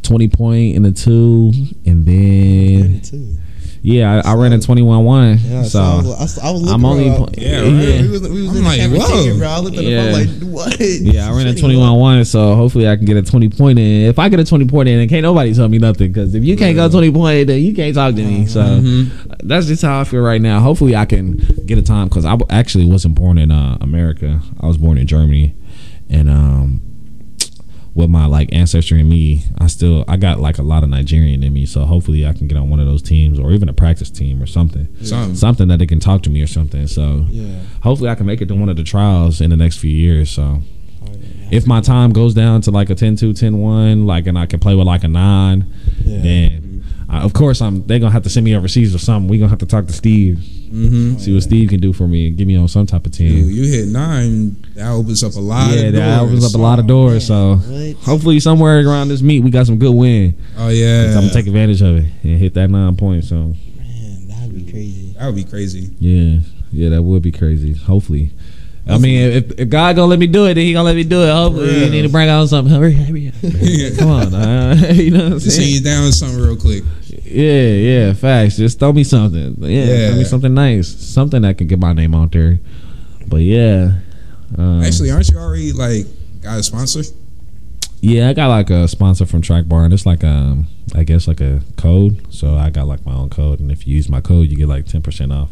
[SPEAKER 3] 20 point in the two, and then,
[SPEAKER 2] Too.
[SPEAKER 3] yeah, I, I ran a 21 1.
[SPEAKER 2] Yeah, so, I, was, I,
[SPEAKER 3] So,
[SPEAKER 2] was, I was looking
[SPEAKER 3] I'm only.
[SPEAKER 2] bro.
[SPEAKER 3] po-
[SPEAKER 1] Yeah,
[SPEAKER 2] Yeah,
[SPEAKER 1] right.
[SPEAKER 2] we was, we was
[SPEAKER 1] I'm
[SPEAKER 2] in
[SPEAKER 1] like,
[SPEAKER 2] the cafeteria,
[SPEAKER 1] whoa.
[SPEAKER 2] bro. I looked at
[SPEAKER 3] Yeah.
[SPEAKER 2] the phone like, what?
[SPEAKER 3] Yeah, I ran a
[SPEAKER 2] Shitty.
[SPEAKER 3] 21 1, so hopefully I can get a 20 point in. If I get a 20 point in, then can't nobody tell me nothing because if you can't go 20 point, then you can't talk to me. So that's just how I feel right now. Hopefully I can get a time because I w- actually wasn't born in uh, America, I was born in Germany. And um, with my like ancestry in me, I still I got like a lot of Nigerian in me, so hopefully I can get on one of those teams or even a practice team or something,
[SPEAKER 1] Something.
[SPEAKER 3] something that they can talk to me or something. So
[SPEAKER 2] Yeah.
[SPEAKER 3] hopefully I can make it to one of the trials in the next few years. So if my time goes down to like a 10-2, 10-1, like and I can play with like a nine,
[SPEAKER 2] Yeah.
[SPEAKER 3] then I, of course I'm they're gonna have to send me overseas or something. We're gonna have to talk to Steve,
[SPEAKER 1] Mm-hmm.
[SPEAKER 3] see what Steve can do for me and get me on some type of
[SPEAKER 1] You,
[SPEAKER 3] team.
[SPEAKER 1] you hit nine, that opens up a lot.
[SPEAKER 3] yeah,
[SPEAKER 1] of doors.
[SPEAKER 3] that opens up a lot of doors. So
[SPEAKER 2] What?
[SPEAKER 3] hopefully somewhere around this meet we got some good win.
[SPEAKER 1] Oh yeah,
[SPEAKER 3] So I'm gonna take advantage of it and hit that nine points. So
[SPEAKER 2] Man, that'd be crazy.
[SPEAKER 1] that would be crazy.
[SPEAKER 3] yeah, yeah, that would be crazy. Hopefully. I mean, if, if God gonna let me do it, then He gonna let me do it. Hopefully,
[SPEAKER 1] Yeah.
[SPEAKER 3] He need to bring out something. Hurry, hurry, hurry. come on, uh, you know what I'm
[SPEAKER 1] Just send
[SPEAKER 3] saying?
[SPEAKER 1] you down with something real quick.
[SPEAKER 3] Yeah, yeah, facts. Just throw me something. Yeah, throw
[SPEAKER 1] Yeah.
[SPEAKER 3] me something nice, something that can get my name out there. But yeah, um,
[SPEAKER 1] Actually, aren't you already like got a sponsor?
[SPEAKER 3] yeah, I got like a sponsor from Track Bar, and it's like um, I guess like a code. So I got like my own code, and if you use my code, you get like ten percent off.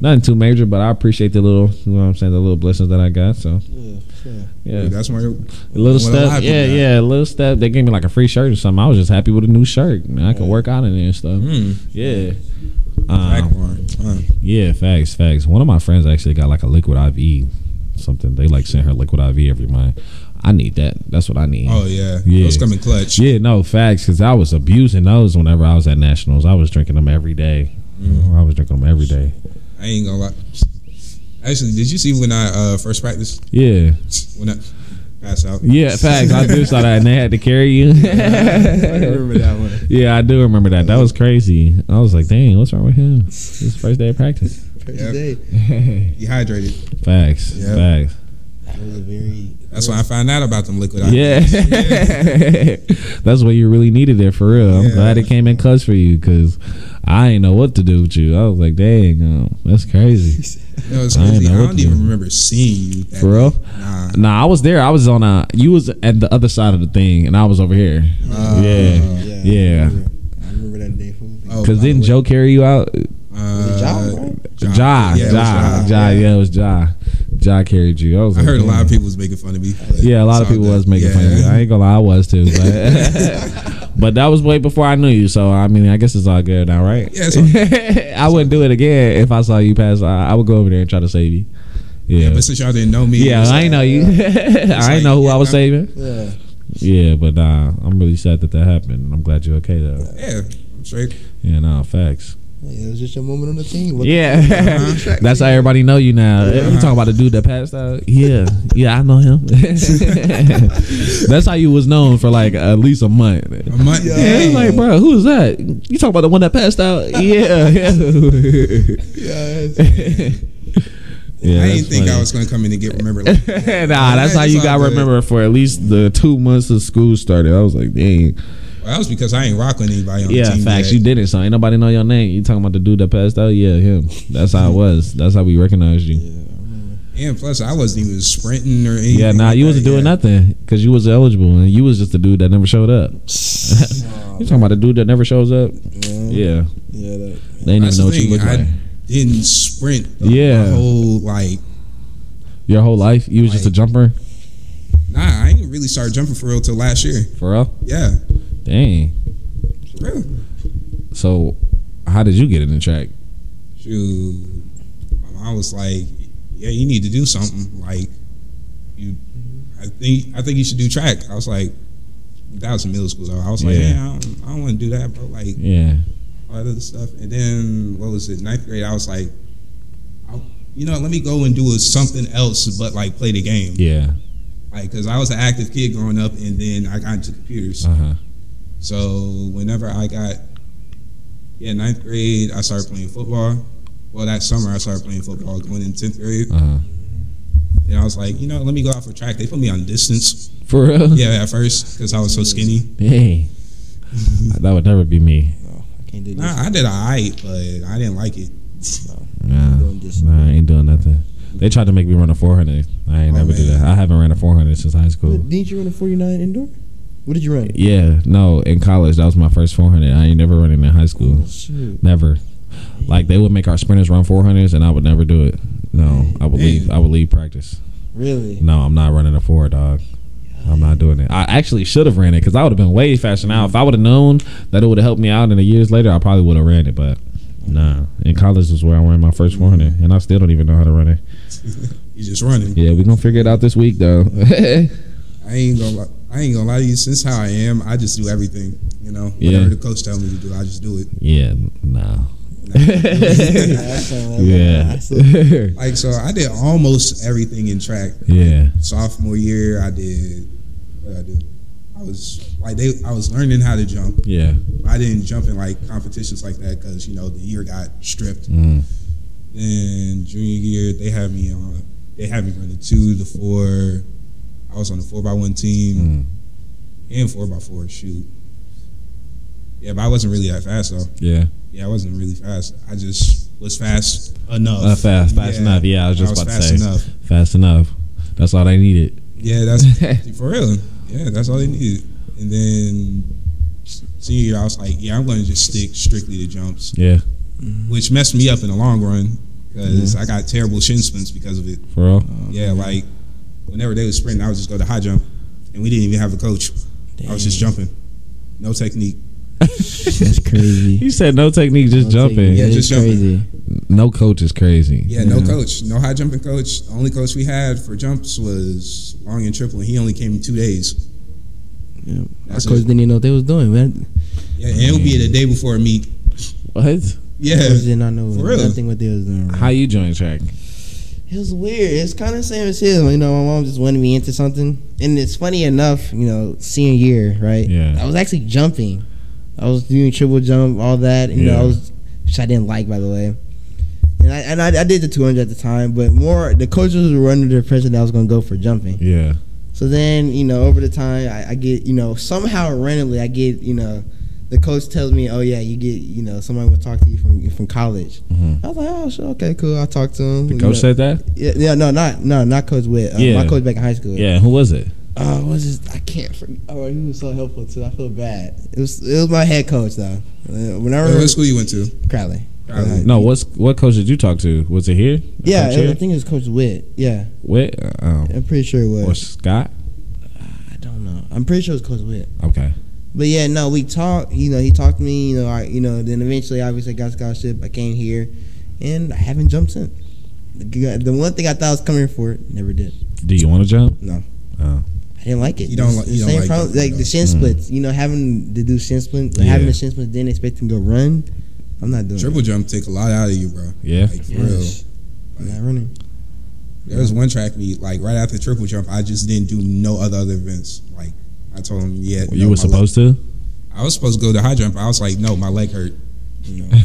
[SPEAKER 3] nothing too major, but I appreciate the little, you know what I'm saying, the little blessings that I got. So
[SPEAKER 2] Yeah, yeah.
[SPEAKER 3] yeah,
[SPEAKER 1] That's my
[SPEAKER 3] a little
[SPEAKER 1] what a lot
[SPEAKER 3] step.
[SPEAKER 1] of people
[SPEAKER 3] Yeah,
[SPEAKER 1] got.
[SPEAKER 3] yeah, a little step. They gave me like a free shirt or something. I was just happy with a new shirt. Now I can work out in it and stuff.
[SPEAKER 1] Mm.
[SPEAKER 3] Yeah.
[SPEAKER 1] Back
[SPEAKER 3] Um,
[SPEAKER 1] bar. Uh,
[SPEAKER 3] yeah, facts, facts. One of my friends actually got like a liquid IV, something. They like send her liquid IV every month. I need that. That's what I need.
[SPEAKER 1] oh yeah.
[SPEAKER 3] Yeah.
[SPEAKER 1] Those come in clutch.
[SPEAKER 3] Yeah, no facts, because I was abusing those whenever I was at nationals. I was drinking them every day.
[SPEAKER 1] Mm-hmm.
[SPEAKER 3] I was drinking them every day.
[SPEAKER 1] I ain't gonna lie. Actually, did you see when I uh, first practiced
[SPEAKER 3] Yeah,
[SPEAKER 1] when I pass out?
[SPEAKER 3] yeah, facts. I do saw that, and they had to carry you.
[SPEAKER 5] remember that one.
[SPEAKER 3] yeah, I do remember that. That was crazy. I was like, dang, what's wrong with him? This is his first day of practice.
[SPEAKER 2] First
[SPEAKER 1] Yeah.
[SPEAKER 2] day.
[SPEAKER 1] Dehydrated.
[SPEAKER 3] facts,
[SPEAKER 1] Yeah.
[SPEAKER 3] facts.
[SPEAKER 2] That was a very.
[SPEAKER 1] That's when I found out about them liquid.
[SPEAKER 3] Yeah, that's what you really needed it for real. I'm
[SPEAKER 1] Yeah.
[SPEAKER 3] glad it came in clutch for you because I ain't know what to do with you. I was like, dang, um, that's crazy.
[SPEAKER 1] No, it's
[SPEAKER 3] I ain't
[SPEAKER 1] crazy. I,
[SPEAKER 3] know what
[SPEAKER 1] don't
[SPEAKER 3] to
[SPEAKER 1] even
[SPEAKER 3] do.
[SPEAKER 1] remember seeing you. That
[SPEAKER 3] For real?
[SPEAKER 1] day. Nah.
[SPEAKER 3] Nah, I was there. I was on a. You was at the other side of the thing, and I was over here.
[SPEAKER 1] Uh,
[SPEAKER 3] yeah,
[SPEAKER 2] Yeah.
[SPEAKER 3] Yeah.
[SPEAKER 2] I remember, I remember that day. fool.
[SPEAKER 1] Oh,
[SPEAKER 3] because
[SPEAKER 1] by
[SPEAKER 3] didn't
[SPEAKER 1] the way,
[SPEAKER 3] Joe carry you out?
[SPEAKER 1] Uh,
[SPEAKER 2] Ja, right?
[SPEAKER 1] Ja.
[SPEAKER 3] Ja, Ja,
[SPEAKER 1] Yeah, it was Ja.
[SPEAKER 3] Ja, Ja. Yeah, it was Ja. Ja carried you. I, was
[SPEAKER 1] I
[SPEAKER 3] like,
[SPEAKER 1] heard a lot of
[SPEAKER 3] "Damn."
[SPEAKER 1] people was making fun of me. but
[SPEAKER 3] Yeah, a lot
[SPEAKER 1] it's
[SPEAKER 3] of people
[SPEAKER 1] all
[SPEAKER 3] was
[SPEAKER 1] good.
[SPEAKER 3] making fun of you.
[SPEAKER 1] Yeah.
[SPEAKER 3] I ain't gonna lie, I was too. But, but that was way before I knew you, so I mean, I guess it's all good now, right?
[SPEAKER 1] Yeah, it's all good.
[SPEAKER 3] I wouldn't do it again if I saw you pass. I, I would go over there and try to save you.
[SPEAKER 1] Yeah,
[SPEAKER 3] Yeah, yeah,
[SPEAKER 1] but since y'all didn't know me, it's
[SPEAKER 3] I ain't know you. I ain't
[SPEAKER 1] like,
[SPEAKER 3] know who
[SPEAKER 1] yeah,
[SPEAKER 3] I was
[SPEAKER 1] I'm-
[SPEAKER 3] saving.
[SPEAKER 2] Yeah.
[SPEAKER 3] Yeah, but nah, I'm really sad that that happened. I'm glad you're okay though.
[SPEAKER 1] Yeah, I'm straight.
[SPEAKER 3] Yeah, nah, facts.
[SPEAKER 2] Yeah, It was just a moment on the team. What-
[SPEAKER 3] Yeah, that's how everybody know you now.
[SPEAKER 1] Uh-huh.
[SPEAKER 3] You talking about the dude that passed out? Yeah, yeah, I know him. that's how you was known for like at least a month.
[SPEAKER 1] A month.
[SPEAKER 2] Yeah.
[SPEAKER 3] Yeah,
[SPEAKER 1] Dang.
[SPEAKER 3] it's like, bro, who is that? You talking about the one that passed out? Yeah, yeah.
[SPEAKER 2] Yeah, that's-
[SPEAKER 3] yeah
[SPEAKER 1] I
[SPEAKER 3] that's
[SPEAKER 1] didn't think
[SPEAKER 3] funny.
[SPEAKER 1] I was gonna come in and get remembered. Like, that.
[SPEAKER 3] nah, that's how you
[SPEAKER 1] all
[SPEAKER 3] got
[SPEAKER 1] good.
[SPEAKER 3] remembered for at least the two months of school started. I was like, dang.
[SPEAKER 1] Well, that was because I ain't rocking anybody on
[SPEAKER 3] Yeah,
[SPEAKER 1] the team.
[SPEAKER 3] facts.
[SPEAKER 1] yet.
[SPEAKER 3] You didn't, so ain't nobody know your name. You talking about the dude that passed out? Yeah, him. That's how it was. That's how we recognized you.
[SPEAKER 1] And plus, I wasn't even sprinting or anything.
[SPEAKER 3] Yeah, nah,
[SPEAKER 1] like
[SPEAKER 3] you
[SPEAKER 1] that
[SPEAKER 3] wasn't doing
[SPEAKER 1] yet.
[SPEAKER 3] nothing because you was eligible, and you was just the dude that never showed up. you talking about the dude that never shows up? Yeah,
[SPEAKER 2] Yeah, that,
[SPEAKER 3] they didn't
[SPEAKER 1] That's the
[SPEAKER 3] even know what you
[SPEAKER 1] thing,
[SPEAKER 3] looked
[SPEAKER 1] I
[SPEAKER 3] like.
[SPEAKER 1] Didn't sprint. The
[SPEAKER 3] Yeah.
[SPEAKER 1] whole like,
[SPEAKER 3] Your whole life, you was just a
[SPEAKER 1] Like-
[SPEAKER 3] jumper
[SPEAKER 1] nah, I ain't really started jumping for real till last year.
[SPEAKER 3] for real.
[SPEAKER 1] Yeah,
[SPEAKER 3] Dang.
[SPEAKER 1] for real.
[SPEAKER 3] So, how did you get in the track?
[SPEAKER 1] Shoot, my mom was like, "Yeah, you need to do something. Like, you, I think, I think you should do track." I was like, "That was in middle school." So I was like,
[SPEAKER 3] Yeah.
[SPEAKER 1] "Yeah, I don't, I don't want to do that, bro." Like
[SPEAKER 3] Yeah,
[SPEAKER 1] all that other stuff. And then what was it? Ninth grade. I was like, I, "You know, let me go and do something else, but like play the game."
[SPEAKER 3] yeah,
[SPEAKER 1] Like, cause I was an active kid growing up, and then I got into computers.
[SPEAKER 3] uh huh,
[SPEAKER 1] So whenever I got yeah ninth grade, I started playing football. Well, that summer I started playing football, going in tenth grade,
[SPEAKER 3] uh huh.
[SPEAKER 1] and I was like, you know, let me go out for track. They put me on distance.
[SPEAKER 3] For real?
[SPEAKER 1] Yeah, at first because I was so skinny.
[SPEAKER 3] Hey, that would never be me.
[SPEAKER 2] I can't do this.
[SPEAKER 1] Nah, I did alright, but I didn't like it.
[SPEAKER 3] Nah,
[SPEAKER 2] Doing this.
[SPEAKER 3] nah, I ain't doing nothing. They tried to make me run a 400. I ain't
[SPEAKER 1] Oh,
[SPEAKER 3] never do
[SPEAKER 1] man.
[SPEAKER 3] that. I haven't ran a 400 since high school.
[SPEAKER 2] But Didn't you run a 49 indoor? What did you run?
[SPEAKER 3] Yeah, no, in college that was my first 400. I ain't never running in high school,
[SPEAKER 2] Shoot.
[SPEAKER 3] never. Like they would make our sprinters run 400s, and I would never do it. No, I would leave. I would leave practice.
[SPEAKER 2] Really?
[SPEAKER 3] No, I'm not running a four, dog. I'm not doing it. I actually should have ran it because I would have been way faster now. If I would have known that it would have helped me out in the years later, I probably would have ran it. But nah, in college is where I ran my first 400, and I still don't even know how to run it.
[SPEAKER 1] You just running.
[SPEAKER 3] Yeah, we gonna figure it out this week though.
[SPEAKER 1] I ain't gonna. Li- I ain't gonna lie to you. Since how I am, I just do everything. You know,
[SPEAKER 3] Yeah.
[SPEAKER 1] whatever the coach tells me to do, I just do it.
[SPEAKER 3] yeah, no.
[SPEAKER 2] I sound like-
[SPEAKER 3] yeah,
[SPEAKER 2] I sound-
[SPEAKER 1] Like so, I did almost everything in track.
[SPEAKER 3] yeah.
[SPEAKER 1] sophomore year, I did what did I do. I was like they. I was learning how to jump.
[SPEAKER 3] Yeah.
[SPEAKER 1] I didn't jump in like competitions like that because you know the year got stripped.
[SPEAKER 3] Mm.
[SPEAKER 1] And junior year, they had me on. They had me running two, the four. I was on the four by one team
[SPEAKER 3] Mm.
[SPEAKER 1] and four by four. Shoot. Yeah, but I wasn't really that fast though.
[SPEAKER 3] Yeah.
[SPEAKER 1] Yeah, I wasn't really fast. I just was fast enough.
[SPEAKER 3] Uh, fast, fast enough. Yeah, I was just about to
[SPEAKER 1] fast
[SPEAKER 3] say.
[SPEAKER 1] enough.
[SPEAKER 3] Fast enough. That's all they needed.
[SPEAKER 1] Yeah, that's for real. Yeah, that's all they needed. And then senior year, I was like, yeah, I'm going to just stick strictly to jumps,
[SPEAKER 3] Yeah.
[SPEAKER 1] which messed me up in the long run because I got terrible shin splints because of it.
[SPEAKER 3] For real?
[SPEAKER 1] Yeah, like whenever they would sprint, I would just go to high jump, and we didn't even have a coach. I was just jumping, no technique.
[SPEAKER 5] That's crazy.
[SPEAKER 3] He said no technique, just
[SPEAKER 2] No
[SPEAKER 3] jumping.
[SPEAKER 2] technique.
[SPEAKER 1] Yeah,
[SPEAKER 5] That
[SPEAKER 1] just
[SPEAKER 5] is
[SPEAKER 1] jumping.
[SPEAKER 5] crazy.
[SPEAKER 3] No coach is crazy.
[SPEAKER 1] Yeah, no
[SPEAKER 5] Yeah.
[SPEAKER 1] coach, no high jumping coach. The only coach we had for jumps was long and triple, and he only came in two days.
[SPEAKER 5] Yeah.
[SPEAKER 2] Our
[SPEAKER 1] That's
[SPEAKER 2] coach
[SPEAKER 1] it.
[SPEAKER 2] didn't even know what they was doing, man.
[SPEAKER 1] Yeah, and it'll be the day before a meet.
[SPEAKER 3] What?
[SPEAKER 2] Our Coach
[SPEAKER 1] Yeah,
[SPEAKER 2] did not know
[SPEAKER 1] For real.
[SPEAKER 2] nothing what they was doing. bro.
[SPEAKER 3] How you join track?
[SPEAKER 2] It was weird. It's kind of the same as his. You know, my mom just wanted me into something, and it's funny enough. You know, senior year, right?
[SPEAKER 3] Yeah.
[SPEAKER 2] I was actually jumping. I was doing triple jump, all that. You know,
[SPEAKER 3] Yeah.
[SPEAKER 2] I was, which I didn't like, by the way. And I and I, I did the 200 at the time, but more the coaches were under the impression that I was going to go for jumping.
[SPEAKER 3] Yeah.
[SPEAKER 2] So then, you know, over the time, I, I get, you know, somehow randomly, I get, you know, the coach tells me, "Oh yeah, you get, you know, somebody will talk to you from from college."
[SPEAKER 3] Mhm.
[SPEAKER 2] I was like, "Oh, sure, okay, cool." I'll talk to him.
[SPEAKER 3] The
[SPEAKER 2] You
[SPEAKER 3] coach
[SPEAKER 2] know,
[SPEAKER 3] said that?
[SPEAKER 2] yeah, yeah, no, not no, not Coach Witt. Uh,
[SPEAKER 3] Yeah.
[SPEAKER 2] My coach back in high school.
[SPEAKER 3] Yeah, who was it?
[SPEAKER 2] Uh, what was his, I can't. For, oh, he was so helpful too. I feel bad. It was it was my head coach though. Uh, whenever
[SPEAKER 1] what school you went to?
[SPEAKER 2] Crowley.
[SPEAKER 1] Crowley.
[SPEAKER 3] No, what's what coach did you talk to? Was it here?
[SPEAKER 2] Yeah,
[SPEAKER 3] Coach
[SPEAKER 2] I, I
[SPEAKER 3] here?
[SPEAKER 2] think it was Coach Witt. Yeah,
[SPEAKER 3] Wait, um,
[SPEAKER 2] I'm pretty sure it
[SPEAKER 3] or
[SPEAKER 2] was.
[SPEAKER 3] Scott?
[SPEAKER 2] I don't know. I'm pretty sure it was Coach Witt.
[SPEAKER 3] Okay.
[SPEAKER 2] But yeah, no, we talked. You know, he talked to me. You know, I, you know. Then eventually, obviously, I got scholarship. I came here, and I haven't jumped since. The the one thing I thought I was coming for, never did.
[SPEAKER 3] Do you want to jump?
[SPEAKER 2] No.
[SPEAKER 3] Oh.
[SPEAKER 2] I didn't like it.
[SPEAKER 1] You don't like-
[SPEAKER 2] The
[SPEAKER 1] you don't
[SPEAKER 2] same
[SPEAKER 1] like
[SPEAKER 2] problem-
[SPEAKER 1] it,
[SPEAKER 2] like
[SPEAKER 1] no.
[SPEAKER 2] the shin splits. You know, having to do shin splits, like, having
[SPEAKER 3] Mm.
[SPEAKER 2] the
[SPEAKER 3] Yeah.
[SPEAKER 2] shin splits, then expecting to go run. I'm not doing.
[SPEAKER 1] Triple jump take a lot out of you, bro.
[SPEAKER 3] Yeah.
[SPEAKER 1] Like for
[SPEAKER 2] it.
[SPEAKER 1] real.
[SPEAKER 2] I'm not running.
[SPEAKER 1] There was one track meet, like right after triple jump, I just didn't do no other other events. Like I told him, yeah,
[SPEAKER 3] Well, you
[SPEAKER 1] no,
[SPEAKER 3] were
[SPEAKER 1] my leg-
[SPEAKER 3] supposed to?
[SPEAKER 1] I was supposed to go to high jump. I was like, no, my leg hurt.
[SPEAKER 2] No,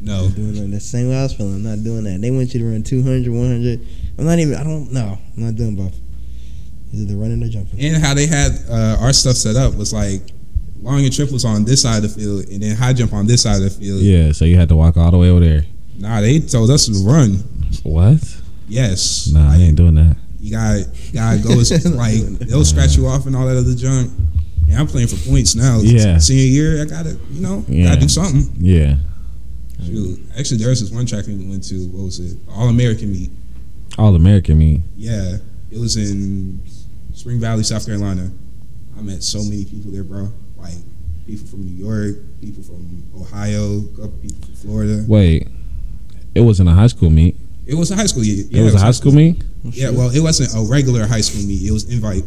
[SPEAKER 1] No,
[SPEAKER 2] doing that. That's the same way I was feeling. I'm not doing that. They want you to run 200, 100. I'm not even. I don't. No, I'm not doing both. Is it the running or jumping?
[SPEAKER 1] and how they had uh, our stuff set up was like long and triples on this side of the field, and then high jump on this side of the field.
[SPEAKER 3] Yeah, so you had to walk all the way over there.
[SPEAKER 1] Nah, they told us to run.
[SPEAKER 3] What?
[SPEAKER 1] Yes,
[SPEAKER 3] Nah, I
[SPEAKER 1] Like,
[SPEAKER 3] ain't doing that.
[SPEAKER 1] you got gotta go. It's like they'll scratch you off and all that other junk. Yeah, I'm playing for points now.
[SPEAKER 3] Yeah.
[SPEAKER 1] senior year, I gotta you know
[SPEAKER 3] Yeah.
[SPEAKER 1] gotta do something.
[SPEAKER 3] Yeah.
[SPEAKER 1] Shoot. Actually, there was this one track meet we went to. What was it? All American meet.
[SPEAKER 3] All American me.
[SPEAKER 1] Yeah, it was in Spring Valley, South Carolina. I met so many people there, bro. Like people from New York, people from Ohio, a couple people from Florida.
[SPEAKER 3] Wait. It wasn't a high school meet.
[SPEAKER 1] It was a high school. Yeah, yeah,
[SPEAKER 3] it was a high school meet?
[SPEAKER 1] Yeah, well, it wasn't a regular high school meet. It was invite.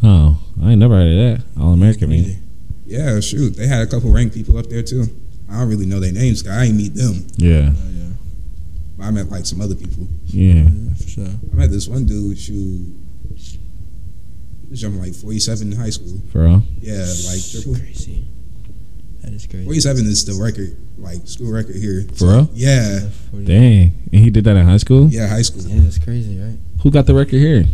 [SPEAKER 3] Oh, I ain't never heard of that. All American meet.
[SPEAKER 1] Yeah, shoot, they had a couple ranked people up there too. I don't really know their names. 'cause I ain't meet them.
[SPEAKER 3] Yeah.
[SPEAKER 1] But I met like some other people.
[SPEAKER 3] Yeah.
[SPEAKER 2] Mm-hmm.
[SPEAKER 5] for sure.
[SPEAKER 1] I met this one dude. Shoot, he was jumping like forty-seven in high school.
[SPEAKER 3] For real?
[SPEAKER 1] Yeah, Uh, like triple.
[SPEAKER 2] crazy. That is crazy.
[SPEAKER 1] 47 is the record, like school record here.
[SPEAKER 3] For real?
[SPEAKER 1] Yeah,
[SPEAKER 3] Dang. And he did that in high school?
[SPEAKER 1] yeah, high school.
[SPEAKER 2] Yeah, that's crazy, right?
[SPEAKER 3] Who got the record here?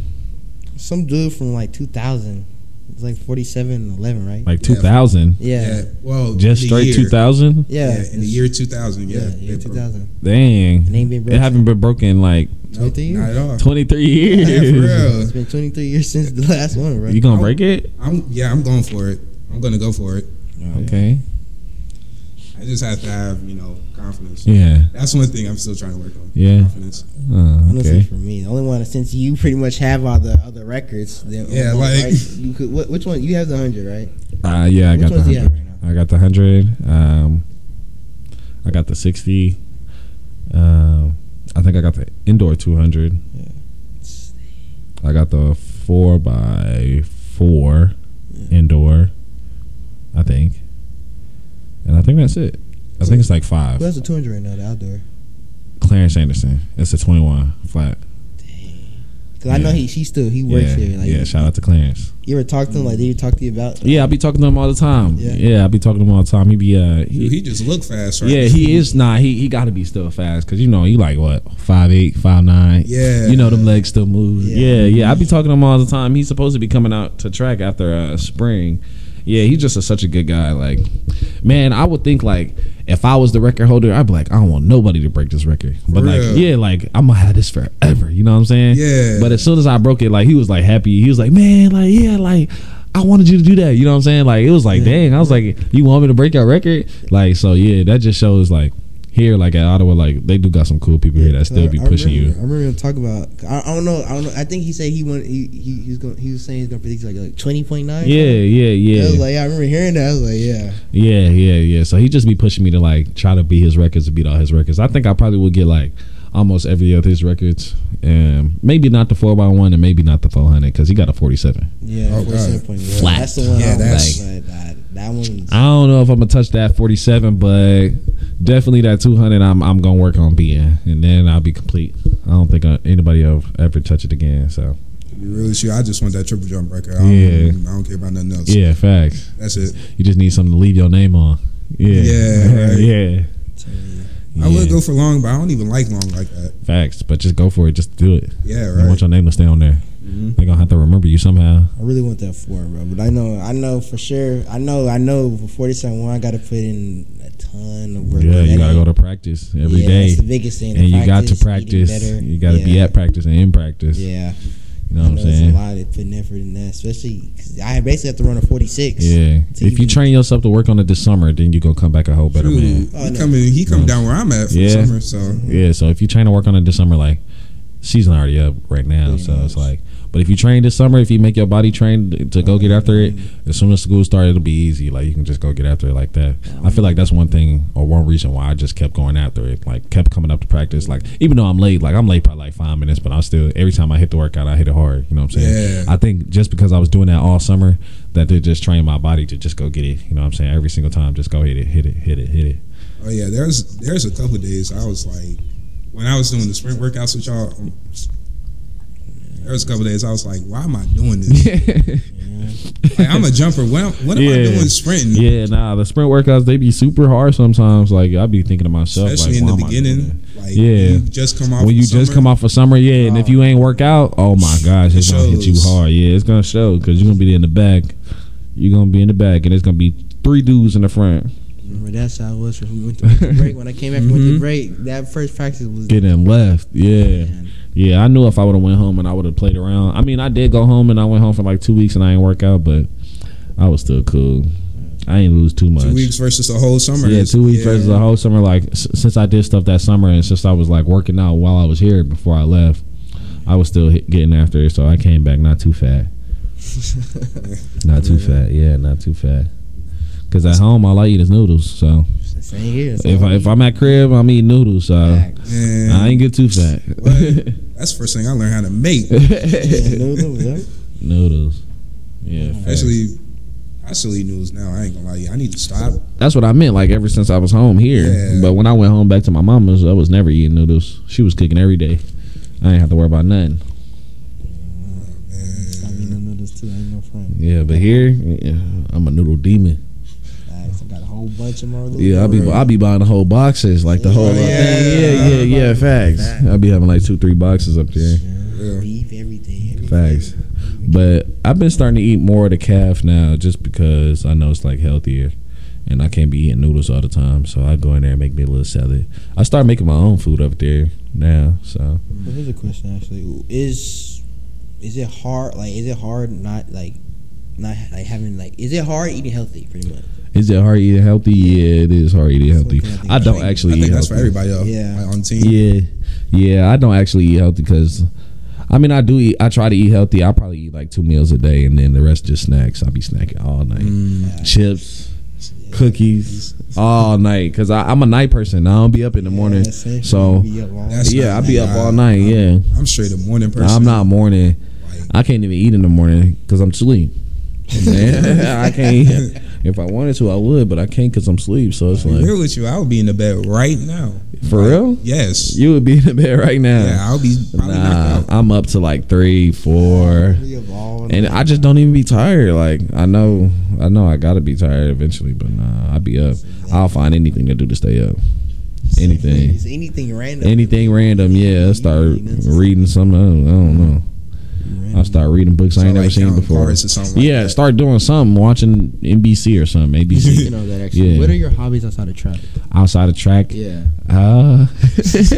[SPEAKER 2] Some dude from like 2000. It's like 47 and 11, right?
[SPEAKER 3] Like
[SPEAKER 1] Yeah.
[SPEAKER 3] 2000.
[SPEAKER 2] yeah.
[SPEAKER 1] Well,
[SPEAKER 3] Just
[SPEAKER 1] the
[SPEAKER 3] straight
[SPEAKER 1] year.
[SPEAKER 3] 2000?
[SPEAKER 2] Yeah.
[SPEAKER 1] Yeah, in the year 2000. Yeah,
[SPEAKER 2] Yeah, year
[SPEAKER 1] they broke-
[SPEAKER 2] 2000.
[SPEAKER 3] Dang.
[SPEAKER 2] It ain't been
[SPEAKER 3] It
[SPEAKER 2] broken.
[SPEAKER 3] haven't been broken in like
[SPEAKER 1] No,
[SPEAKER 2] 23
[SPEAKER 1] not
[SPEAKER 2] years.
[SPEAKER 1] at all.
[SPEAKER 3] 23 years.
[SPEAKER 1] Yeah, for real.
[SPEAKER 2] It's been 23 years since the last one, bro.
[SPEAKER 3] You gonna break it?
[SPEAKER 1] I'm, yeah, I'm going for it. I'm gonna go for it.
[SPEAKER 3] Okay.
[SPEAKER 1] I just have to have you know confidence.
[SPEAKER 3] Yeah.
[SPEAKER 1] That's one thing I'm still trying to work on.
[SPEAKER 3] Yeah.
[SPEAKER 1] confidence.
[SPEAKER 3] Oh,
[SPEAKER 2] Honestly,
[SPEAKER 3] okay.
[SPEAKER 2] for me, the only one since you pretty much have all the other records. Then
[SPEAKER 1] Yeah,
[SPEAKER 2] oh,
[SPEAKER 1] like-
[SPEAKER 2] right, you could. What, which one? You have the hundred, right?
[SPEAKER 3] Uh, yeah, I
[SPEAKER 2] which
[SPEAKER 3] got the
[SPEAKER 2] ones do you have
[SPEAKER 3] 100.
[SPEAKER 2] right now?
[SPEAKER 3] I got the 100. Um, I got the 60. Um, I think I got the indoor 200. I got the 4 by 4
[SPEAKER 2] Yeah.
[SPEAKER 3] indoor, I think. And I think that's it. I think it's like five.
[SPEAKER 2] Who has the two hundred right now? The outdoor.
[SPEAKER 3] Clarence Anderson. It's a 21 flat.
[SPEAKER 2] Because I know
[SPEAKER 3] Yeah.
[SPEAKER 2] he, she still, he works
[SPEAKER 3] yeah.
[SPEAKER 2] here. Like,
[SPEAKER 3] yeah, shout out to Clarence.
[SPEAKER 2] You ever talk to him? Like, did you talk to you about?
[SPEAKER 3] Yeah, I be talking to him all the time. Yeah,
[SPEAKER 2] Yeah.
[SPEAKER 3] I be talking to him all the time. He be uh,
[SPEAKER 1] Dude,
[SPEAKER 3] he,
[SPEAKER 1] he just look fast, right?
[SPEAKER 3] yeah, he is nah. He he got to be still fast because you know he like what five eight five nine.
[SPEAKER 1] Yeah.
[SPEAKER 3] you know them legs still move. Yeah,
[SPEAKER 2] Yeah.
[SPEAKER 3] yeah. I be talking to him all the time. He's supposed to be coming out to track after uh, spring. Yeah, he's just a, such a good guy. Like, man, I would think like if I was the record holder, I'd be like, I don't want nobody to break this record. But like,
[SPEAKER 1] real.
[SPEAKER 3] yeah, like I'm gonna have this forever. You know what I'm saying?
[SPEAKER 1] Yeah.
[SPEAKER 3] But as soon as I broke it, like he was like happy. He was like, man, like yeah, like I wanted you to do that. You know what I'm saying? Like it was like, dang. I was like, you want me to break your record? Like so, yeah. That just shows like Here, like at Ottawa, like they do got some cool people here that still be pushing
[SPEAKER 2] I remember,
[SPEAKER 3] you.
[SPEAKER 2] I remember him talking about. I, I don't know. I don't know. I think he said he went. He, he, he was going. He was saying he's going to predict like like twenty point nine.
[SPEAKER 3] Yeah, yeah, yeah.
[SPEAKER 2] I was like, yeah, I remember hearing that. I was like, yeah.
[SPEAKER 3] Yeah, yeah, yeah. So he just be pushing me to like try to beat his records and beat all his records. I think I probably would get like almost every of his records, and maybe not the four x one and maybe not the four hundred because he got a forty seven.
[SPEAKER 2] Yeah,
[SPEAKER 1] Oh, God.
[SPEAKER 2] 47.1.
[SPEAKER 3] Flat.
[SPEAKER 2] That's the one.
[SPEAKER 1] Yeah,
[SPEAKER 2] I
[SPEAKER 1] that's-
[SPEAKER 2] was like, that, that one.
[SPEAKER 3] I don't know if I'm gonna touch that forty seven, but definitely that two hundred. I'm I'm gonna work on beating, and then I'll be complete. I don't think uh, anybody will ever touch it again. So
[SPEAKER 1] To be real with you, I just want that triple jump record. I don't,
[SPEAKER 3] Yeah.
[SPEAKER 1] I don't care about nothing else.
[SPEAKER 3] yeah, facts.
[SPEAKER 1] That's it.
[SPEAKER 3] You just need something to leave your name on. Yeah,
[SPEAKER 1] Yeah, right.
[SPEAKER 3] yeah.
[SPEAKER 1] I
[SPEAKER 3] Yeah.
[SPEAKER 1] would go for long, but I don't even like long like that.
[SPEAKER 3] Facts, but just go for it. Just do it.
[SPEAKER 1] Yeah,
[SPEAKER 3] I want
[SPEAKER 1] right.
[SPEAKER 3] your name to stay on there. They're gonna have to remember you somehow.
[SPEAKER 2] I really want that four, bro. But I know, I know for sure. I know, I know. For forty-seven, one, I got to put in a ton of work.
[SPEAKER 3] Yeah, you gotta go to practice every
[SPEAKER 2] yeah,
[SPEAKER 3] day,
[SPEAKER 2] That's the biggest thing.
[SPEAKER 3] and you got to
[SPEAKER 2] eating
[SPEAKER 3] practice.
[SPEAKER 2] better.
[SPEAKER 3] You got to be
[SPEAKER 2] Yeah.
[SPEAKER 3] at practice and in practice.
[SPEAKER 2] Yeah,
[SPEAKER 3] You know what I'm
[SPEAKER 2] It's a
[SPEAKER 3] saying?
[SPEAKER 2] lot of putting effort in that, especially because I basically have to run a forty-six.
[SPEAKER 3] Yeah.
[SPEAKER 2] to
[SPEAKER 3] If you
[SPEAKER 2] even-
[SPEAKER 3] train yourself to work on it this summer, then you gonna come back a whole better man.
[SPEAKER 1] Dude,
[SPEAKER 2] Oh,
[SPEAKER 1] he
[SPEAKER 2] no.
[SPEAKER 1] come in, he come down where I'm at for
[SPEAKER 3] Yeah.
[SPEAKER 1] the summer. So
[SPEAKER 3] Yeah. So if you train to work on it this summer, like season already up right now,
[SPEAKER 2] Pretty
[SPEAKER 3] so it's
[SPEAKER 2] much.
[SPEAKER 3] like. But if you train this summer, if you make your body train to go get after it, as soon as school starts, it'll be easy. Like you can just go get after it like that. I feel like that's one thing or one reason why I just kept going after it. Like kept coming up to practice. Like even though I'm late, like I'm late probably like five minutes, but I'm still every time I hit the workout, I hit it hard. You know what I'm
[SPEAKER 1] Yeah.
[SPEAKER 3] saying? I think just because I was doing that all summer, that they just trained my body to just go get it. You know what I'm saying? Every single time, just go hit it, hit it, hit it, hit it.
[SPEAKER 1] Oh yeah, there's there's a couple days I was like, when I was doing the sprint workouts with y'all, um, there was a couple days I was like, why am I doing this? like, I'm a jumper. What, what am I
[SPEAKER 3] Yeah.
[SPEAKER 1] doing sprinting?
[SPEAKER 3] Yeah, nah, the sprint workouts they be super hard sometimes. Like I be thinking to myself,
[SPEAKER 1] Especially
[SPEAKER 3] like,
[SPEAKER 1] in the
[SPEAKER 3] why am I doing
[SPEAKER 1] beginning, like
[SPEAKER 3] Yeah.
[SPEAKER 1] you just come
[SPEAKER 3] that?
[SPEAKER 1] off
[SPEAKER 3] When you
[SPEAKER 1] of
[SPEAKER 3] just
[SPEAKER 1] summer,
[SPEAKER 3] come off of summer, yeah, and if you ain't work out, oh my gosh, it's
[SPEAKER 1] It
[SPEAKER 3] gonna hit you
[SPEAKER 1] shows.
[SPEAKER 3] hard. Yeah, it's gonna show because you're gonna be in the back. You're gonna be in the back, and it's gonna be three dudes in the front
[SPEAKER 2] Remember that's how I was when we went to winter break. When I came back from
[SPEAKER 3] Mm-hmm.
[SPEAKER 2] winter break, that first practice was
[SPEAKER 3] getting left. Yeah,
[SPEAKER 2] Man.
[SPEAKER 3] yeah. I knew if I would have went home and I would have played around. I mean, I did go home and I went home for like two weeks and I ain't work out, but I was still cool. I ain't lose too much.
[SPEAKER 1] two weeks versus the whole summer.
[SPEAKER 3] Yeah,
[SPEAKER 1] is-
[SPEAKER 3] two weeks
[SPEAKER 1] yeah.
[SPEAKER 3] versus the whole summer. Like s- since I did stuff that summer, and since I was like working out while I was here before I left, I was still hit, getting after it. So I came back not too fat, not too fat. Yeah, not too fat. Cause at home all I eat is noodles. So
[SPEAKER 2] same here. So
[SPEAKER 3] if I, if I'm uh, at crib, I'm eating noodles. So
[SPEAKER 2] Facts.
[SPEAKER 1] Man,
[SPEAKER 3] I ain't get too fat.
[SPEAKER 1] What? that's the first thing I learned how to make.
[SPEAKER 2] Yeah, no, no, yeah.
[SPEAKER 3] noodles. Yeah, facts.
[SPEAKER 1] Actually, I still eat noodles now. I ain't gonna lie to you. I need to stop.
[SPEAKER 3] that's what I meant. Like ever since I was home here,
[SPEAKER 1] Yeah.
[SPEAKER 3] but when I went home back to my mama's, I was never eating noodles. She was cooking every day. I ain't have to worry about nothing.
[SPEAKER 2] I mean, no noodles too. I ain't no friend.
[SPEAKER 3] Yeah, but here yeah, I'm a noodle demon.
[SPEAKER 2] Facts. I got a whole bunch of more. noodles.
[SPEAKER 3] Yeah, I be I be buying the whole boxes, like the
[SPEAKER 1] Yeah.
[SPEAKER 3] whole thing. Yeah, yeah, yeah. Facts. I be having like two, three boxes up there.
[SPEAKER 1] Yeah.
[SPEAKER 2] beef, everything. everything.
[SPEAKER 3] Facts. But I've been starting to eat more of the calf now, just because I know it's like healthier, and I can't be eating noodles all the time. So I go in there and make me a little salad. I start making my own food up there now. So
[SPEAKER 2] Well, here's a question actually. Is is it hard? Like, is it hard not like not like having like? Is it hard eating healthy? Pretty much.
[SPEAKER 3] is it hard eating healthy? Yeah, it is hard eating
[SPEAKER 2] That's
[SPEAKER 3] healthy.
[SPEAKER 2] one thing I
[SPEAKER 3] I
[SPEAKER 2] think-
[SPEAKER 3] don't actually
[SPEAKER 1] I
[SPEAKER 3] eat
[SPEAKER 1] think that's
[SPEAKER 3] healthy.
[SPEAKER 1] for everybody else.
[SPEAKER 2] Yeah.
[SPEAKER 1] Like, on the team.
[SPEAKER 3] Yeah, yeah. I don't actually eat healthy because, I mean, I do eat. I try to eat healthy. I probably eat like two meals a day, and then the rest just snacks. I be snacking all night,
[SPEAKER 1] Mm.
[SPEAKER 3] chips, cookies, all night. Cause I, I'm a night person. I don't be up in the morning.
[SPEAKER 2] that's it.
[SPEAKER 3] So
[SPEAKER 2] You be up all
[SPEAKER 1] That's
[SPEAKER 2] night.
[SPEAKER 3] yeah, I be up
[SPEAKER 1] Nah,
[SPEAKER 3] all night. Yeah,
[SPEAKER 1] I'm straight a morning person.
[SPEAKER 3] I'm not morning.
[SPEAKER 1] Like,
[SPEAKER 3] I can't even eat in the morning because I'm asleep. Man, I can't. If I wanted to, I would, but I can't because I'm asleep. So it's
[SPEAKER 1] to be
[SPEAKER 3] like
[SPEAKER 1] real with you, I would be in the bed right now.
[SPEAKER 3] for real.
[SPEAKER 1] Yes.
[SPEAKER 3] You would be in the bed right now.
[SPEAKER 1] Yeah, I'll be probably
[SPEAKER 3] Nah,
[SPEAKER 1] knocked out.
[SPEAKER 3] I'm up to like three, four,
[SPEAKER 2] We up all
[SPEAKER 3] and
[SPEAKER 2] night.
[SPEAKER 3] I just don't even be tired. Like I know, I know, I gotta be tired eventually, but nah, I be up. I'll find anything to do to stay up. Anything,
[SPEAKER 2] It's anything random.
[SPEAKER 3] anything random. Yeah, I start reading something. I don't know. I start reading books I ain't
[SPEAKER 1] So,
[SPEAKER 3] never
[SPEAKER 1] like,
[SPEAKER 3] seen
[SPEAKER 1] counting
[SPEAKER 3] before.
[SPEAKER 1] cards or something like
[SPEAKER 3] Yeah,
[SPEAKER 1] that.
[SPEAKER 3] start doing something, watching NBC or something, ABC
[SPEAKER 2] Speaking of that, actually,
[SPEAKER 3] Yeah.
[SPEAKER 2] what are your hobbies outside of travel?
[SPEAKER 3] outside of track.
[SPEAKER 2] Yeah.
[SPEAKER 3] Uh,
[SPEAKER 1] Is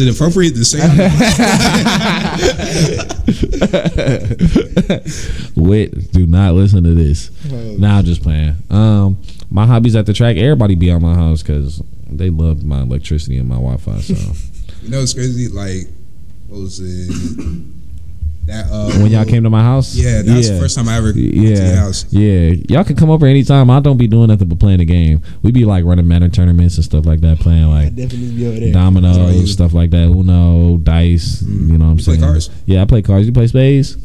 [SPEAKER 1] it appropriate to say? I'm not-
[SPEAKER 3] Wit, do not listen to this. Nah, I'm just playing. Um, my hobbies at the track, everybody be on my house because they love my electricity and my Wi Fi. So
[SPEAKER 1] You know, it's crazy. Like, what was it? That uh,
[SPEAKER 3] when y'all came to my house,
[SPEAKER 1] yeah, that was the first time I ever yeah. to
[SPEAKER 3] Yeah,
[SPEAKER 1] your house.
[SPEAKER 3] yeah. Y'all can come over anytime. I don't be doing nothing but playing the game. We be like running manor tournaments and stuff like that, playing
[SPEAKER 2] I
[SPEAKER 3] like
[SPEAKER 2] definitely be over there.
[SPEAKER 1] That's all you- Mm.
[SPEAKER 3] dominoes, stuff like that. Uno, dice. You know what I'm
[SPEAKER 1] You play
[SPEAKER 3] saying?
[SPEAKER 1] cards?
[SPEAKER 3] Yeah, I play cards. You play spades?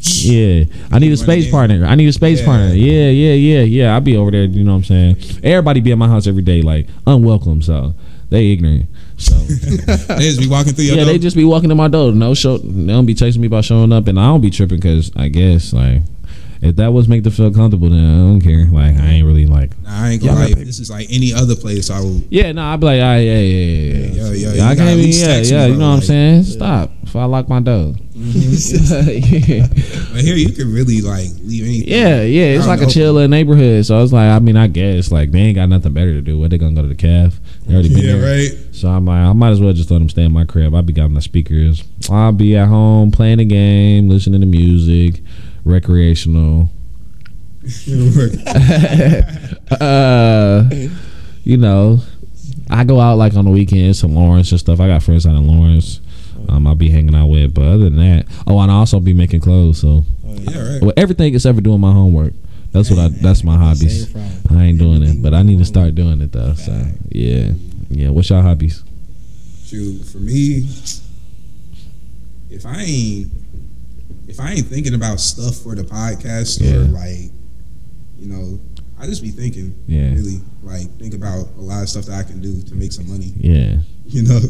[SPEAKER 3] Yeah, I need
[SPEAKER 1] Run
[SPEAKER 3] a space
[SPEAKER 1] game.
[SPEAKER 3] partner. I need a space
[SPEAKER 1] Yeah.
[SPEAKER 3] partner. Yeah, yeah, yeah, yeah. I'll be over there. You know what I'm saying? Everybody be at my house every day, like unwelcome. So they ignorant. So
[SPEAKER 1] They just be walking through your
[SPEAKER 3] yeah,
[SPEAKER 1] door.
[SPEAKER 3] they just be walking to my door. No show. They don't be texting me about showing up, and I don't be tripping because I guess like if that was make them feel comfortable, then I don't care. Like I ain't really like.
[SPEAKER 1] nah, I ain't gonna
[SPEAKER 3] Y'all
[SPEAKER 1] lie.
[SPEAKER 3] gotta
[SPEAKER 1] If This is like any other place. I will.
[SPEAKER 3] Yeah, no, I'd be like, ah, yeah,
[SPEAKER 1] Yeah,
[SPEAKER 3] yeah, yeah, yeah.
[SPEAKER 1] yeah, you
[SPEAKER 3] yeah, I
[SPEAKER 1] gotta at
[SPEAKER 3] can't even,
[SPEAKER 1] least
[SPEAKER 3] yeah,
[SPEAKER 1] text me,
[SPEAKER 3] yeah. You
[SPEAKER 1] bro,
[SPEAKER 3] know what I'm
[SPEAKER 1] like-
[SPEAKER 3] saying? Stop. If I lock my door.
[SPEAKER 1] Mm-hmm. But here, you can really like leave anything.
[SPEAKER 3] yeah, yeah. It's
[SPEAKER 1] I
[SPEAKER 3] like a
[SPEAKER 1] know.
[SPEAKER 3] chill little neighborhood. So I was like, I mean, I guess like they ain't got nothing better to do. What they gonna go to the calf? They already been
[SPEAKER 1] Yeah,
[SPEAKER 3] there.
[SPEAKER 1] right.
[SPEAKER 3] So I'm like, I might as well just let them stay in my crib. I'll be got my speakers. I'll be at home playing a game, listening to music, recreational. uh, you know, I go out like on the weekends to Lawrence and stuff. I got friends out in Lawrence. Um, I'll be hanging out with, but other than that, oh, and I also be making clothes. So,
[SPEAKER 1] yeah, right.
[SPEAKER 3] well, everything except for doing my homework. That's what I. That's my hobbies.
[SPEAKER 2] Same problem.
[SPEAKER 3] I ain't doing it, but I need to start doing it though. So yeah, yeah. What's your hobbies?
[SPEAKER 1] Shoot, for me, if I ain't if I ain't thinking about stuff for the podcast or
[SPEAKER 3] Yeah.
[SPEAKER 1] like, you know, I just be thinking.
[SPEAKER 3] Yeah.
[SPEAKER 1] Really, like think about a lot of stuff that I can do to make some money.
[SPEAKER 3] Yeah,
[SPEAKER 1] You know,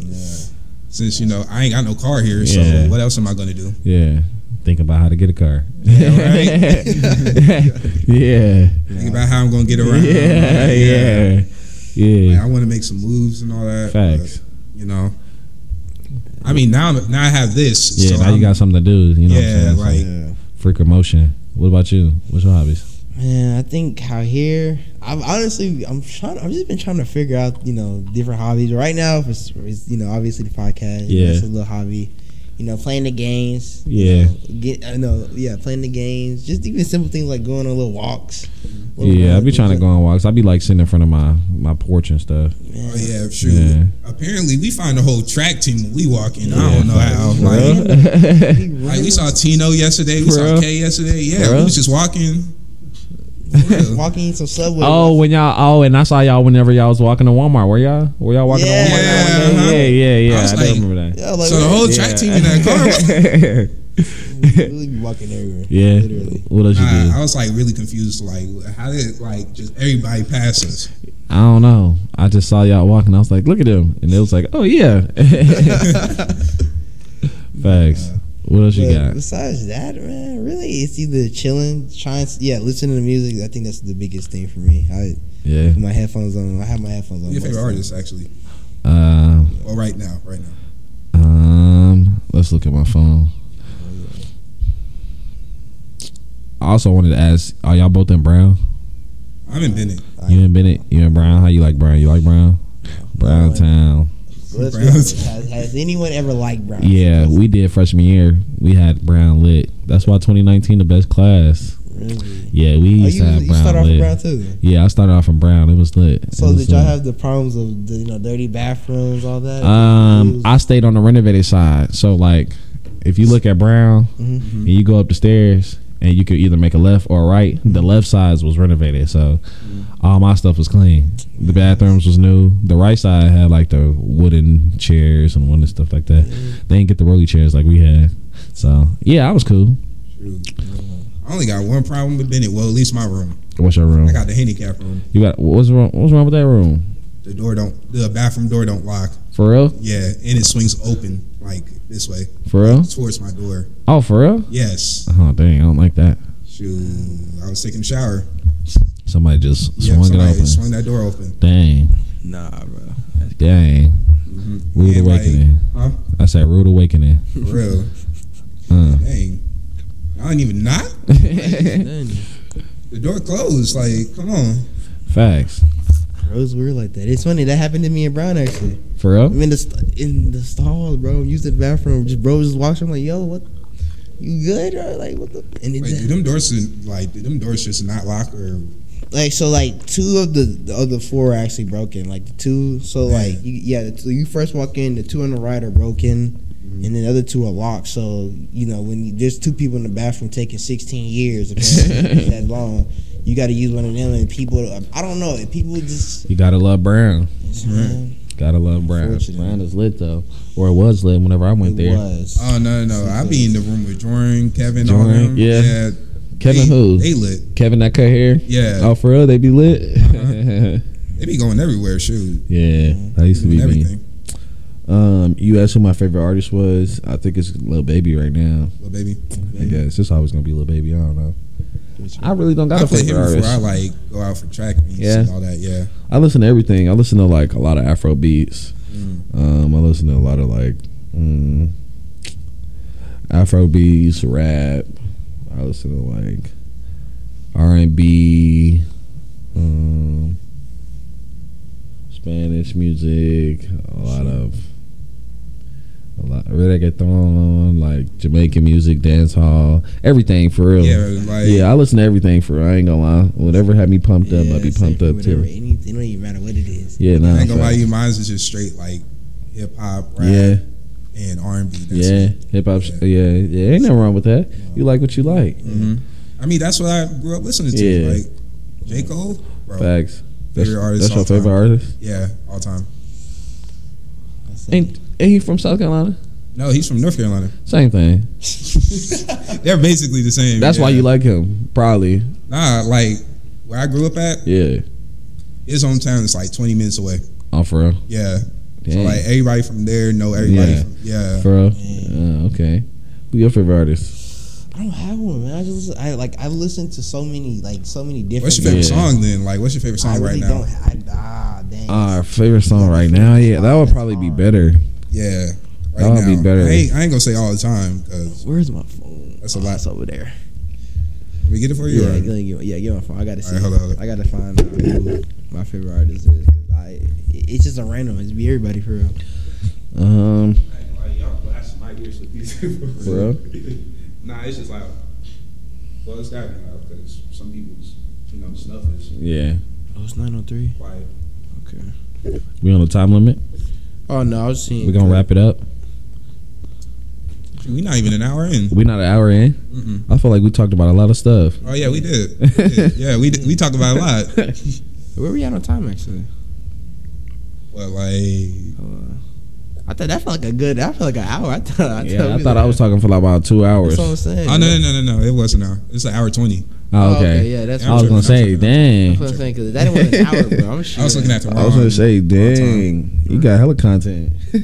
[SPEAKER 1] since you know I ain't got no car here,
[SPEAKER 3] Yeah.
[SPEAKER 1] so what else am I gonna do?
[SPEAKER 3] yeah. Think about how to get a car.
[SPEAKER 1] Yeah, right.
[SPEAKER 3] yeah,
[SPEAKER 1] Think about how I'm gonna get around.
[SPEAKER 3] yeah,
[SPEAKER 1] Like,
[SPEAKER 3] yeah,
[SPEAKER 1] Like,
[SPEAKER 3] yeah.
[SPEAKER 1] I want to make some moves and all that. but,
[SPEAKER 3] Facts.
[SPEAKER 1] you know, I mean now now I have this.
[SPEAKER 3] Yeah,
[SPEAKER 1] so
[SPEAKER 3] now you
[SPEAKER 1] I'm-
[SPEAKER 3] got something to do. You know
[SPEAKER 1] Yeah,
[SPEAKER 3] what I'm
[SPEAKER 1] like-
[SPEAKER 3] saying?
[SPEAKER 2] Yeah.
[SPEAKER 3] Freak emotion. What about you? What's your hobbies?
[SPEAKER 2] Man, I think out here, I've honestly, I'm trying. I've just been trying to figure out, you know, different hobbies. Right now, it's, it's you know, obviously the podcast. you know,
[SPEAKER 3] Yeah.
[SPEAKER 2] it's a little hobby. You know, playing the games.
[SPEAKER 3] Yeah.
[SPEAKER 2] you know, get I know, yeah, playing the games. Just even simple things like going on little walks. little
[SPEAKER 3] yeah, I
[SPEAKER 2] runs,
[SPEAKER 3] be trying to
[SPEAKER 2] things
[SPEAKER 3] go on walks. I be like sitting in front of my my porch and stuff.
[SPEAKER 1] Oh
[SPEAKER 2] like-
[SPEAKER 1] yeah, sure.
[SPEAKER 3] Yeah.
[SPEAKER 1] Apparently, we find a whole track team when we walk in. I
[SPEAKER 3] Yeah.
[SPEAKER 1] don't know how. Like,
[SPEAKER 3] Bro.
[SPEAKER 2] Man,
[SPEAKER 1] like, we saw Tino yesterday. We saw
[SPEAKER 3] Bruh.
[SPEAKER 1] K yesterday. Yeah, we
[SPEAKER 3] Bruh.
[SPEAKER 1] was just walking. For real.
[SPEAKER 2] walking some subway.
[SPEAKER 3] Oh, when y'all oh, and I saw y'all whenever y'all was walking to Walmart. Were y'all were y'all walking
[SPEAKER 2] Yeah.
[SPEAKER 3] to Walmart? that
[SPEAKER 1] Yeah,
[SPEAKER 3] one
[SPEAKER 1] uh-huh.
[SPEAKER 3] day? Yeah, yeah, yeah.
[SPEAKER 1] I
[SPEAKER 3] I,
[SPEAKER 1] was
[SPEAKER 3] do
[SPEAKER 1] like-
[SPEAKER 3] remember that.
[SPEAKER 2] yeah, like,
[SPEAKER 1] so the whole track team in that car. was-
[SPEAKER 2] we
[SPEAKER 3] car.
[SPEAKER 2] really be walking everywhere.
[SPEAKER 3] yeah.
[SPEAKER 2] literally.
[SPEAKER 3] What else you
[SPEAKER 1] Nah, I
[SPEAKER 3] do?
[SPEAKER 1] was like really confused. Like, how did like just everybody pass us?
[SPEAKER 3] I don't know. I just saw y'all walking. I was like, look at them, and it was like, oh yeah. Facts. What else you
[SPEAKER 2] But
[SPEAKER 3] got?
[SPEAKER 2] Besides that, man, really, it's either chilling, trying, yeah, listening to music. I think that's the biggest thing for me. I
[SPEAKER 3] Yeah.
[SPEAKER 2] put my headphones on. I have my headphones on.
[SPEAKER 1] Your
[SPEAKER 2] most
[SPEAKER 1] favorite
[SPEAKER 2] of the
[SPEAKER 1] artist, actually.
[SPEAKER 3] Um.
[SPEAKER 1] Well, right now, right now.
[SPEAKER 3] Um, let's look at my phone. I also wanted to ask, are y'all both in Brown?
[SPEAKER 1] I'm in Bennett.
[SPEAKER 3] You in Bennett? You in Brown? How you like Brown? You like Brown? Brown Town.
[SPEAKER 2] time. Let's be
[SPEAKER 1] Browns.
[SPEAKER 2] honest, Has, has anyone ever liked Browns?
[SPEAKER 3] Yeah, we did freshman year. We had Brown lit. That's why 2019 the best class.
[SPEAKER 2] Really?
[SPEAKER 3] Yeah, we
[SPEAKER 2] Oh,
[SPEAKER 3] used
[SPEAKER 2] you,
[SPEAKER 3] to have
[SPEAKER 2] you
[SPEAKER 3] Brown
[SPEAKER 2] start off
[SPEAKER 3] lit.
[SPEAKER 2] with Brown too. Then.
[SPEAKER 3] Yeah, I started off in Brown. It was lit. It
[SPEAKER 2] So
[SPEAKER 3] was
[SPEAKER 2] did y'all
[SPEAKER 3] lit.
[SPEAKER 2] have the problems of the, you know dirty bathrooms, all that?
[SPEAKER 3] Um, I stayed on the renovated side. So like, if you look at Brown,
[SPEAKER 2] Mhm.
[SPEAKER 3] and you go up the stairs, and you could either make a left or a right.
[SPEAKER 2] Mm-hmm.
[SPEAKER 3] The left sides was renovated, so all my stuff was clean. The bathrooms was new. The right side had like the wooden chairs and wooden stuff like that.
[SPEAKER 2] Mm-hmm.
[SPEAKER 3] They didn't get the rolly chairs like we had. So yeah, I was cool.
[SPEAKER 1] True. I only got one problem with Bennett. Well, at least my room.
[SPEAKER 3] What's your room?
[SPEAKER 1] I got the handicap room.
[SPEAKER 3] You got what's wrong? What's wrong with that room?
[SPEAKER 1] The door don't. The bathroom door don't lock.
[SPEAKER 3] For real?
[SPEAKER 1] Yeah, and it swings open like this way
[SPEAKER 3] For real?
[SPEAKER 1] towards my door.
[SPEAKER 3] Oh, for real?
[SPEAKER 1] Yes.
[SPEAKER 3] Oh dang, I don't like that.
[SPEAKER 1] Shoot, I was taking a shower.
[SPEAKER 3] Somebody just
[SPEAKER 1] Yeah,
[SPEAKER 3] swung
[SPEAKER 1] somebody
[SPEAKER 3] it open.
[SPEAKER 1] swung that door open.
[SPEAKER 3] dang,
[SPEAKER 5] Nah, bro.
[SPEAKER 3] dang.
[SPEAKER 1] Mhm.
[SPEAKER 3] Rude
[SPEAKER 1] And, like,
[SPEAKER 3] awakening.
[SPEAKER 1] huh?
[SPEAKER 3] I said rude awakening.
[SPEAKER 1] For real.
[SPEAKER 3] Uh.
[SPEAKER 1] Dang. I didn't even knock. The door closed. Like, come on.
[SPEAKER 3] Facts.
[SPEAKER 2] Rose weird like that. It's funny that happened to me and Brown actually.
[SPEAKER 3] For real?
[SPEAKER 2] I'm in the st- in the stall, bro. Using the bathroom, just bro just walks. I'm like, yo, what? You good? Or like, what the? And
[SPEAKER 1] Wait,
[SPEAKER 2] it
[SPEAKER 1] do
[SPEAKER 2] just,
[SPEAKER 1] them doors like do them doors just not lock or
[SPEAKER 2] like so like two of the of the four are actually broken. Like the two, so like you, yeah, the two, you first walk in, the two on the right are broken,
[SPEAKER 1] Mm-hmm.
[SPEAKER 2] and then the other two are locked. So you know when you, there's two people in the bathroom taking 16 years, apparently, that long. You got to use one of them, and people. I don't know. If people just
[SPEAKER 3] You gotta love Brown.
[SPEAKER 2] man,
[SPEAKER 3] Gotta love Brown.
[SPEAKER 2] Unfortunately.
[SPEAKER 3] Brown is lit though, or it was lit whenever I went
[SPEAKER 2] it
[SPEAKER 3] there.
[SPEAKER 2] was.
[SPEAKER 1] Oh no, no, I be in the room with Jordan, Kevin, all
[SPEAKER 3] Jordan,
[SPEAKER 1] them.
[SPEAKER 3] yeah. Kevin
[SPEAKER 1] they,
[SPEAKER 3] who?
[SPEAKER 1] They lit.
[SPEAKER 3] Kevin that cut hair.
[SPEAKER 1] Yeah, Uh-huh.
[SPEAKER 3] Oh, for real, they be lit.
[SPEAKER 1] they be going everywhere. Shoot,
[SPEAKER 3] yeah, that used to be me.
[SPEAKER 1] everything.
[SPEAKER 3] Um, you asked who my favorite artist was. I think it's Lil Baby right now.
[SPEAKER 1] Little baby,
[SPEAKER 3] I guess it's always gonna be Lil Baby. I don't know. Mm-hmm. I really don't got
[SPEAKER 1] I
[SPEAKER 3] a
[SPEAKER 1] played
[SPEAKER 3] favorite
[SPEAKER 1] him before.
[SPEAKER 3] artist.
[SPEAKER 1] I like go out for track meets
[SPEAKER 3] Yeah.
[SPEAKER 1] and all that. Yeah,
[SPEAKER 3] I listen to everything. I listen to like a lot of Afro beats.
[SPEAKER 2] Mm.
[SPEAKER 3] Um, I listen to a lot of like mm, Afro beats, rap. I listen to like R and B, um, Spanish music. A lot of a lot reggaeton, like Jamaican music, dance hall, everything for real.
[SPEAKER 1] yeah,
[SPEAKER 3] Yeah,
[SPEAKER 1] like
[SPEAKER 3] I listen to everything for. Real. I ain't gonna lie. Whatever had me pumped up,
[SPEAKER 2] Yeah,
[SPEAKER 3] i be
[SPEAKER 2] it's
[SPEAKER 3] pumped
[SPEAKER 2] like
[SPEAKER 3] up
[SPEAKER 2] whatever,
[SPEAKER 3] too.
[SPEAKER 2] Anything, it don't even matter what it is.
[SPEAKER 3] Yeah, nah,
[SPEAKER 1] I ain't gonna lie,
[SPEAKER 3] facts.
[SPEAKER 1] to you mine's is just straight like hip hop, rap,
[SPEAKER 3] Yeah,
[SPEAKER 1] and R and B.
[SPEAKER 3] yeah, hip hop. Yeah, yeah, ain't nothing wrong with that. You like what you like.
[SPEAKER 1] hmm I mean, that's what I grew up listening to.
[SPEAKER 3] Yeah.
[SPEAKER 1] Like J Cole, bro.
[SPEAKER 3] Facts. That's,
[SPEAKER 1] Favorite artist
[SPEAKER 3] that's your
[SPEAKER 1] all time.
[SPEAKER 3] favorite artist.
[SPEAKER 1] Yeah, all time.
[SPEAKER 3] Ain't, ain't he from South Carolina?
[SPEAKER 1] No, he's from North Carolina.
[SPEAKER 3] Same thing.
[SPEAKER 1] They're basically the same.
[SPEAKER 3] That's
[SPEAKER 1] yeah.
[SPEAKER 3] why you like him, probably.
[SPEAKER 1] Nah, like where I grew up at,
[SPEAKER 3] Yeah.
[SPEAKER 1] his hometown is like 20 minutes away.
[SPEAKER 3] Oh, for real.
[SPEAKER 1] Yeah. So
[SPEAKER 3] Dang.
[SPEAKER 1] like everybody from there know everybody.
[SPEAKER 3] Yeah.
[SPEAKER 1] From, yeah.
[SPEAKER 3] for real. Uh, okay. Who your favorite artist?
[SPEAKER 2] I don't have one, man. I just listen, I like I've listened to so many like so many different.
[SPEAKER 1] What's your favorite
[SPEAKER 3] Yeah.
[SPEAKER 1] song then? Like, what's your favorite song
[SPEAKER 2] I
[SPEAKER 1] right
[SPEAKER 2] really
[SPEAKER 1] now?
[SPEAKER 2] don't. I, ah, dang.
[SPEAKER 3] Our favorite song right now? Yeah, that would probably be better.
[SPEAKER 1] Yeah. Right
[SPEAKER 3] That would be
[SPEAKER 1] now.
[SPEAKER 3] better.
[SPEAKER 1] I ain't, I ain't gonna say all the time because
[SPEAKER 2] Where's my phone?
[SPEAKER 1] That's a lot.
[SPEAKER 2] It's over there.
[SPEAKER 1] we get it for you.
[SPEAKER 2] Yeah,
[SPEAKER 1] or-
[SPEAKER 2] yeah, give, yeah, give my phone. I gotta see.
[SPEAKER 1] Alright, hold on, hold on.
[SPEAKER 2] I gotta find out who my favorite artist is because I it's just a random. It's be everybody for real.
[SPEAKER 3] Um, For
[SPEAKER 1] nah, it's just loud. Well, it's gotta be loud because some people's, you know, stuff is
[SPEAKER 3] yeah.
[SPEAKER 2] Oh, it's nine oh three.
[SPEAKER 1] quiet.
[SPEAKER 2] Okay.
[SPEAKER 3] We on the time limit.
[SPEAKER 2] Oh no, I was seeing.
[SPEAKER 3] We gonna wrap it up.
[SPEAKER 1] We not even an hour in.
[SPEAKER 3] We not an hour in.
[SPEAKER 1] Mm-mm.
[SPEAKER 3] I feel like we talked about a lot of stuff.
[SPEAKER 1] Oh yeah, we did. We did. yeah, we did. we talked about a lot.
[SPEAKER 2] Where we at on time actually?
[SPEAKER 1] But like,
[SPEAKER 2] Hold on. I thought that felt like a good. I felt like an hour. I thought. I
[SPEAKER 3] Yeah, I
[SPEAKER 2] we
[SPEAKER 3] thought I was talking for like about two hours.
[SPEAKER 2] That's what I'm saying.
[SPEAKER 1] oh no no no no no, it wasn't an hour. It's an hour twenty.
[SPEAKER 3] Oh, okay.
[SPEAKER 2] Yeah, that's.
[SPEAKER 1] Yeah,
[SPEAKER 3] I was
[SPEAKER 1] I'm
[SPEAKER 3] gonna say,
[SPEAKER 1] tripping, I'm
[SPEAKER 3] dang.
[SPEAKER 2] That's what I'm saying because that was an hour, bro. I'm sure.
[SPEAKER 1] I was looking at the wrong.
[SPEAKER 3] I was gonna say,
[SPEAKER 1] wrong time.
[SPEAKER 3] dang, you got hella content.
[SPEAKER 1] Oh,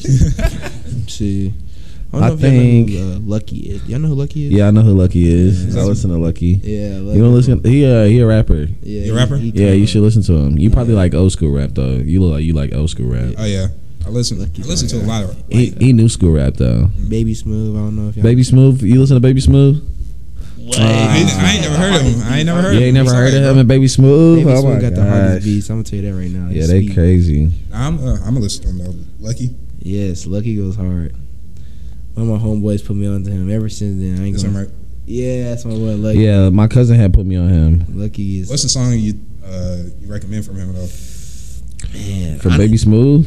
[SPEAKER 2] See, I, don't
[SPEAKER 3] I
[SPEAKER 2] know if y'all know
[SPEAKER 3] think-
[SPEAKER 2] who, uh, Lucky is. Y'all know who Lucky is?
[SPEAKER 3] Yeah, I know who Lucky is. I listen to Lucky.
[SPEAKER 2] Yeah. Lucky.
[SPEAKER 3] You don't listen? He uh, he a rapper.
[SPEAKER 2] Yeah.
[SPEAKER 1] You a rapper?
[SPEAKER 2] he- he
[SPEAKER 3] Yeah,
[SPEAKER 2] kinda-
[SPEAKER 3] you should listen to him. You probably like old school rap though. You look like you like old school rap.
[SPEAKER 1] Oh yeah, I listen.
[SPEAKER 2] Lucky
[SPEAKER 1] I listen to a lot of.
[SPEAKER 3] He, he new school rap though.
[SPEAKER 2] Baby Smooth. I don't know if y'all.
[SPEAKER 3] Baby Smooth, you listen to Baby Smooth?
[SPEAKER 1] I, ain't, I ain't never heard of him. I ain't never heard.
[SPEAKER 3] You
[SPEAKER 1] of
[SPEAKER 3] ain't
[SPEAKER 1] him.
[SPEAKER 3] never
[SPEAKER 1] Sorry,
[SPEAKER 3] heard of
[SPEAKER 1] bro.
[SPEAKER 3] him and Baby Smooth?
[SPEAKER 2] Baby
[SPEAKER 3] oh my
[SPEAKER 2] Smooth got the hardest
[SPEAKER 3] gosh.
[SPEAKER 2] beats. I'm gonna tell you that right now.
[SPEAKER 3] Yeah,
[SPEAKER 2] It's
[SPEAKER 3] they
[SPEAKER 2] sweet.
[SPEAKER 3] crazy.
[SPEAKER 1] I'm uh, I'm gonna listen to him though. Lucky.
[SPEAKER 2] Yes, Lucky goes hard. One of my homeboys put me onto him. Ever since then, I ain't
[SPEAKER 1] That's
[SPEAKER 2] gonna.
[SPEAKER 1] him, right.
[SPEAKER 2] Yeah, that's my boy Lucky.
[SPEAKER 3] Yeah, my cousin had put me on him
[SPEAKER 2] Lucky is
[SPEAKER 1] What's the song you uh you recommend from him though?
[SPEAKER 2] man.
[SPEAKER 3] for
[SPEAKER 2] I-
[SPEAKER 3] Baby Smooth.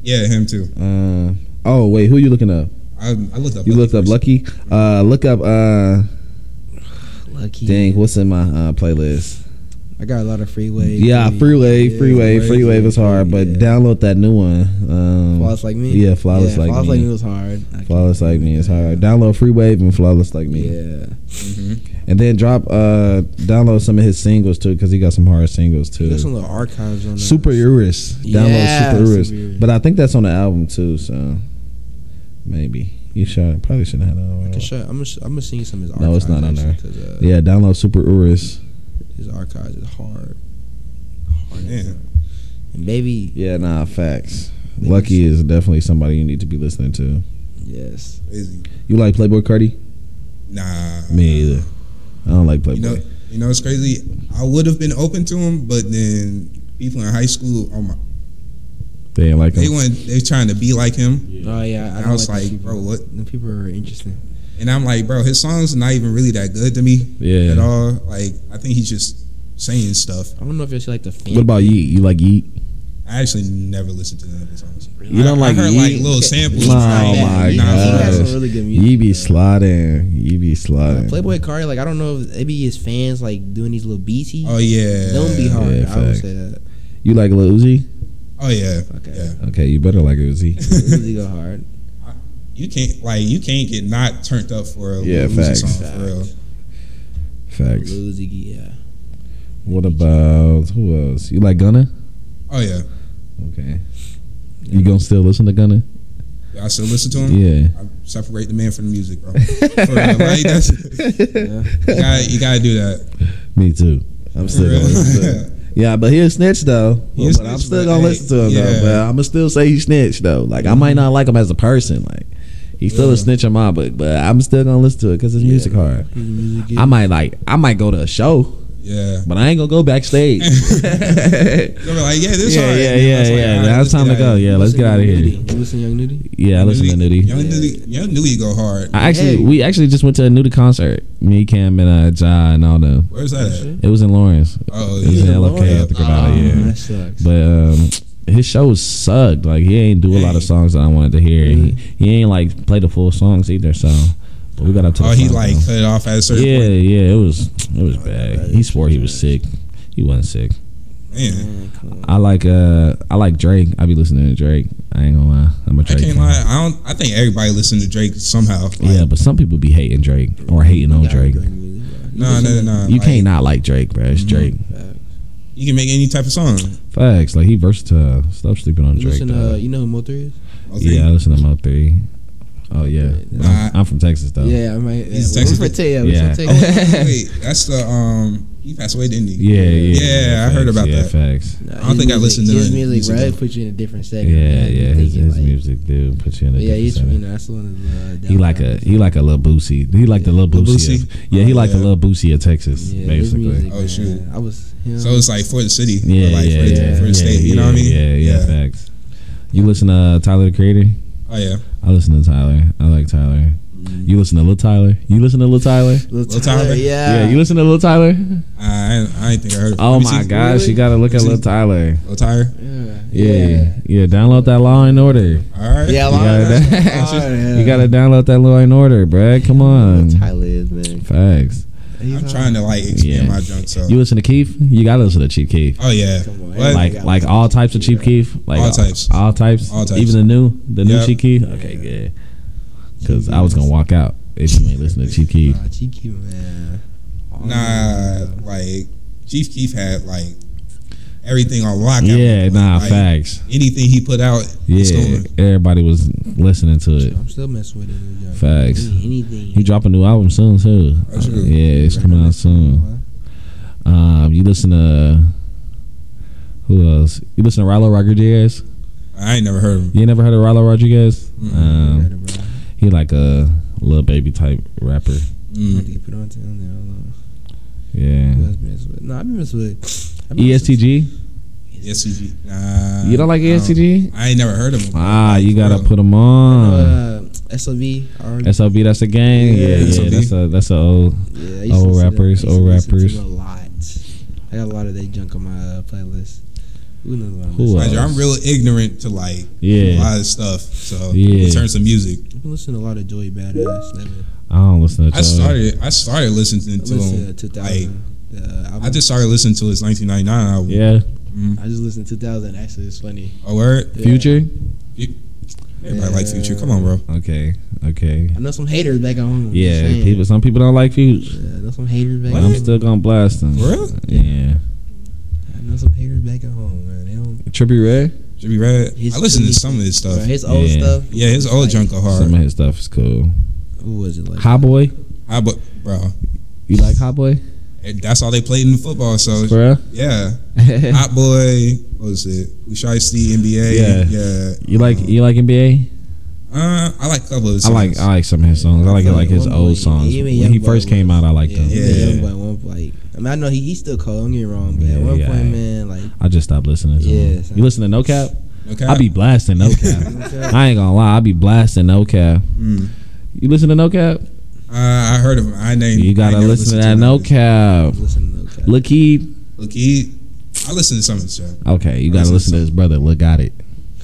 [SPEAKER 1] Yeah, him too.
[SPEAKER 3] Uh, oh wait, who you looking up?
[SPEAKER 1] I, I looked up.
[SPEAKER 3] You looked up
[SPEAKER 1] first.
[SPEAKER 3] Lucky. Uh, look up. Uh,
[SPEAKER 2] Lucky.
[SPEAKER 3] dang, what's in my uh, playlist?
[SPEAKER 2] I got a lot of freeway.
[SPEAKER 3] Yeah, freeway,
[SPEAKER 2] Yeah,
[SPEAKER 3] freeway,
[SPEAKER 2] Freeway,
[SPEAKER 3] freeway was hard, but
[SPEAKER 2] yeah.
[SPEAKER 3] download that new one. Um,
[SPEAKER 2] Flawless like me.
[SPEAKER 3] Yeah, flawless like
[SPEAKER 2] flawless
[SPEAKER 3] me.
[SPEAKER 2] like me was hard. I can't-
[SPEAKER 3] flawless like me is hard. Download free wave and flawless like me,
[SPEAKER 2] Yeah.
[SPEAKER 1] Mm-hmm.
[SPEAKER 3] and then drop uh download some of his singles too, because he got some hard singles
[SPEAKER 2] There's some
[SPEAKER 3] too.
[SPEAKER 2] little archives on there.
[SPEAKER 3] Super Urus, download
[SPEAKER 2] Yeah,
[SPEAKER 3] Super Urus,
[SPEAKER 2] Super Urus.
[SPEAKER 3] but I think that's on the album too, so maybe you should probably should have had
[SPEAKER 2] I
[SPEAKER 3] that.
[SPEAKER 2] can
[SPEAKER 3] on-
[SPEAKER 2] show, I'm gonna sh- I'm gonna send you some of his archives.
[SPEAKER 3] No, it's not on there.
[SPEAKER 2] actually, 'cause, uh,
[SPEAKER 3] Yeah, download Super Urus.
[SPEAKER 2] his archives is hard. Hard.
[SPEAKER 1] Yeah.
[SPEAKER 2] And baby,
[SPEAKER 3] Yeah, nah, facts. Lucky is definitely somebody you need to be listening to.
[SPEAKER 2] yes.
[SPEAKER 1] Crazy.
[SPEAKER 3] You like Playboy Cardi?
[SPEAKER 1] Nah.
[SPEAKER 3] Me either. I don't like Playboy.
[SPEAKER 1] You know, you know, it's crazy. I would have been open to him, but then people in high school, oh my,
[SPEAKER 3] They ain't like
[SPEAKER 1] they
[SPEAKER 3] him.
[SPEAKER 1] went, they trying to be like him,
[SPEAKER 2] Oh yeah, I,
[SPEAKER 1] and
[SPEAKER 2] don't
[SPEAKER 1] I was
[SPEAKER 2] those
[SPEAKER 1] like,
[SPEAKER 2] people.
[SPEAKER 1] bro, what?
[SPEAKER 2] The people are interesting.
[SPEAKER 1] And I'm like, bro, his songs not even really that good to me
[SPEAKER 3] Yeah.
[SPEAKER 1] at all. Like, I think he's just saying stuff.
[SPEAKER 6] I don't know if it's like the fan.
[SPEAKER 3] What about Yeet? You like Yeet?
[SPEAKER 1] I actually never listened to none of his songs.
[SPEAKER 3] You don't
[SPEAKER 1] I,
[SPEAKER 3] like
[SPEAKER 1] I heard like
[SPEAKER 3] Yeet?
[SPEAKER 1] little samples.
[SPEAKER 3] Oh
[SPEAKER 1] but I ain't-
[SPEAKER 3] my
[SPEAKER 1] nah,
[SPEAKER 2] He
[SPEAKER 1] I
[SPEAKER 2] has
[SPEAKER 1] don't
[SPEAKER 3] gosh.
[SPEAKER 1] know.
[SPEAKER 2] some really good music.
[SPEAKER 3] Yeet be slotting. Yeet be slotting.
[SPEAKER 2] Playboy Cardi, like I don't know if maybe his fans like doing these little beats. he-
[SPEAKER 1] Oh yeah.
[SPEAKER 2] Them be hard.
[SPEAKER 3] Yeah,
[SPEAKER 2] I would
[SPEAKER 3] fact.
[SPEAKER 2] say that.
[SPEAKER 3] You like Lil Uzi?
[SPEAKER 1] Oh yeah.
[SPEAKER 2] Okay.
[SPEAKER 1] Yeah.
[SPEAKER 3] Okay, you better like Uzi.
[SPEAKER 2] Uzi go hard.
[SPEAKER 1] You can't like you can't get not turned up for a
[SPEAKER 3] Yeah,
[SPEAKER 1] Lil Uzi
[SPEAKER 3] facts.
[SPEAKER 1] song for real.
[SPEAKER 3] Facts.
[SPEAKER 2] Lil Uzi, yeah.
[SPEAKER 3] What about who else? You like Gunna?
[SPEAKER 1] Oh yeah.
[SPEAKER 3] Okay. You gonna still listen to Gunna?
[SPEAKER 1] I still listen to him.
[SPEAKER 3] Yeah.
[SPEAKER 1] I separate the man from the music, bro. Mm-hmm. For real. Like, that's, you, gotta, you gotta do that.
[SPEAKER 3] Me too. I'm
[SPEAKER 1] For
[SPEAKER 3] still gonna listen to him.
[SPEAKER 1] real.
[SPEAKER 3] Yeah, but he a snitch though.
[SPEAKER 1] He a
[SPEAKER 3] but I'm
[SPEAKER 1] snitch,
[SPEAKER 3] still
[SPEAKER 1] but
[SPEAKER 3] gonna
[SPEAKER 1] hey,
[SPEAKER 3] listen to him
[SPEAKER 1] yeah.
[SPEAKER 3] though. But I'ma still say he snitched though. Like I might not like him as a person. Like he's still a
[SPEAKER 1] Yeah.
[SPEAKER 3] snitch in my book, but I'm still gonna listen to it because his music hard. I might like I might go to a show,
[SPEAKER 1] yeah.
[SPEAKER 3] but I ain't gonna go backstage. yeah,
[SPEAKER 1] They'll be like, yeah, this
[SPEAKER 3] yeah,
[SPEAKER 1] hard.
[SPEAKER 3] yeah,
[SPEAKER 1] And I
[SPEAKER 3] yeah.
[SPEAKER 1] was like, all right,
[SPEAKER 3] Now
[SPEAKER 1] let's
[SPEAKER 3] it's time
[SPEAKER 1] get
[SPEAKER 3] to
[SPEAKER 1] out
[SPEAKER 3] go.
[SPEAKER 1] of here.
[SPEAKER 3] Yeah, let's get out of here.
[SPEAKER 2] You listen to Young Nudie?
[SPEAKER 3] Yeah, I listen to Nudie.
[SPEAKER 1] Young Nudie, Young Nudie go hard.
[SPEAKER 3] I actually
[SPEAKER 2] Hey.
[SPEAKER 3] we actually just went to a Nudie concert. Me, Cam, and uh, Ja and all them.
[SPEAKER 1] Where's that at?
[SPEAKER 3] It was in Lawrence.
[SPEAKER 1] Oh,
[SPEAKER 3] It was in
[SPEAKER 1] yeah.
[SPEAKER 3] LFK. I think about it. Yeah.
[SPEAKER 2] Oh, That sucks.
[SPEAKER 3] But um, his show sucked. Like he ain't do a lot of songs that I wanted to hear. He, he ain't like play the full songs either. So, but we got up to. The
[SPEAKER 1] Oh, he
[SPEAKER 3] song,
[SPEAKER 1] like
[SPEAKER 3] though.
[SPEAKER 1] cut it off at a certain
[SPEAKER 3] Yeah,
[SPEAKER 1] point.
[SPEAKER 3] yeah. It was it was bad. He swore he was sick. He wasn't sick.
[SPEAKER 1] Man,
[SPEAKER 3] I like uh I like Drake. I be listening to Drake. I ain't gonna lie. I'm a
[SPEAKER 1] I
[SPEAKER 3] Drake.
[SPEAKER 1] can't
[SPEAKER 3] fan.
[SPEAKER 1] lie. I don't. I think everybody listened to Drake somehow. Like,
[SPEAKER 3] Yeah, but some people be hating Drake or hating on Drake.
[SPEAKER 1] No, no, no.
[SPEAKER 3] You
[SPEAKER 1] like, Mm-hmm.
[SPEAKER 3] can't not like Drake, bro. It's Drake.
[SPEAKER 1] You can make any type of song.
[SPEAKER 3] Facts. Like he versatile. Stop sleeping on
[SPEAKER 2] You
[SPEAKER 3] Drake.
[SPEAKER 2] listen
[SPEAKER 3] dog.
[SPEAKER 2] to, you know who Motor is?
[SPEAKER 1] I think-
[SPEAKER 3] yeah, I listen to Mo three. Oh yeah, But I'm,
[SPEAKER 1] Nah.
[SPEAKER 3] I'm from Texas though.
[SPEAKER 2] Yeah, I might.
[SPEAKER 1] He's
[SPEAKER 2] yeah,
[SPEAKER 1] Texas.
[SPEAKER 2] We're from Teo.
[SPEAKER 3] Yeah.
[SPEAKER 2] Yeah.
[SPEAKER 1] Oh, wait, that's the um. He passed away, didn't he?
[SPEAKER 3] Yeah, yeah,
[SPEAKER 1] Yeah, I heard about
[SPEAKER 3] yeah,
[SPEAKER 1] that.
[SPEAKER 3] Facts.
[SPEAKER 2] I
[SPEAKER 1] don't think I listened to
[SPEAKER 2] his
[SPEAKER 1] his
[SPEAKER 2] music.
[SPEAKER 1] music,
[SPEAKER 2] Right,
[SPEAKER 1] though.
[SPEAKER 2] put you in a different
[SPEAKER 3] Yeah,
[SPEAKER 2] setting.
[SPEAKER 3] yeah. His,
[SPEAKER 2] thinking,
[SPEAKER 3] his
[SPEAKER 2] like-
[SPEAKER 3] music do put you in a
[SPEAKER 2] But yeah,
[SPEAKER 3] different
[SPEAKER 2] he's you
[SPEAKER 3] setting.
[SPEAKER 2] know that's the one. Of, uh,
[SPEAKER 3] He like a he like a little boosie. He like the little
[SPEAKER 1] Lil
[SPEAKER 3] boosie. of-
[SPEAKER 1] Boosie?
[SPEAKER 3] yeah, he
[SPEAKER 1] Oh,
[SPEAKER 3] like the
[SPEAKER 1] yeah.
[SPEAKER 3] little boosie of Texas,
[SPEAKER 2] yeah, his
[SPEAKER 3] basically.
[SPEAKER 2] music,
[SPEAKER 1] Oh,
[SPEAKER 2] man.
[SPEAKER 1] shoot.
[SPEAKER 2] I was. Him.
[SPEAKER 1] So it's like for the city, but,
[SPEAKER 3] Yeah,
[SPEAKER 1] like
[SPEAKER 3] yeah,
[SPEAKER 1] for, the,
[SPEAKER 3] yeah,
[SPEAKER 1] for the
[SPEAKER 3] yeah,
[SPEAKER 1] state. you know what I mean?
[SPEAKER 3] Yeah, yeah,
[SPEAKER 1] yeah.
[SPEAKER 3] Facts. You listen to uh, Tyler the Creator?
[SPEAKER 1] Oh yeah.
[SPEAKER 3] I listen to Tyler. I like Tyler. You listen to Lil Tyler? You listen to Lil Tyler?
[SPEAKER 1] Lil
[SPEAKER 2] Lil
[SPEAKER 1] Tyler?
[SPEAKER 2] Tyler.
[SPEAKER 3] Yeah,
[SPEAKER 2] Yeah.
[SPEAKER 3] you listen to Lil Tyler?
[SPEAKER 1] I I, I ain't think I heard. of it.
[SPEAKER 3] Oh
[SPEAKER 1] Let me
[SPEAKER 3] my
[SPEAKER 1] see.
[SPEAKER 3] gosh, you gotta look at Lil Tyler.
[SPEAKER 1] Lil Tyler.
[SPEAKER 2] yeah.
[SPEAKER 3] Yeah, yeah. download that Law and Order.
[SPEAKER 1] All right.
[SPEAKER 2] Yeah,
[SPEAKER 3] You gotta,
[SPEAKER 2] Lil
[SPEAKER 3] you gotta download that Law and Order, bruh. Come on.
[SPEAKER 2] Tyler is man.
[SPEAKER 3] Facts.
[SPEAKER 2] He's
[SPEAKER 1] I'm
[SPEAKER 2] hard.
[SPEAKER 1] trying to like expand
[SPEAKER 3] Yeah.
[SPEAKER 1] my junk. So.
[SPEAKER 3] You listen to Keith? You gotta listen to Chief Keith.
[SPEAKER 1] oh yeah.
[SPEAKER 2] on,
[SPEAKER 1] What?
[SPEAKER 3] like like all types of Chief Keith. Like
[SPEAKER 1] All types.
[SPEAKER 3] All types.
[SPEAKER 1] All types.
[SPEAKER 3] Even the new the new
[SPEAKER 1] Yeah.
[SPEAKER 3] Chief Keith. Okay, good. Because I was gonna walk out if you ain't listen to Chief Keith.
[SPEAKER 2] Nah, cheeky man.
[SPEAKER 1] Nah, like Chief Keef had like everything on lock. at
[SPEAKER 3] Yeah,
[SPEAKER 1] one point.
[SPEAKER 3] nah,
[SPEAKER 1] Like,
[SPEAKER 3] facts.
[SPEAKER 1] Anything he put out, it's
[SPEAKER 3] Yeah,
[SPEAKER 1] going.
[SPEAKER 3] everybody was listening to it.
[SPEAKER 2] I'm still messing with him. yo.
[SPEAKER 3] Facts.
[SPEAKER 2] Anything.
[SPEAKER 3] He drop a new album soon too.
[SPEAKER 1] Oh, sure.
[SPEAKER 3] yeah, it's coming out soon. Um, you listen to who else? You listen to Rilo Rodriguez?
[SPEAKER 1] I ain't never heard of him.
[SPEAKER 3] You ain't never heard of Rilo Rodriguez?
[SPEAKER 1] Mm,
[SPEAKER 3] Um, he like a little baby type rapper.
[SPEAKER 2] I
[SPEAKER 1] Mm.
[SPEAKER 2] think he put on to him. I don't know.
[SPEAKER 3] Yeah. E
[SPEAKER 2] Who else been messing with? Nah, I've been messing with. I've been messing
[SPEAKER 3] ESTG?
[SPEAKER 1] ESTG. Nah.
[SPEAKER 3] You don't like
[SPEAKER 1] I
[SPEAKER 3] ESTG?
[SPEAKER 1] I ain't never heard of him.
[SPEAKER 3] Ah,
[SPEAKER 1] Like,
[SPEAKER 3] you
[SPEAKER 1] for
[SPEAKER 3] gotta
[SPEAKER 1] real.
[SPEAKER 3] put them on.
[SPEAKER 2] Uh, SLV. R-
[SPEAKER 3] SLB, that's a gang. Yeah,
[SPEAKER 2] Yeah,
[SPEAKER 3] yeah,
[SPEAKER 1] SLB.
[SPEAKER 3] that's a that's a old.
[SPEAKER 2] yeah, I used to
[SPEAKER 3] old
[SPEAKER 2] listen to-
[SPEAKER 3] rappers,
[SPEAKER 2] I used to
[SPEAKER 3] old
[SPEAKER 2] listen to
[SPEAKER 3] rappers.
[SPEAKER 2] them A lot. I got a lot of that junk on my uh, playlist. Who knows what I'm
[SPEAKER 3] Who
[SPEAKER 2] listening
[SPEAKER 1] Mind you,
[SPEAKER 3] else?
[SPEAKER 1] I'm real ignorant to like a
[SPEAKER 3] Yeah,
[SPEAKER 1] lot of stuff. So
[SPEAKER 3] Yeah.
[SPEAKER 1] in terms of music,
[SPEAKER 2] I've been listening to a lot of Joey Badass. Lemon.
[SPEAKER 3] I don't listen to.
[SPEAKER 1] I
[SPEAKER 3] Joey.
[SPEAKER 1] started. I started listening
[SPEAKER 2] I
[SPEAKER 1] to him.
[SPEAKER 2] listened to 2000.
[SPEAKER 1] Like
[SPEAKER 2] the album.
[SPEAKER 1] I just started listening to his 1999 album.
[SPEAKER 3] Yeah,
[SPEAKER 2] I just listened to 2000. Actually, it's funny.
[SPEAKER 1] A word.
[SPEAKER 2] Yeah.
[SPEAKER 3] Future.
[SPEAKER 1] Everybody like Future.
[SPEAKER 2] Yeah.
[SPEAKER 1] Come on, bro.
[SPEAKER 3] Okay, okay.
[SPEAKER 2] I know some haters back at home.
[SPEAKER 3] Yeah,
[SPEAKER 2] just saying.
[SPEAKER 3] people. Some people don't like Future,
[SPEAKER 2] Yeah, I know some haters back.
[SPEAKER 3] but
[SPEAKER 2] At
[SPEAKER 3] I'm
[SPEAKER 2] home.
[SPEAKER 3] still gonna blast them.
[SPEAKER 1] For real?
[SPEAKER 3] Yeah.
[SPEAKER 2] I know some haters back at home, man. They don't.
[SPEAKER 3] Trippy Red.
[SPEAKER 1] Should be red.
[SPEAKER 2] His
[SPEAKER 1] I listened to
[SPEAKER 2] Future-
[SPEAKER 1] some of his stuff.
[SPEAKER 2] Bro, his old
[SPEAKER 3] Yeah.
[SPEAKER 2] stuff.
[SPEAKER 1] yeah, his old
[SPEAKER 2] like-
[SPEAKER 1] junk are
[SPEAKER 3] Some
[SPEAKER 1] hard.
[SPEAKER 3] of his stuff is cool.
[SPEAKER 2] Who was it like?
[SPEAKER 3] Hot Boy.
[SPEAKER 1] I, but bro,
[SPEAKER 3] You like Hot Boy?
[SPEAKER 1] and that's all they played in the football. So
[SPEAKER 3] For real?
[SPEAKER 1] yeah, Hot Boy. What was it? Ushai Steve NBA. Yeah.
[SPEAKER 3] You like you like NBA?
[SPEAKER 1] Uh, I like a couple of his
[SPEAKER 3] I like
[SPEAKER 1] songs.
[SPEAKER 3] I like some of his songs. I like like his
[SPEAKER 2] Youngboy,
[SPEAKER 3] old songs.
[SPEAKER 2] even
[SPEAKER 3] When he
[SPEAKER 2] Youngboy
[SPEAKER 3] first came
[SPEAKER 2] was-
[SPEAKER 3] out, I liked
[SPEAKER 2] yeah,
[SPEAKER 3] him.
[SPEAKER 1] them.
[SPEAKER 2] yeah.
[SPEAKER 1] Yeah.
[SPEAKER 2] Young boy, one like. I mean, I know he, he's still cold. Don't get me wrong, but
[SPEAKER 3] Yeah,
[SPEAKER 2] at one
[SPEAKER 3] yeah,
[SPEAKER 2] point,
[SPEAKER 3] I-
[SPEAKER 2] man, like
[SPEAKER 3] I just stopped listening to
[SPEAKER 2] Yeah,
[SPEAKER 3] him.
[SPEAKER 2] same.
[SPEAKER 3] You listen to No Cap?
[SPEAKER 1] okay.
[SPEAKER 3] uh, I be blasting no cap. I ain't gonna lie, I be blasting no cap.
[SPEAKER 1] Mm.
[SPEAKER 3] You listen to no cap?
[SPEAKER 1] Uh, I heard of him. I named.
[SPEAKER 3] You gotta listen to that no cap.
[SPEAKER 2] listen to no cap.
[SPEAKER 3] Look, he
[SPEAKER 1] Look, he. I listen to some of his stuff.
[SPEAKER 3] Okay, you
[SPEAKER 1] Listen
[SPEAKER 3] gotta
[SPEAKER 1] to
[SPEAKER 3] listen to his brother. Look, got it.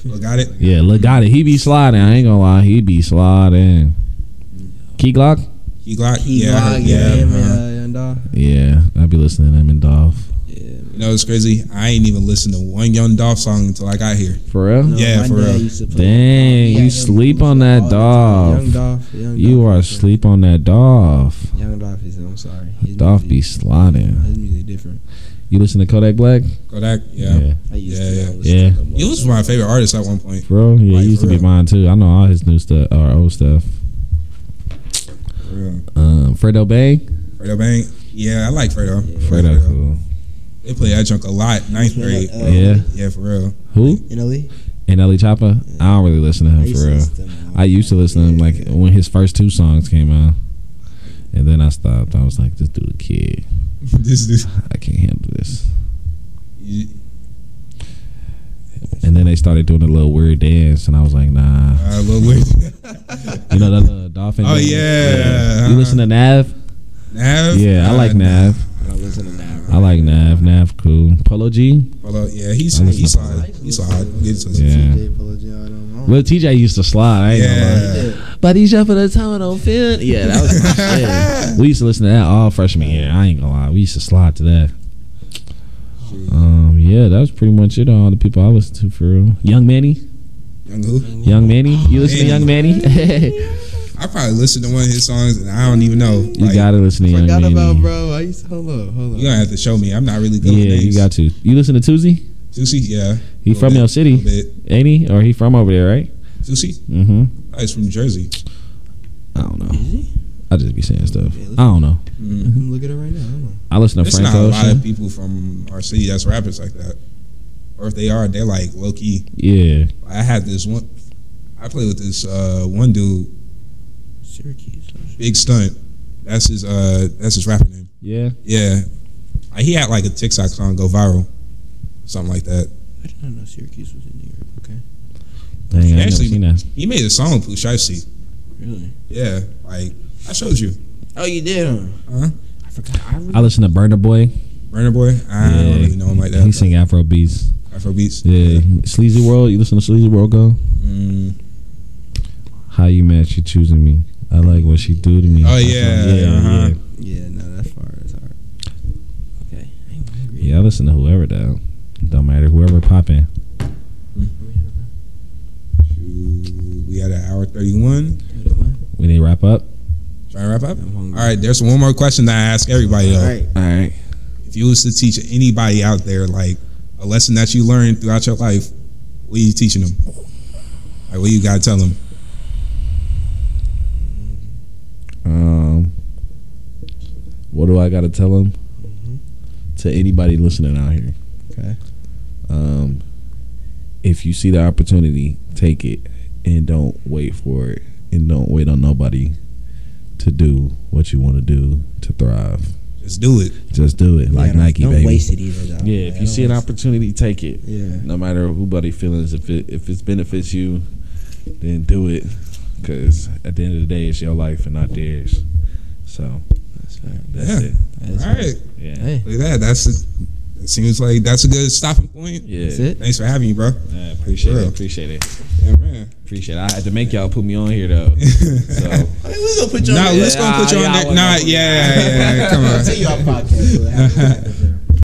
[SPEAKER 1] Look, got it.
[SPEAKER 3] Yeah, look, got it. He be sliding. I ain't gonna lie. He be sliding. Key Glock.
[SPEAKER 1] He Glock.
[SPEAKER 2] He
[SPEAKER 1] yeah, I heard-
[SPEAKER 2] vlog,
[SPEAKER 1] yeah.
[SPEAKER 2] yeah,
[SPEAKER 1] uh-huh.
[SPEAKER 2] man, and, uh,
[SPEAKER 3] Yeah, I be listening to him and Dolph.
[SPEAKER 2] yeah.
[SPEAKER 1] You know, it's crazy. I ain't even listened to one Young Dolph song until I got here.
[SPEAKER 3] For real?
[SPEAKER 2] No,
[SPEAKER 1] Yeah,
[SPEAKER 2] my
[SPEAKER 1] for
[SPEAKER 2] dad
[SPEAKER 1] real.
[SPEAKER 2] used to play-
[SPEAKER 3] Dang,
[SPEAKER 2] Yeah,
[SPEAKER 3] you
[SPEAKER 2] him
[SPEAKER 3] sleep
[SPEAKER 2] all
[SPEAKER 3] on
[SPEAKER 2] the
[SPEAKER 3] that
[SPEAKER 2] time.
[SPEAKER 3] Dolph.
[SPEAKER 2] Young Dolph. Young
[SPEAKER 3] You
[SPEAKER 2] Dolph
[SPEAKER 3] are
[SPEAKER 2] is different.
[SPEAKER 3] sleep on that Dolph.
[SPEAKER 2] Young Dolph is. I'm sorry. His
[SPEAKER 3] Dolph be
[SPEAKER 2] music-
[SPEAKER 3] sliding.
[SPEAKER 2] His music different.
[SPEAKER 3] You listen to Kodak Black?
[SPEAKER 1] Kodak. Yeah.
[SPEAKER 2] I used
[SPEAKER 1] Yeah,
[SPEAKER 2] to.
[SPEAKER 1] yeah.
[SPEAKER 2] I listen
[SPEAKER 3] Yeah.
[SPEAKER 2] to them all
[SPEAKER 1] He
[SPEAKER 2] the
[SPEAKER 1] was
[SPEAKER 2] time.
[SPEAKER 1] my favorite artist at one point.
[SPEAKER 3] Bro, yeah,
[SPEAKER 1] Like,
[SPEAKER 3] he used to
[SPEAKER 1] for
[SPEAKER 3] be
[SPEAKER 1] real.
[SPEAKER 3] mine too. I know all his new stuff or old stuff.
[SPEAKER 1] For real.
[SPEAKER 3] Um, Fredo Bang?
[SPEAKER 1] Fredo Bang. Yeah, I like Fredo.
[SPEAKER 3] Fredo, cool.
[SPEAKER 1] They play that junk a lot. Ninth
[SPEAKER 2] Yeah,
[SPEAKER 1] grade.
[SPEAKER 2] uh,
[SPEAKER 3] yeah.
[SPEAKER 1] yeah, for real.
[SPEAKER 3] Who?
[SPEAKER 2] You know Lee?
[SPEAKER 3] And Ellie Choppa? I don't really listen to
[SPEAKER 2] I
[SPEAKER 3] him
[SPEAKER 2] used
[SPEAKER 3] for
[SPEAKER 2] to
[SPEAKER 3] real.
[SPEAKER 2] listen to them all
[SPEAKER 3] I used to
[SPEAKER 2] the
[SPEAKER 3] listen to him
[SPEAKER 2] time.
[SPEAKER 3] like when his first two songs came out. And then I stopped. I was like, this dude a kid.
[SPEAKER 1] this is
[SPEAKER 3] I can't handle this.
[SPEAKER 1] you-
[SPEAKER 3] And then they started doing a little weird dance and I was like, nah.
[SPEAKER 1] uh, a little weird.
[SPEAKER 3] You know that uh, little dolphin?
[SPEAKER 1] Oh,
[SPEAKER 3] dance?
[SPEAKER 1] yeah.
[SPEAKER 3] You listen to Nav?
[SPEAKER 1] Nav.
[SPEAKER 3] Yeah, I
[SPEAKER 1] Uh,
[SPEAKER 3] like Nav.
[SPEAKER 2] I listen to that.
[SPEAKER 3] I like Nav. Nav cool. Polo G.
[SPEAKER 1] Well, uh, yeah, he's
[SPEAKER 3] I listen
[SPEAKER 1] he's
[SPEAKER 3] to
[SPEAKER 1] hot. He's hot. He's hot.
[SPEAKER 3] Yeah.
[SPEAKER 2] TJ Pellegrino, I don't know.
[SPEAKER 3] Well, TJ used to slide. I ain't gonna lie.
[SPEAKER 1] Yeah.
[SPEAKER 3] But he's up for the time on film. Yeah, that was my shit. We used to listen to that all freshman year. I ain't gonna lie. We used to slide to that. Um, yeah, that was pretty much it. All the people I listened to for real. Young Manny,
[SPEAKER 1] Young who?
[SPEAKER 3] Young Manny, you listen to
[SPEAKER 1] Manny.
[SPEAKER 3] Young Manny.
[SPEAKER 1] I probably listened to one of his songs and I don't even know.
[SPEAKER 3] you
[SPEAKER 1] Like,
[SPEAKER 3] gotta listen to Young
[SPEAKER 2] Forgot
[SPEAKER 3] Manny.
[SPEAKER 2] about bro. I used to hold up, hold up.
[SPEAKER 1] You're gonna have to show me. I'm not really good with
[SPEAKER 3] yeah,
[SPEAKER 1] names.
[SPEAKER 3] you got to. You listen to Tuzi?
[SPEAKER 1] Juicy, yeah.
[SPEAKER 3] He
[SPEAKER 1] Little
[SPEAKER 3] from
[SPEAKER 1] bit,
[SPEAKER 3] your city,
[SPEAKER 1] little bit.
[SPEAKER 3] ain't he? Or he from over there, right?
[SPEAKER 1] Juicy?
[SPEAKER 3] Mm-hmm.
[SPEAKER 1] Oh, he's from Jersey.
[SPEAKER 3] I don't know.
[SPEAKER 2] Is he?
[SPEAKER 3] I just be saying stuff. I don't know.
[SPEAKER 1] Mm.
[SPEAKER 2] I'm looking at it right now. I don't know.
[SPEAKER 3] I listen to
[SPEAKER 1] There's
[SPEAKER 3] Frank
[SPEAKER 1] not a lot of
[SPEAKER 3] Ocean.
[SPEAKER 1] people from our city that's rappers like that. Or if they are, they're like low key.
[SPEAKER 3] Yeah.
[SPEAKER 1] I had this one. I played with this uh, one dude,
[SPEAKER 2] Syracuse. Oh,
[SPEAKER 1] Big Stunt. That's his. Uh, that's his rapper name.
[SPEAKER 3] Yeah.
[SPEAKER 1] Yeah, Like, he had like a TikTok song go viral, something like that.
[SPEAKER 2] I did not know Syracuse was in New York. Okay.
[SPEAKER 3] Dang, I ain't never
[SPEAKER 1] Actually-
[SPEAKER 3] seen that.
[SPEAKER 1] He made a song with Pusha T.
[SPEAKER 2] Really?
[SPEAKER 1] Yeah, like I showed you.
[SPEAKER 2] Oh, you did? Huh?
[SPEAKER 1] Huh?
[SPEAKER 2] I forgot. I really
[SPEAKER 3] I listen to Burner Boy.
[SPEAKER 1] Burner Boy. I
[SPEAKER 3] Yeah.
[SPEAKER 1] don't really know him like that.
[SPEAKER 3] He
[SPEAKER 1] but
[SPEAKER 3] sing Afro beats.
[SPEAKER 1] Afro beats.
[SPEAKER 3] Yeah. Sleazy World. You listen to Sleazy World go?
[SPEAKER 1] Mm,
[SPEAKER 3] How you mad she choosing me? I like what she do to me.
[SPEAKER 1] Oh,
[SPEAKER 3] I
[SPEAKER 1] yeah,
[SPEAKER 3] sound- yeah,
[SPEAKER 1] uh-huh.
[SPEAKER 3] yeah.
[SPEAKER 2] Yeah, no, that's far. That's hard. Okay. I ain't hungry.
[SPEAKER 3] Yeah, I listen to whoever though. Don't matter. Whoever popping.
[SPEAKER 1] shoot. we had an hour thirty-one.
[SPEAKER 3] We need to wrap up.
[SPEAKER 1] Trying to wrap up.
[SPEAKER 2] I'm
[SPEAKER 1] All
[SPEAKER 2] hungry.
[SPEAKER 1] right, there's one more question that I ask everybody. Though.
[SPEAKER 2] All right.
[SPEAKER 3] All right.
[SPEAKER 1] If you was to teach anybody out there, like a lesson that you learned throughout your life, what are you teaching them? Like, what you gotta tell them?
[SPEAKER 3] Um, what do I gotta tell them to anybody listening out here?
[SPEAKER 2] Mm-hmm. Okay.
[SPEAKER 3] Um, if you see the opportunity, take it and don't wait for it and don't wait on nobody to do what you want to do to thrive.
[SPEAKER 1] Just do it.
[SPEAKER 3] Just do it, like
[SPEAKER 2] Yeah, don't-
[SPEAKER 3] Nike,
[SPEAKER 2] don't
[SPEAKER 3] baby.
[SPEAKER 2] waste it either, though.
[SPEAKER 3] Yeah, if you
[SPEAKER 2] don't
[SPEAKER 3] see an
[SPEAKER 2] waste
[SPEAKER 3] opportunity, take it.
[SPEAKER 2] it. Yeah.
[SPEAKER 3] No matter who buddy feelings, if it if it benefits you, then do it. Cause at the end of the day, it's your life and not theirs. So
[SPEAKER 2] That's fair.
[SPEAKER 3] that's
[SPEAKER 1] Yeah.
[SPEAKER 3] it.
[SPEAKER 2] That's
[SPEAKER 1] All
[SPEAKER 2] fair.
[SPEAKER 1] right,
[SPEAKER 3] Yeah.
[SPEAKER 2] Hey,
[SPEAKER 1] look at that. That's a, it. Seems like that's a good stopping point.
[SPEAKER 3] Yeah.
[SPEAKER 2] that's it.
[SPEAKER 1] Thanks for having me, bro.
[SPEAKER 3] Yeah, appreciate
[SPEAKER 1] Real.
[SPEAKER 3] it. Appreciate it.
[SPEAKER 1] Yeah, man.
[SPEAKER 3] Appreciate it. I had to make y'all put me on here though. So
[SPEAKER 2] we gonna put
[SPEAKER 1] Nah, let's go put you
[SPEAKER 3] yeah,
[SPEAKER 1] on
[SPEAKER 3] I
[SPEAKER 1] there.
[SPEAKER 3] would
[SPEAKER 1] Nah,
[SPEAKER 3] know.
[SPEAKER 1] yeah, yeah, yeah. Come on.
[SPEAKER 2] podcast.